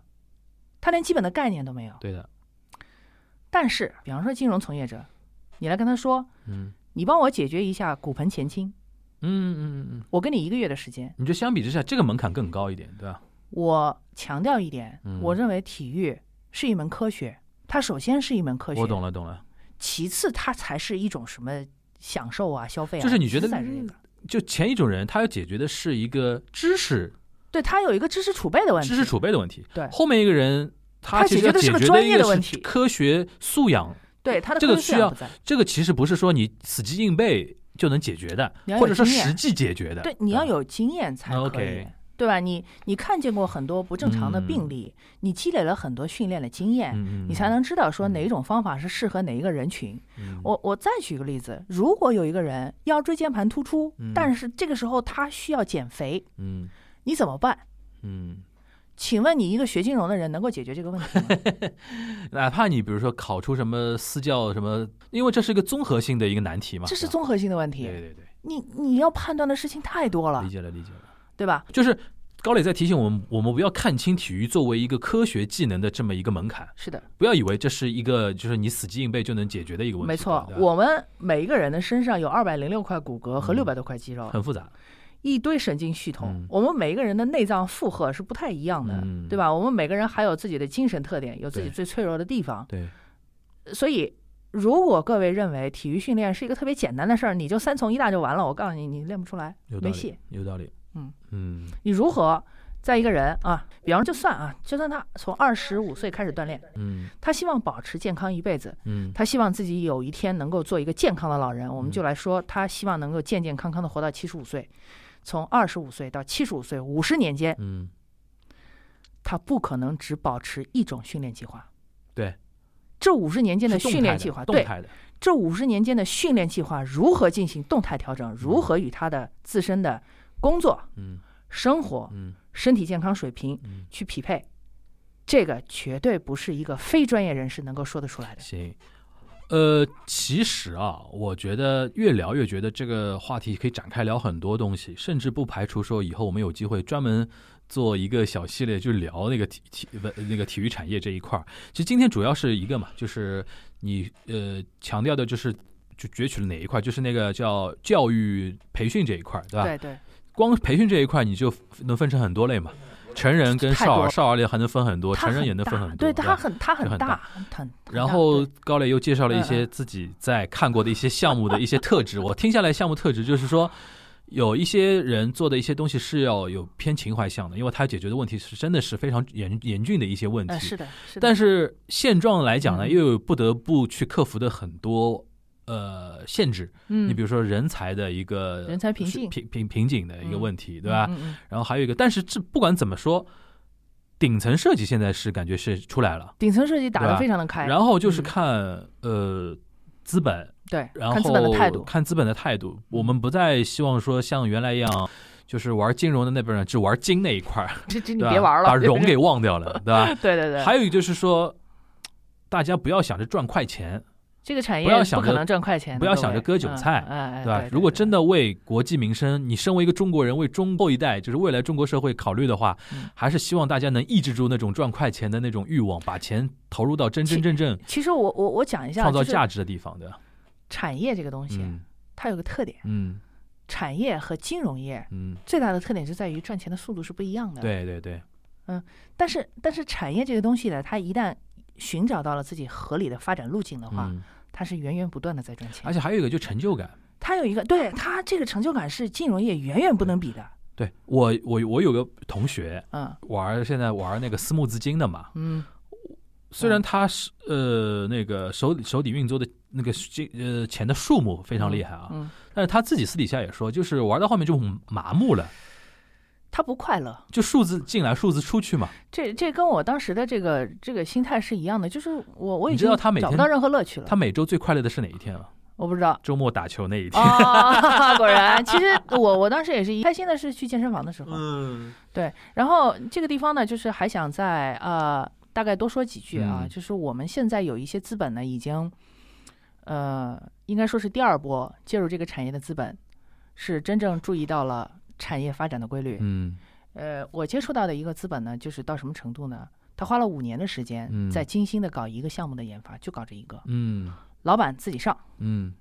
S3: 他连基本的概念都没有。
S2: 对的，
S3: 但是，比方说金融从业者，你来跟他说，
S2: 嗯
S3: 你帮我解决一下骨盆前倾，
S2: 嗯嗯嗯嗯，
S3: 我给你一个月的时间。
S2: 你就相比之下，这个门槛更高一点，对吧？
S3: 我强调一点，
S2: 嗯
S3: 我认为体育是一门科学，它首先是一门科学，
S2: 我懂了懂了。
S3: 其次它才是一种什么享受啊、消费啊，
S2: 就是你觉得
S3: 其次才是这个
S2: 就前一种人，他要解决的是一个知识
S3: 对它有一个知识储备的问题，
S2: 知识储备的问题。
S3: 对
S2: 后面一个人他
S3: 他
S2: 其实
S3: 解
S2: 要
S3: 决的是
S2: 解
S3: 个
S2: 决
S3: 专
S2: 一
S3: 业
S2: 个
S3: 的问
S2: 是
S3: 题
S2: 科学素养，
S3: 对它的
S2: 这个
S3: 科学
S2: 需
S3: 素养
S2: 要
S3: 不在
S2: 这个其实不是说你死记硬背就能解决的
S3: 你要，有
S2: 或者说
S3: 经验
S2: 实际解决的。
S3: 对，你要
S2: 吧
S3: 有经验才
S2: 嗯
S3: 可以
S2: OK。
S3: 对吧？你你看见过很多不正常的病
S2: 嗯
S3: 例，你积累了很多训练的经验，
S2: 嗯，嗯
S3: 你才能知道说
S2: 嗯
S3: 哪一种方法是适合哪一个人群。
S2: 嗯
S3: 我我再举个例子，如果有一个人腰椎间盘突出，
S2: 嗯
S3: 但是这个时候他需要减肥，
S2: 嗯
S3: 你怎么办？
S2: 嗯，
S3: 请问你一个学金融的人能够解决这个 问题吗？
S2: 哪怕你比如说考出什么私教什么，因为这是一个综合性的一个难题嘛，
S3: 这是
S2: 吧
S3: 综合性的问
S2: 对
S3: 题，
S2: 对对，
S3: 你你要判断的事情太多了
S2: 理，解了理解了。
S3: 对吧？
S2: 就是高磊在提醒我们，我们不要看清体育作为一个科学技能的这么一个门槛，
S3: 是的，
S2: 不要以为这是一个就是你死记硬背就能解决的一个问题。
S3: 没错
S2: 对。吧
S3: 我们每一个人的身上有二百零六块骨骼和
S2: 嗯
S3: 六百多块肌肉，
S2: 很复杂，
S3: 一堆神经系统。
S2: 嗯
S3: 我们每一个人的内脏负荷是不太一样的，
S2: 嗯
S3: 对吧？我们每个人还有自己的精神特点，有自己
S2: 对
S3: 最脆弱的地方。
S2: 对，
S3: 所以，如果各位认为体育训练是一个特别简单的事儿，你就三从一大就完了，我告诉你，你练不出来，
S2: 有道
S3: 没
S2: 理，
S3: 戏。
S2: 有道理。
S3: 嗯
S2: 嗯
S3: 你如何在一个人啊，比方说就算啊，就算他从二十五岁开始锻炼，
S2: 嗯
S3: 他希望保持健康一辈子，
S2: 嗯
S3: 他希望自己有一天能够做一个健康的老人，我们就来说，他希望能够健健康康的活到七十五岁。从二十五岁到七十五岁，五十年间，
S2: 嗯，
S3: 他不可能只保持一种训练计划。
S2: 对，
S3: 这五十年间
S2: 是动
S3: 训练
S2: 态
S3: 计划，
S2: 动
S3: 对
S2: 态的，
S3: 这五十年间的训练计划如何进行动态调整，如何与他的自身的工作、
S2: 嗯
S3: 生活、
S2: 嗯
S3: 身体健康水平
S2: 嗯，
S3: 去匹配，这个绝对不是一个非专业人士能够说得出来的。
S2: 行。呃，其实啊，我觉得越聊越觉得这个话题可以展开聊很多东西，甚至不排除说以后我们有机会专门做一个小系列，就聊那个体体不那个体育产业这一块儿。其实今天主要是一个嘛，就是你呃强调的就是就攫取了哪一块，就是那个叫教育培训这一块儿，对吧？
S3: 对对，
S2: 光培训这一块，你就能分成很多类嘛。成人跟
S3: 太
S2: 少
S3: 多
S2: 儿，
S3: 了
S2: 少儿类还能分很多，
S3: 它
S2: 成人也
S3: 很
S2: 能分
S3: 大
S2: 很多。
S3: 对它
S2: 吧
S3: 很它
S2: 就很
S3: 很
S2: 大
S3: 很很大
S2: 然后
S3: 啊对
S2: 高磊又介绍了一
S3: 嗯
S2: 些自己在看过的一些项目的一些特质。我听下来，项目特质就是说，有一些人做的一些东西是要有偏情怀向的，因为他解决的问题是真的是非常严严峻的一些问
S3: 呃
S2: 题。
S3: 是的，是的，
S2: 但是现状来讲呢，
S3: 嗯
S2: 又有不得不去克服的很多呃限制。
S3: 嗯
S2: 你比如说人才的一个呃
S3: 人才瓶颈
S2: 瓶瓶瓶颈的一个问题，对吧？
S3: 嗯嗯嗯
S2: 然后还有一个，但是这不管怎么说，顶层设计现在是感觉是出来了，
S3: 顶层设计打
S2: 对
S3: 得
S2: 吧
S3: 非常的开，
S2: 然后就是
S3: 嗯
S2: 看、呃资本，
S3: 对，
S2: 然后
S3: 看资本的态度，
S2: 看资本的态度我们不再希望说像原来一样。就是玩金融的那边人，只玩金那一块儿，
S3: 这
S2: 对
S3: 这 你
S2: 吧
S3: 别玩了，
S2: 把
S3: 就是
S2: 融给忘掉了，对吧？
S3: 对对对，
S2: 还有一个就是说，大家不要想着赚快钱，
S3: 这个产业
S2: 不要想着
S3: 可能赚快钱的，
S2: 不要想着
S3: 各位
S2: 割韭菜
S3: 嗯哎、哎
S2: 对吧？如果真的为国计民生，你身为一个中国人，为中后一代，就是未来中国社会考虑的话，
S3: 嗯
S2: 还是希望大家能抑制住那种赚快钱的那种欲望，把钱投入到真真正正
S3: 其实我我我讲一下，
S2: 创造
S3: 就是
S2: 价值的地方的。
S3: 产业这个东西，
S2: 嗯
S3: 它有个特点，
S2: 嗯
S3: 产业和金融业
S2: 嗯，
S3: 最大的特点就在于赚钱的速度是不一样的。，
S2: 对对对，
S3: 但是但是产业这个东西呢，它一旦寻找到了自己合理的发展路径的话，
S2: 嗯，
S3: 它是源源不断的在赚钱。
S2: 而且还有一个就成就感。
S3: 它有一个对它这个成就感是金融业远远不能比的。
S2: 对我我我有个同学
S3: 嗯
S2: 玩现在玩那个私募资金的嘛，
S3: 嗯
S2: 虽然他是呃那个手里手底运作的那个金呃钱的数目非常厉害啊，
S3: 嗯，
S2: 但是他自己私底下也说，就是玩到后面就麻木了，
S3: 它不快乐。
S2: 就数字进来数字出去嘛。
S3: 这这跟我当时的这个这个心态是一样的，就是我我已
S2: 你
S3: 经
S2: 知道他每
S3: 找不
S2: 天
S3: 到任何乐趣了。
S2: 他每周最快乐的是哪一天啊？
S3: 我不知道。
S2: 周末打球那 一天。
S3: 啊、果然，其实 我我当时也是一开心的是去健身房的时候，
S2: 嗯
S3: 对，然后这个地方呢，就是还想再呃大概多说几句啊，
S2: 嗯
S3: 就是我们现在有一些资本呢，已经呃应该说是第二波介入这个产业的资本，是真正注意到了产业发展的规律。
S2: 嗯
S3: 呃，我接触到的一个资本呢，就是到什么程度呢？他花了五年的时间
S2: 嗯，
S3: 在精心的搞一个项目的研发，就搞这一个，
S2: 嗯
S3: 老板自己上，
S2: 嗯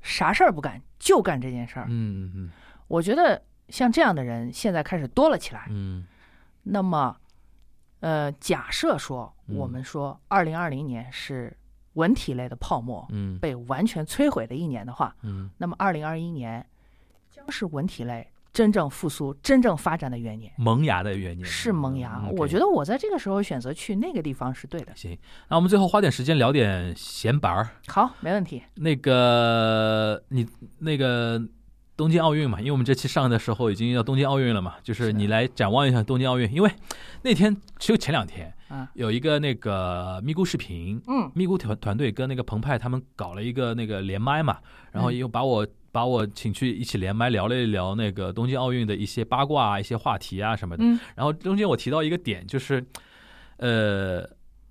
S3: 啥事儿不干，就干这件事儿。
S2: 嗯嗯
S3: 我觉得像这样的人现在开始多了起来。
S2: 嗯
S3: 那么，呃，假设说
S2: 嗯
S3: 我们说二零二零年是文体类的泡沫
S2: 嗯
S3: 被完全摧毁的一年的话，
S2: 嗯
S3: 那么二零二一年将是文体类真正复苏、真正发展的元年，
S2: 萌芽的元年嗯
S3: 是萌芽。我觉
S2: 得
S3: 得我在这个时候选择去那个地方是对的。
S2: 行。那我们最后花点时间聊点闲白儿。
S3: 好，没问题。
S2: 那个你那个东京奥运嘛，因为我们这期上的时候已经要东京奥运了嘛，就是
S3: 是
S2: 你来展望一下东京奥运，因为那天只有前两天
S3: 啊，
S2: 有一个那个咪咕视频，
S3: 嗯
S2: 咪咕团团队跟那个澎湃他们搞了一个那个连麦嘛，然后
S3: 嗯
S2: 又把我。把我请去一起连麦聊了一聊那个东京奥运的一些八卦啊、一些话题啊什么的。
S3: 嗯
S2: 然后中间我提到一个点，就是，呃，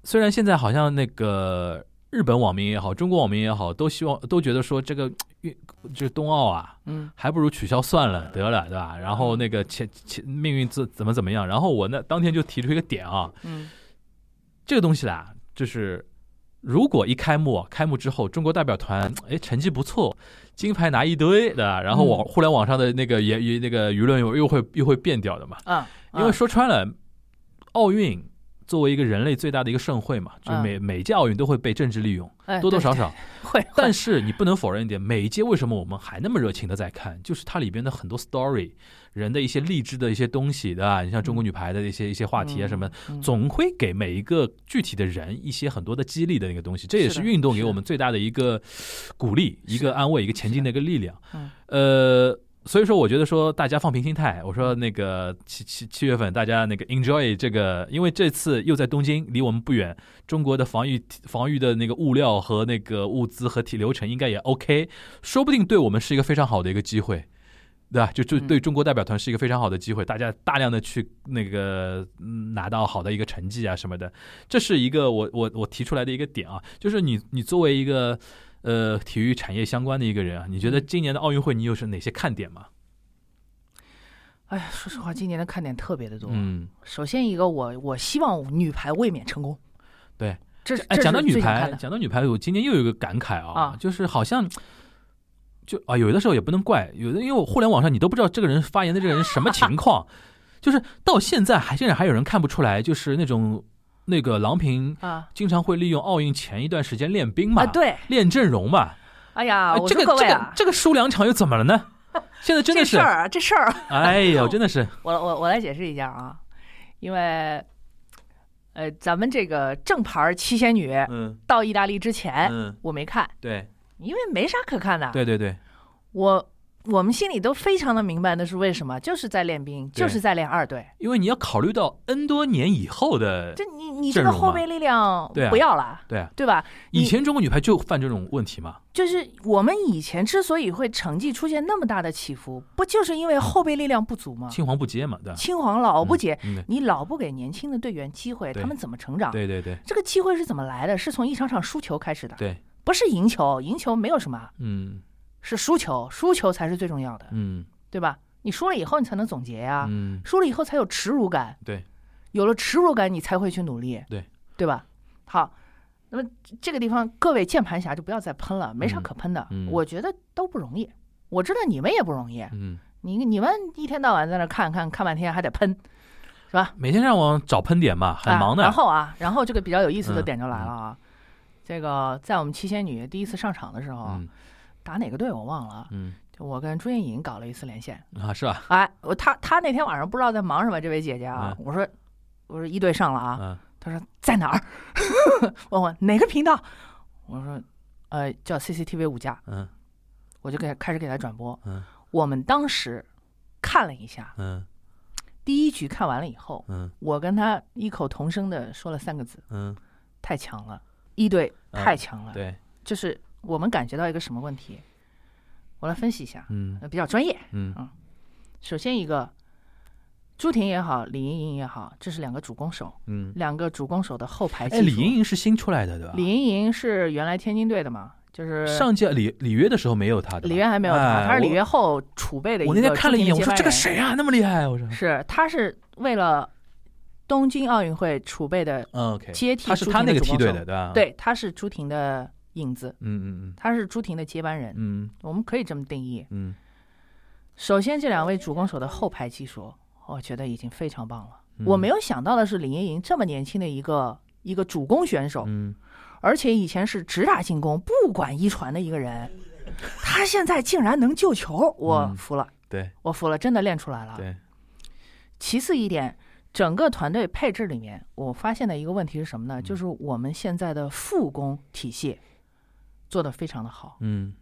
S2: 虽然现在好像那个日本网民也好，中国网民也好，都希望都觉得说这个运就是冬奥啊，
S3: 嗯
S2: 还不如取消算了得了，对吧？然后那个前前命运怎怎么怎么样？然后我那当天就提出一个点啊，
S3: 嗯
S2: 这个东西啦，就是。如果一开幕，开幕之后，中国代表团哎成绩不错，金牌拿一堆，对吧？然后网互联网上的那个也也那个舆论又又会又会变掉的嘛。
S3: 啊，
S2: 因为说穿了，奥运作为一个人类最大的一个盛会嘛，就是
S3: 嗯
S2: 每每届奥运都会被政治利用，
S3: 哎
S2: 多多
S3: 对
S2: 少少。
S3: 会会
S2: 但是你不能否认一点，每一届为什么我们还那么热情的在看，就是它里边的很多 story，人的一些励志的一些东西，对吧？你像中国女排的一些一些话题啊什么，
S3: 嗯
S2: 总会给每一个具体的人一些很多的激励的那个东西，这也
S3: 是
S2: 是
S3: 的
S2: 运动给
S3: 是的
S2: 我们最大的一个鼓励、一个安慰、一个前进的一个力量。
S3: 嗯
S2: 呃，所以说我觉得说大家放平心态，我说那个七七七月份大家那个 enjoy 这个，因为这次又在东京，离我们不远，中国的防御防御的那个物料和那个物资和体流程应该也 OK，说不定对我们是一个非常好的一个机会。对吧？就就
S3: 嗯
S2: 对中国代表团是一个非常好的机会，大家大量的去那个嗯拿到好的一个成绩啊什么的，这是一个我我我提出来的一个点啊，就是你你作为一个呃体育产业相关的一个人啊，你觉得
S3: 嗯
S2: 今年的奥运会你有是哪些看点吗？
S3: 哎呀，说实话，今年的看点特别的多。
S2: 嗯，
S3: 首先一个我我希望女排卫冕成功。
S2: 对，
S3: 这是
S2: 哎，
S3: 这
S2: 讲
S3: 是
S2: 到女
S3: 最想
S2: 排
S3: 看，的
S2: 讲到女排，我今年又有一个感慨啊，
S3: 啊
S2: 就是好像。就啊，有的时候也不能怪，有的因为我互联网上你都不知道这个人发言的这个人什么情 况，就是到现在还竟然还有人看不出来，就是那种那个郎平
S3: 啊
S2: 经常会利用奥运前一段时间练兵嘛，
S3: 啊，对，
S2: 练阵容嘛，
S3: 哎呀，
S2: 哎
S3: 我
S2: 这
S3: 说
S2: 个
S3: 各位
S2: 这个
S3: 啊，
S2: 这个输两场又怎么了呢？现在真的
S3: 这
S2: 是
S3: 事，儿啊，这事儿啊，
S2: 哎呦，真的是，
S3: 我我我来解释一下啊，因为呃，咱们这个正牌七仙女
S2: 嗯
S3: 到意大利之前，
S2: 嗯，
S3: 我没看，
S2: 对
S3: 因为没啥可看的。
S2: 对对对，
S3: 我我们心里都非常的明白那是为什么，就是在练兵，
S2: 对
S3: 就是在练二队。
S2: 因为你要考虑到 N 多年以后的
S3: 这，你你这
S2: 阵
S3: 个
S2: 容
S3: 后
S2: 嘛
S3: 备力量
S2: 对啊
S3: 不要了，
S2: 对啊，
S3: 对吧？你
S2: 以前中国女排就犯这种问题嘛，
S3: 就是我们以前之所以会成绩出现那么大的起伏，不就是因为后备力量不足吗？
S2: 青黄不接嘛，对吧？
S3: 青黄老啊不接，
S2: 嗯嗯，
S3: 你老不给年轻的队员机会，
S2: 对
S3: 他们怎么成长？
S2: 对对对
S3: 这个机会是怎么来的？是从一场场输球开始的，
S2: 对
S3: 不是赢球，赢球没有什么，
S2: 嗯
S3: 是输球，输球才是最重要的，
S2: 嗯
S3: 对吧？你输了以后，你才能总结呀、
S2: 嗯，
S3: 输了以后才有耻辱感，
S2: 对，
S3: 有了耻辱感，你才会去努力，
S2: 对，
S3: 对吧？好，那么这个地方各位键盘侠就不要再喷了，没啥可喷的，
S2: 嗯嗯
S3: 我觉得都不容易，我知道你们也不容易，
S2: 嗯，
S3: 你你们一天到晚在那看看看半天，还得喷，
S2: 每天上网找喷点嘛，很
S3: 啊
S2: 忙的。
S3: 然后啊，然后这个比较有意思的点就来
S2: 嗯
S3: 了啊，这个在我们七仙女第一次上场的时候，
S2: 嗯
S3: 打哪个队我忘了，
S2: 嗯
S3: 就我跟朱艳颖搞了一次连线。
S2: 啊，是吧？
S3: 哎，我她她那天晚上不知道在忙什么，这位姐姐啊，我说我说一队上了啊，
S2: 嗯
S3: 她说在哪儿？ 问我哪个频道？我说呃叫 CCTV 五加，
S2: 嗯
S3: 我就给她开始给她转播。
S2: 嗯
S3: 我们当时看了一下，
S2: 嗯
S3: 第一局看完了以后，
S2: 嗯
S3: 我跟她异口同声的说了三个字：
S2: 嗯，
S3: 太强了，一队
S2: 嗯
S3: 太强了。
S2: 对，
S3: 就是我们感觉到一个什么问题？我来分析一下，
S2: 嗯
S3: 呃比较专业。
S2: 嗯
S3: 首先一个，朱婷也好，李盈莹也好，这是两个主攻手，
S2: 嗯。
S3: 两个主攻手的后排技
S2: 哎，
S3: 术。
S2: 李盈莹是新出来的，对吧？
S3: 李盈莹是原来天津队的嘛，就是
S2: 啊上届里里约的时候没有他的吧，
S3: 里约还没有他，
S2: 哎
S3: 他是里约后储备的一
S2: 我。
S3: 个
S2: 我
S3: 朱
S2: 那天看
S3: 婷的接班人。
S2: 了一眼，我说这个谁啊，那么厉害，我说。
S3: 是他是为了东京奥运会储备的，
S2: 嗯 OK，
S3: 接替
S2: 他是
S3: 朱
S2: 他
S3: 婷
S2: 那
S3: 的
S2: 个
S3: 主
S2: 梯
S3: 攻
S2: 队
S3: 手
S2: 的，对吧？，
S3: 对，他是朱婷的影子，
S2: 嗯嗯
S3: 他是朱婷的接班人，
S2: 嗯
S3: 我们可以这么定义。
S2: 嗯
S3: 首先，这两位主攻手的后排技术，我觉得已经非常棒了。
S2: 嗯，
S3: 我没有想到的是，李盈莹这么年轻的一个一个主攻选手，
S2: 嗯，
S3: 而且以前是直打进攻，不管一传的一个人，他现在竟然能救球，我
S2: 嗯
S3: 服了，
S2: 对
S3: 我服了，真的练出来了。
S2: 对，
S3: 其次一点，整个团队配置里面，我发现的一个问题是什么
S2: 嗯
S3: 呢？就是我们现在的副攻体系做得非常的好，
S2: 嗯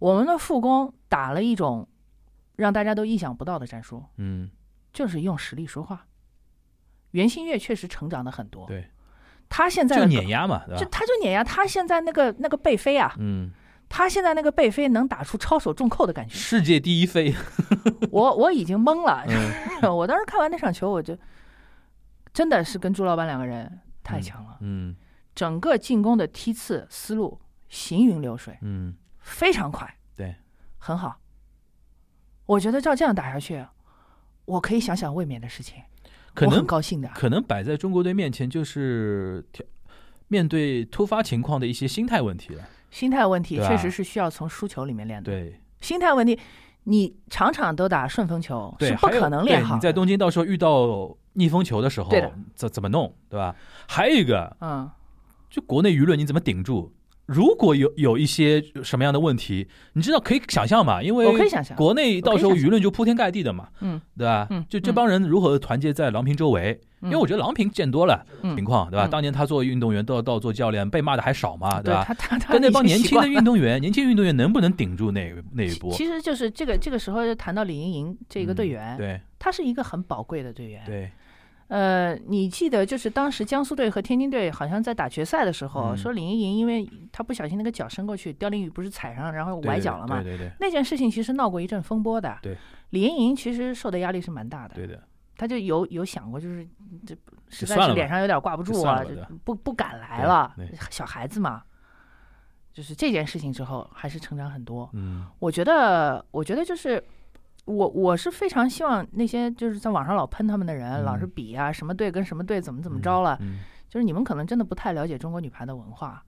S3: 我们的副攻打了一种让大家都意想不到的战术，
S2: 嗯
S3: 就是用实力说话。袁心玥确实成长的很多，
S2: 对，
S3: 他现在
S2: 就
S3: 的
S2: 碾压嘛，对
S3: 就
S2: 吧？
S3: 他就碾压他现在那个那个背飞啊，
S2: 嗯，
S3: 他现在那个背飞能打出抄手重扣的感觉，
S2: 世界第一飞，
S3: 我我已经懵了。
S2: 嗯
S3: 我当时看完那场球，我就真的是跟朱老板两个人太强 了，
S2: 嗯
S3: 整个进攻的梯次思路行云流水，
S2: 嗯
S3: 非常快，
S2: 对，
S3: 很好。我觉得照这样打下去，我可以想想卫冕的事情，
S2: 可
S3: 我
S2: 能
S3: 很高兴的。
S2: 可能摆在中国队面前就是调面对突发情况的一些心态问题了，
S3: 心态问题
S2: 对啊
S3: 确实是需要从输球里面练的。
S2: 对
S3: 心态问题，你场场都打顺风球
S2: 对，
S3: 是不
S2: 还有
S3: 可能练
S2: 对
S3: 好
S2: 你在
S3: 的。
S2: 东京到时候遇到逆风球的时候
S3: 对的，
S2: 怎怎么弄，对吧？还有一个，
S3: 嗯，
S2: 就国内舆论你怎么顶住？如果有有一些什么样的问题，你知道可以想象嘛？因为
S3: 我可以想象
S2: 国内到时候
S3: 我可以想
S2: 舆论就铺天盖地的嘛，
S3: 嗯，
S2: 对吧？
S3: 嗯
S2: 就这帮人如何团结在郎平周围？
S3: 因
S2: 因为我觉得郎平见多了
S3: 嗯
S2: 情况，对吧？
S3: 嗯啊
S2: 当年他做运动员到到做教练，被骂的还少嘛，
S3: 对
S2: 吧？
S3: 他他他
S2: 跟那帮
S3: 已经
S2: 年
S3: 习
S2: 轻
S3: 惯
S2: 的运动员， 年轻运动员能不能顶住那那一
S3: 其
S2: 波？
S3: 其实就是这个这个时候就谈到李盈莹这一个队员，
S2: 嗯
S3: 哎
S2: 对
S3: 他是一个很宝贵的队员。
S2: 对，
S3: 呃，你记得就是当时江苏队和天津队好像在打决赛的时候，
S2: 嗯
S3: 说李盈莹因为她不小心那个脚伸过去，刁林宇不是踩上然后
S2: 对
S3: 崴脚了嘛？
S2: 对对
S3: 那件事情其实闹过一阵风波的。
S2: 对，
S3: 李盈莹其实受的压力是蛮大的。
S2: 对对的，
S3: 他就有有想过，就是这实在
S2: 算了
S3: 是
S2: 吧
S3: 脸上有点挂不
S2: 就
S3: 住
S2: 算
S3: 啊，
S2: 了吧
S3: 就
S2: 对
S3: 不不敢来了
S2: 对对，
S3: 小孩子嘛。就是这件事情之后，还是成长很多。
S2: 嗯
S3: 我觉得，我觉得就是我我是非常希望那些就是在网上老喷他们的人，
S2: 嗯
S3: 老是比啊什么队跟什么队怎么怎么着了，
S2: 嗯，
S3: 就是你们可能真的不太了解中国女排的文化，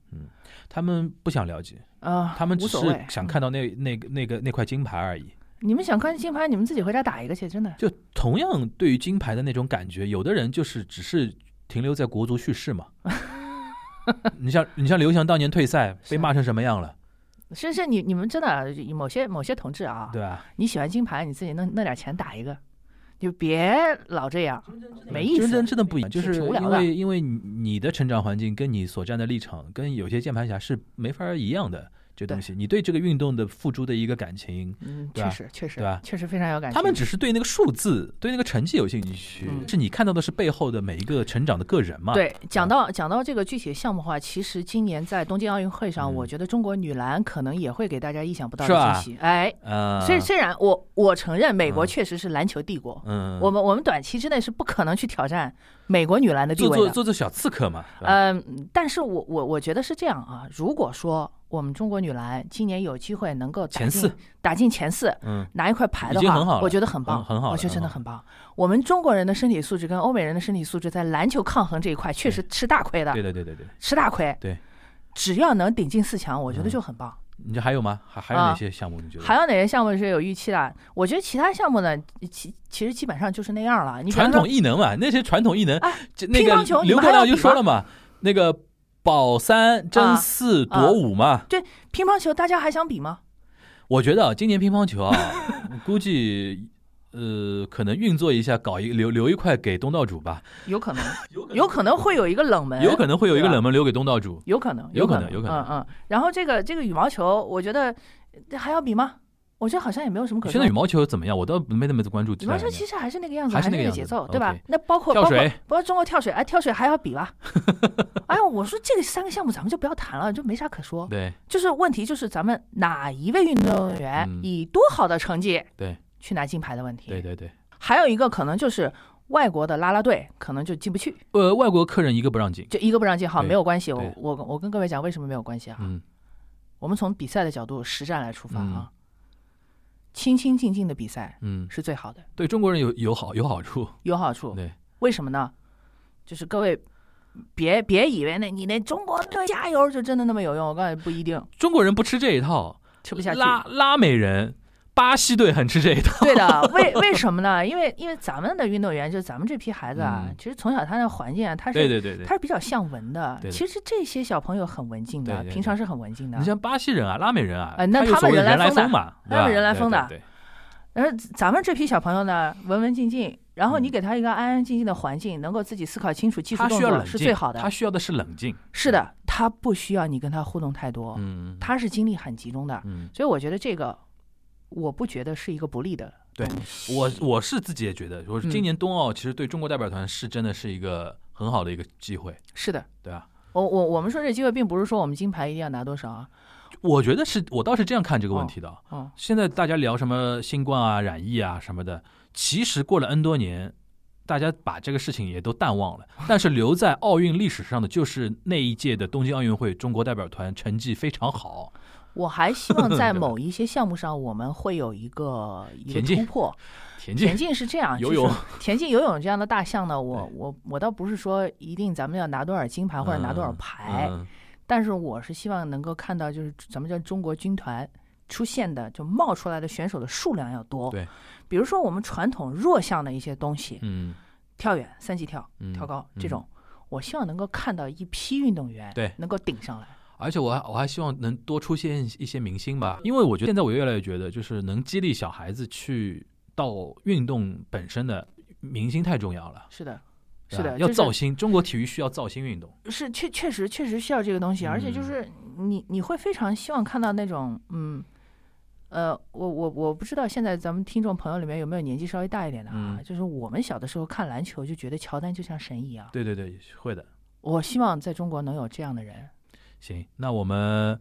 S2: 他们不想了解，
S3: 呃，
S2: 他们
S3: 无
S2: 只是
S3: 所谓。
S2: 想看到那那个那个那块金牌而已。
S3: 你们想看金牌，你们自己回家打一个去，真的。
S2: 就同样对于金牌的那种感觉，有的人就是只是停留在国足叙 事嘛。你像你像刘翔当年退赛
S3: 是
S2: 被骂成什么样了，
S3: 是是，你你们真的某些某些同志啊，
S2: 对吧？
S3: 你喜欢金牌，你自己弄弄点钱打一个，你就别老这样，没意
S2: 真
S3: 思
S2: 真。真的不一样，就是
S3: 挺无聊
S2: 因
S3: 的
S2: 为因为你你的成长环境跟你所站的立场跟有些键盘侠是没法一样的这东西，你对这个运动的付出的一个感情，
S3: 嗯，
S2: 对
S3: 确
S2: 吧
S3: 实，确实
S2: 对吧，
S3: 确实非常有感情。
S2: 他们只是对那个数字对那个成绩有兴趣，
S3: 嗯
S2: 是你看到的是背后的每一个成长的个人嘛？，
S3: 对讲到讲到这个具体的项目的话，其实今年在东京奥运会上，
S2: 嗯
S3: 我觉得中国女篮可能也会给大家意想不到
S2: 是吧
S3: 的惊喜。哎，
S2: 呃，
S3: 虽虽然我我承认美国
S2: 嗯
S3: 确实是篮球帝国，
S2: 嗯，
S3: 我们我们短期之内是不可能去挑战美国女篮的地
S2: 做
S3: 位
S2: 做
S3: 的。
S2: 做做小刺客嘛，对吧
S3: 嗯，但是我我我觉得是这样啊，如果说我们中国女篮今年有机会能够打
S2: 前
S3: 进
S2: 四，
S3: 打进前四，
S2: 嗯
S3: 拿一块牌的
S2: 已经
S3: 话，
S2: 很好了
S3: 我觉得很棒，
S2: 很很好了
S3: 我觉得真的
S2: 很
S3: 很棒。我们中国人的身体素质跟欧美人的身体素质在篮球抗衡这一块确实吃大亏的
S2: 对，对对对对，
S3: 吃大亏。
S2: 对，
S3: 只要能顶进四强，我觉得就很棒。
S2: 你这还有吗？还还有哪
S3: 啊
S2: 些项目你觉得？
S3: 还有哪些项目是有预期的？我觉得其他项目呢，其其实基本上就是那样了。你比
S2: 传
S3: 方说
S2: 统异能嘛，那些传统异能
S3: 哎，
S2: 这那
S3: 乒
S2: 个
S3: 乓球你
S2: 刘
S3: 们
S2: 国
S3: 还要
S2: 梁就
S3: 比
S2: 说
S3: 吗
S2: 了嘛，那个保三争
S3: 啊
S2: 四
S3: 啊
S2: 夺五嘛。
S3: 乒乓球，大家还想比吗？
S2: 我觉得啊，今年乒乓球啊，估计呃，可能运作一下，搞一留留一块给东道主吧，
S3: 有 可能，有可能会有一个冷门，
S2: 有可能会有一个
S3: 对哎吧
S2: 冷门留给东道主。
S3: 有可能，
S2: 有可
S3: 可
S2: 能有可能
S3: 嗯嗯。然后这个这个羽毛球，我觉得呃还要比吗？我觉得好像也没有什么可说。
S2: 现在羽毛球怎么样？我倒没怎么关注这
S3: 羽
S2: 两
S3: 毛
S2: 年。
S3: 球其实还是那个样子，
S2: 还是那
S3: 那
S2: 个样子
S3: 节奏，
S2: ，OK
S3: 对吧？那包括
S2: 跳
S3: 包括
S2: 水
S3: 包括中国跳水，哎，跳水还要 比吧？哎，我说这个三个项目咱们就不要谈了，就没啥可说。
S2: 对
S3: 就是问题就是咱们哪一位运动员
S2: 嗯
S3: 以多好的成绩
S2: 对
S3: 去拿金牌的问题。
S2: 对对对，
S3: 还有一个可能就是外国的啦啦队可能就进不去，
S2: 呃，外国客人一个不让进。
S3: 就一个不让进，好，
S2: 对
S3: 没有关系。我
S2: 对
S3: 我我跟各位讲为什么没有关系啊？
S2: 嗯，
S3: 我们从比赛的角度实战来出发啊，清清静静的比赛
S2: 嗯，
S3: 是最好的，
S2: 对中国人有有好有好处，
S3: 有好处。
S2: 对，
S3: 为什么呢？就是各位。别别以为那你那中国队加油就真的那么有用，我告诉你不一定
S2: 中国人不吃这一套，
S3: 吃不下去。
S2: 拉拉美人、巴西队很吃这一套。
S3: 对的，为为什么呢？因为因为咱们的运动员，就是咱们这批孩子啊，
S2: 嗯
S3: 其实从小他的环境啊，他是
S2: 对对对对
S3: 他，是比较像文的。
S2: 对的
S3: 其实这些小朋友很文静的，
S2: 对对对
S3: 平常是很文静的
S2: 你。像巴西人啊、拉美人啊，
S3: 哎那
S2: 有
S3: 他们
S2: 所谓的
S3: 人
S2: 来
S3: 来疯的
S2: 嘛，对
S3: 他
S2: 吧
S3: 们人来
S2: 对
S3: 疯的
S2: 对对
S3: 然后咱们这批小朋友呢，文文静静，然后你
S2: 嗯
S3: 给他一个安安静静的环境，能够自己思考清楚技术
S2: 他
S3: 动
S2: 需要
S3: 作
S2: 冷
S3: 是
S2: 静，
S3: 最好
S2: 他
S3: 的。
S2: 需要的是冷静。
S3: 是的，他不需要你跟他互动太多，
S2: 嗯，
S3: 他是精力很集中的。
S2: 嗯，
S3: 所以我觉得这个，我不觉得是一个不利的。
S2: 对嗯我我是自己也觉得，我是
S3: 嗯
S2: 今年冬奥其实对中国代表团是真的是一个很好的一个机会，
S3: 是的，
S2: 对吧？
S3: 我我我们说这机会，并不是说我们金牌一定要拿多少啊。
S2: 我觉得是我倒是这样看这个问题的啊。
S3: 嗯，
S2: 现在大家聊什么新冠啊、染疫啊什么的，其实过了 N 多年，大家把这个事情也都淡忘了。但是留在奥运历史上的就是那一届的东京奥运会，中国代表团成绩非常好。
S3: 我还希望 在某一些项目上，我们会有一个一个
S2: 田径
S3: 突破。
S2: 田
S3: 田
S2: 径，
S3: 径是这 样，
S2: 游
S3: 就是
S2: 泳、
S3: 田径、游泳这样的大项呢，我我我倒不是说一定咱们要拿多少金牌或者拿多少
S2: 嗯
S3: 牌，
S2: 嗯
S3: 但是我是希望能够看到，就是咱们叫中国军团出现的就冒出来的选手的数量要多。
S2: 对，
S3: 比如说我们传统弱项的一些东西，
S2: 嗯
S3: 跳远、三级跳、
S2: 嗯
S3: 跳高
S2: 嗯
S3: 这种，我希望能够看到一批运动员
S2: 对
S3: 能够顶上来。
S2: 而且我还我还希望能多出现一些明星吧，因为我觉得现在我越来越觉得，就是能激励小孩子去到运动本身的明星太重要了。
S3: 是的，
S2: 对
S3: 是
S2: 吧
S3: 的，
S2: 要
S3: 就是
S2: 造星，中国体育需要造星运动。
S3: 是确确实确实需要这个东西，而且就
S2: 嗯
S3: 是你你会非常希望看到那种嗯。呃，我我我不知道现在咱们听众朋友里面有没有年纪稍微大一点的啊？
S2: 嗯
S3: 就是我们小的时候看篮球就觉得乔丹就像神一样。
S2: 对对对，会的。
S3: 我希望在中国能有这样的人。
S2: 行，那我们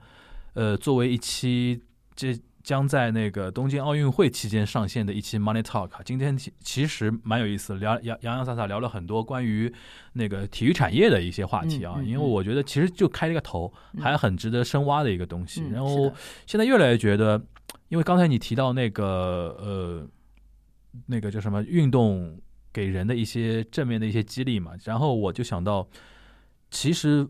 S2: 呃，作为一期这将在那个东京奥运会期间上线的一期 Money Talk，啊今天其其实蛮有意思，聊洋洋洋洒洒聊了很多关于那个体育产业的一些话题啊，
S3: 嗯嗯
S2: 因为
S3: 嗯
S2: 我觉得其实就开了个头，
S3: 嗯
S2: 还很值得深挖的一个东西。
S3: 嗯
S2: 然
S3: 是
S2: 后
S3: 的
S2: 现在越来越觉得，因为刚才你提到那个呃，那个叫什么运动给人的一些正面的一些激励嘛，然后我就想到，其实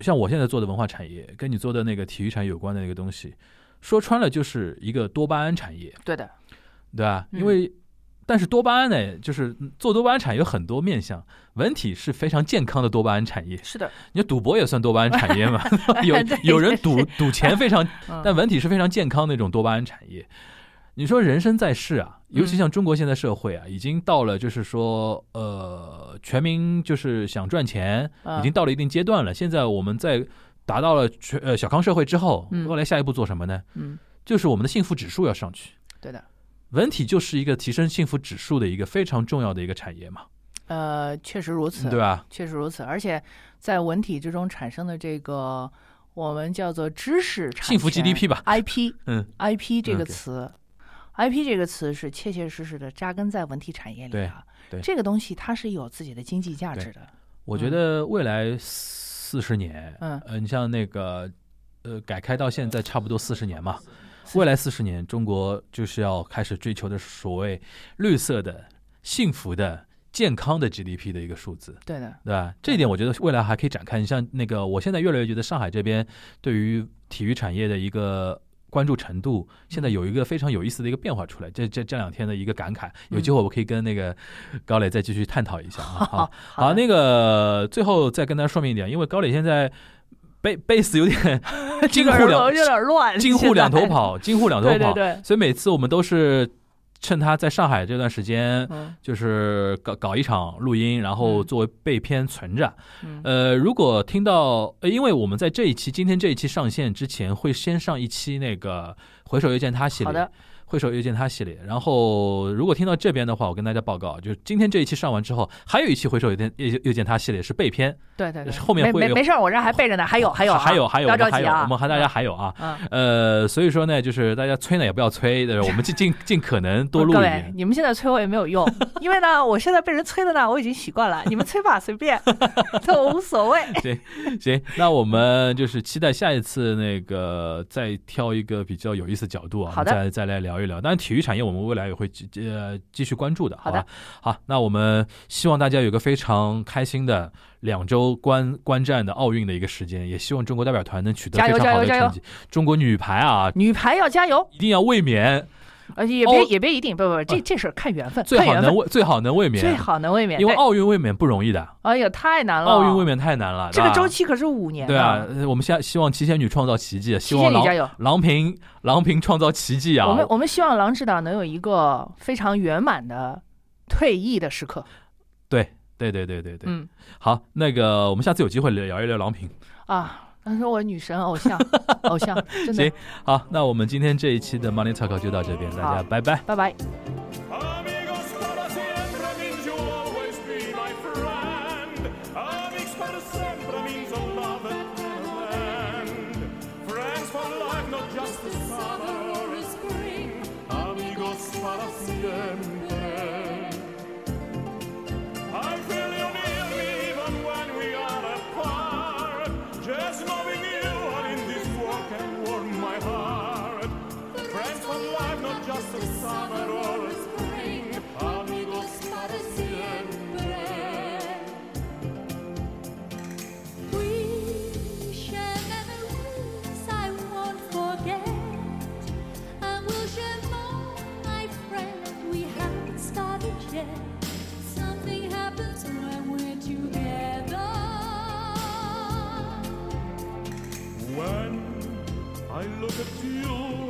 S2: 像我现在做的文化产业，跟你做的那个体育产业有关的那个东西，说穿了就是一个多巴胺产业，
S3: 对的，
S2: 对吧？
S3: 嗯
S2: 因为但是多巴胺呢，就是做多巴胺产业有很多面向，文体是非常健康的多巴胺产业，
S3: 是的，
S2: 你赌博也算多巴胺产业 嘛？有有人赌赌钱非常，
S3: 嗯
S2: 但文体是非常健康的那种多巴胺产业。你说人生在世啊，
S3: 嗯
S2: 尤其像中国现在社会啊，已经到了就是说，呃，全民就是想赚钱，
S3: 嗯
S2: 已经到了一定阶段了。现在我们在达到了全呃小康社会之后，
S3: 嗯
S2: 未来下一步做什么呢？
S3: 嗯，
S2: 就是我们的幸福指数要上去。
S3: 对的，
S2: 文体就是一个提升幸福指数的一个非常重要的一个产业嘛，
S3: 呃，确实如此，
S2: 对吧？
S3: 确实如此。而且在文体之中产生的这个我们叫做知识产
S2: 幸福
S3: 权
S2: GDP 吧
S3: ，IP，
S2: 嗯
S3: IP 这个
S2: OK
S3: 词。 IP 这个词是切切实实的扎根在文体产业里啊，
S2: 对对
S3: 这个东西它是有自己的经济价值的，
S2: 我觉得未来四十年，
S3: 嗯
S2: 呃，你像那个，呃，改开到现在差不多四十年嘛，
S3: 40
S2: 未来四十年，中国就是要开始追求的所谓绿色的、幸福的、健康的 GDP 的一个数字，
S3: 对的，
S2: 对吧？这一点我觉得未来还可以展开。你像那个，我现在越来越觉得上海这边对于体育产业的一个。关注程度现在有一个非常有意思的一个变化出来，这这这两天的一个感慨，有机会我可以跟那个高磊再继续探讨一下啊。好，好，
S3: 的
S2: 那个最后再跟大家说明一点，因为高磊现在贝贝斯有 点
S3: 这
S2: 京
S3: 个
S2: 沪
S3: 耳朵
S2: 两
S3: 有点乱，
S2: 京
S3: 现
S2: 沪
S3: 在
S2: 两头， 跑，京沪两头
S3: 对对
S2: 跑，
S3: 对，
S2: 所以每次我们都是趁他在上海这段时间。
S3: 嗯
S2: 就是搞搞一场录音，然后
S3: 嗯
S2: 作为备片存着。
S3: 嗯
S2: 呃，如果听到，呃因为我们在这一期今天这一期上线之前，会先上一期那个《回首又见他》系列。
S3: 好的，
S2: 会手遇见他系列。然后如果听到这边的话，我跟大家报告，就是今天这一期上完之后，还有一期回手遇见遇遇见他系列是备片，
S3: 对对对，
S2: 后面
S3: 没
S2: 会
S3: 没
S2: 有
S3: 没事儿，我这还备着呢，还有还有啊
S2: 还有还有我
S3: 不要着
S2: 们还
S3: 急
S2: 有
S3: 啊，
S2: 我们还大家还有啊。
S3: 嗯。
S2: 呃，所以说呢，就是大家催呢也不要催，对吧？我们尽尽尽可能多录一
S3: 各位，
S2: 点。
S3: 你们现在催我也没有 用，因为呢，我现在被人催的呢，我已经习惯 了，你们催吧，随便，都无所谓。
S2: 行，那我们就是期待下一次那个再挑一个比较有意思的角度啊，
S3: 好的
S2: 我们再再来聊一聊。当然，体育产业我们未来也会继呃继续关注的，
S3: 好
S2: 好
S3: 的
S2: 吧？好，那我们希望大家有个非常开心的两周观观战的奥运的一个时间，也希望中国代表团能取得
S3: 加
S2: 非
S3: 油
S2: 常好的
S3: 加油加油
S2: 成绩。中国女排啊，
S3: 女排要加油，
S2: 一定要卫冕，
S3: 呃，也别、
S2: 哦
S3: 也别一定，不不，不这这事儿看缘分，
S2: 最
S3: 看
S2: 好
S3: 缘
S2: 能
S3: 分，
S2: 卫最好能卫
S3: 啊最
S2: 冕，
S3: 好能卫冕。
S2: 因为
S3: 对，
S2: 奥运卫冕不容易的，
S3: 哎呀，太难了，
S2: 奥运卫冕太难了。
S3: 这个
S2: 对吧
S3: 周期可是五年。
S2: 对啊，，呃我们现在希望七仙女创造奇迹，啊希
S3: 谢谢
S2: 望
S3: 你
S2: 郎
S3: 加油。
S2: 郎平郎平创造奇迹啊！
S3: 我们我们希望郎指导能有一个非常圆满的退役的时刻。
S2: 对对对对对对，
S3: 嗯
S2: 好，那个我们下次有机会聊一聊郎平。
S3: 啊，那是我女神偶 像，偶像，真的
S2: 行。好，那我们今天这一期的 Money Talk 就到这边，大
S3: 好
S2: 家拜拜。
S3: 拜拜。
S6: Amigos para siempre means you'll always be my friend. Amigos para siempre means a love that never end. Friends for life, not just a summer or a spring. Amigos para siempre. I feel you near me even when we are apart. Just loving you all in this world can warm my heart. Friends for life, not just a summer or a spring. Amigos para siempre.
S7: We share memories I won't forget. I will share more, my friend. We haven't started yet. Something happens when we're together.
S6: When I look at you,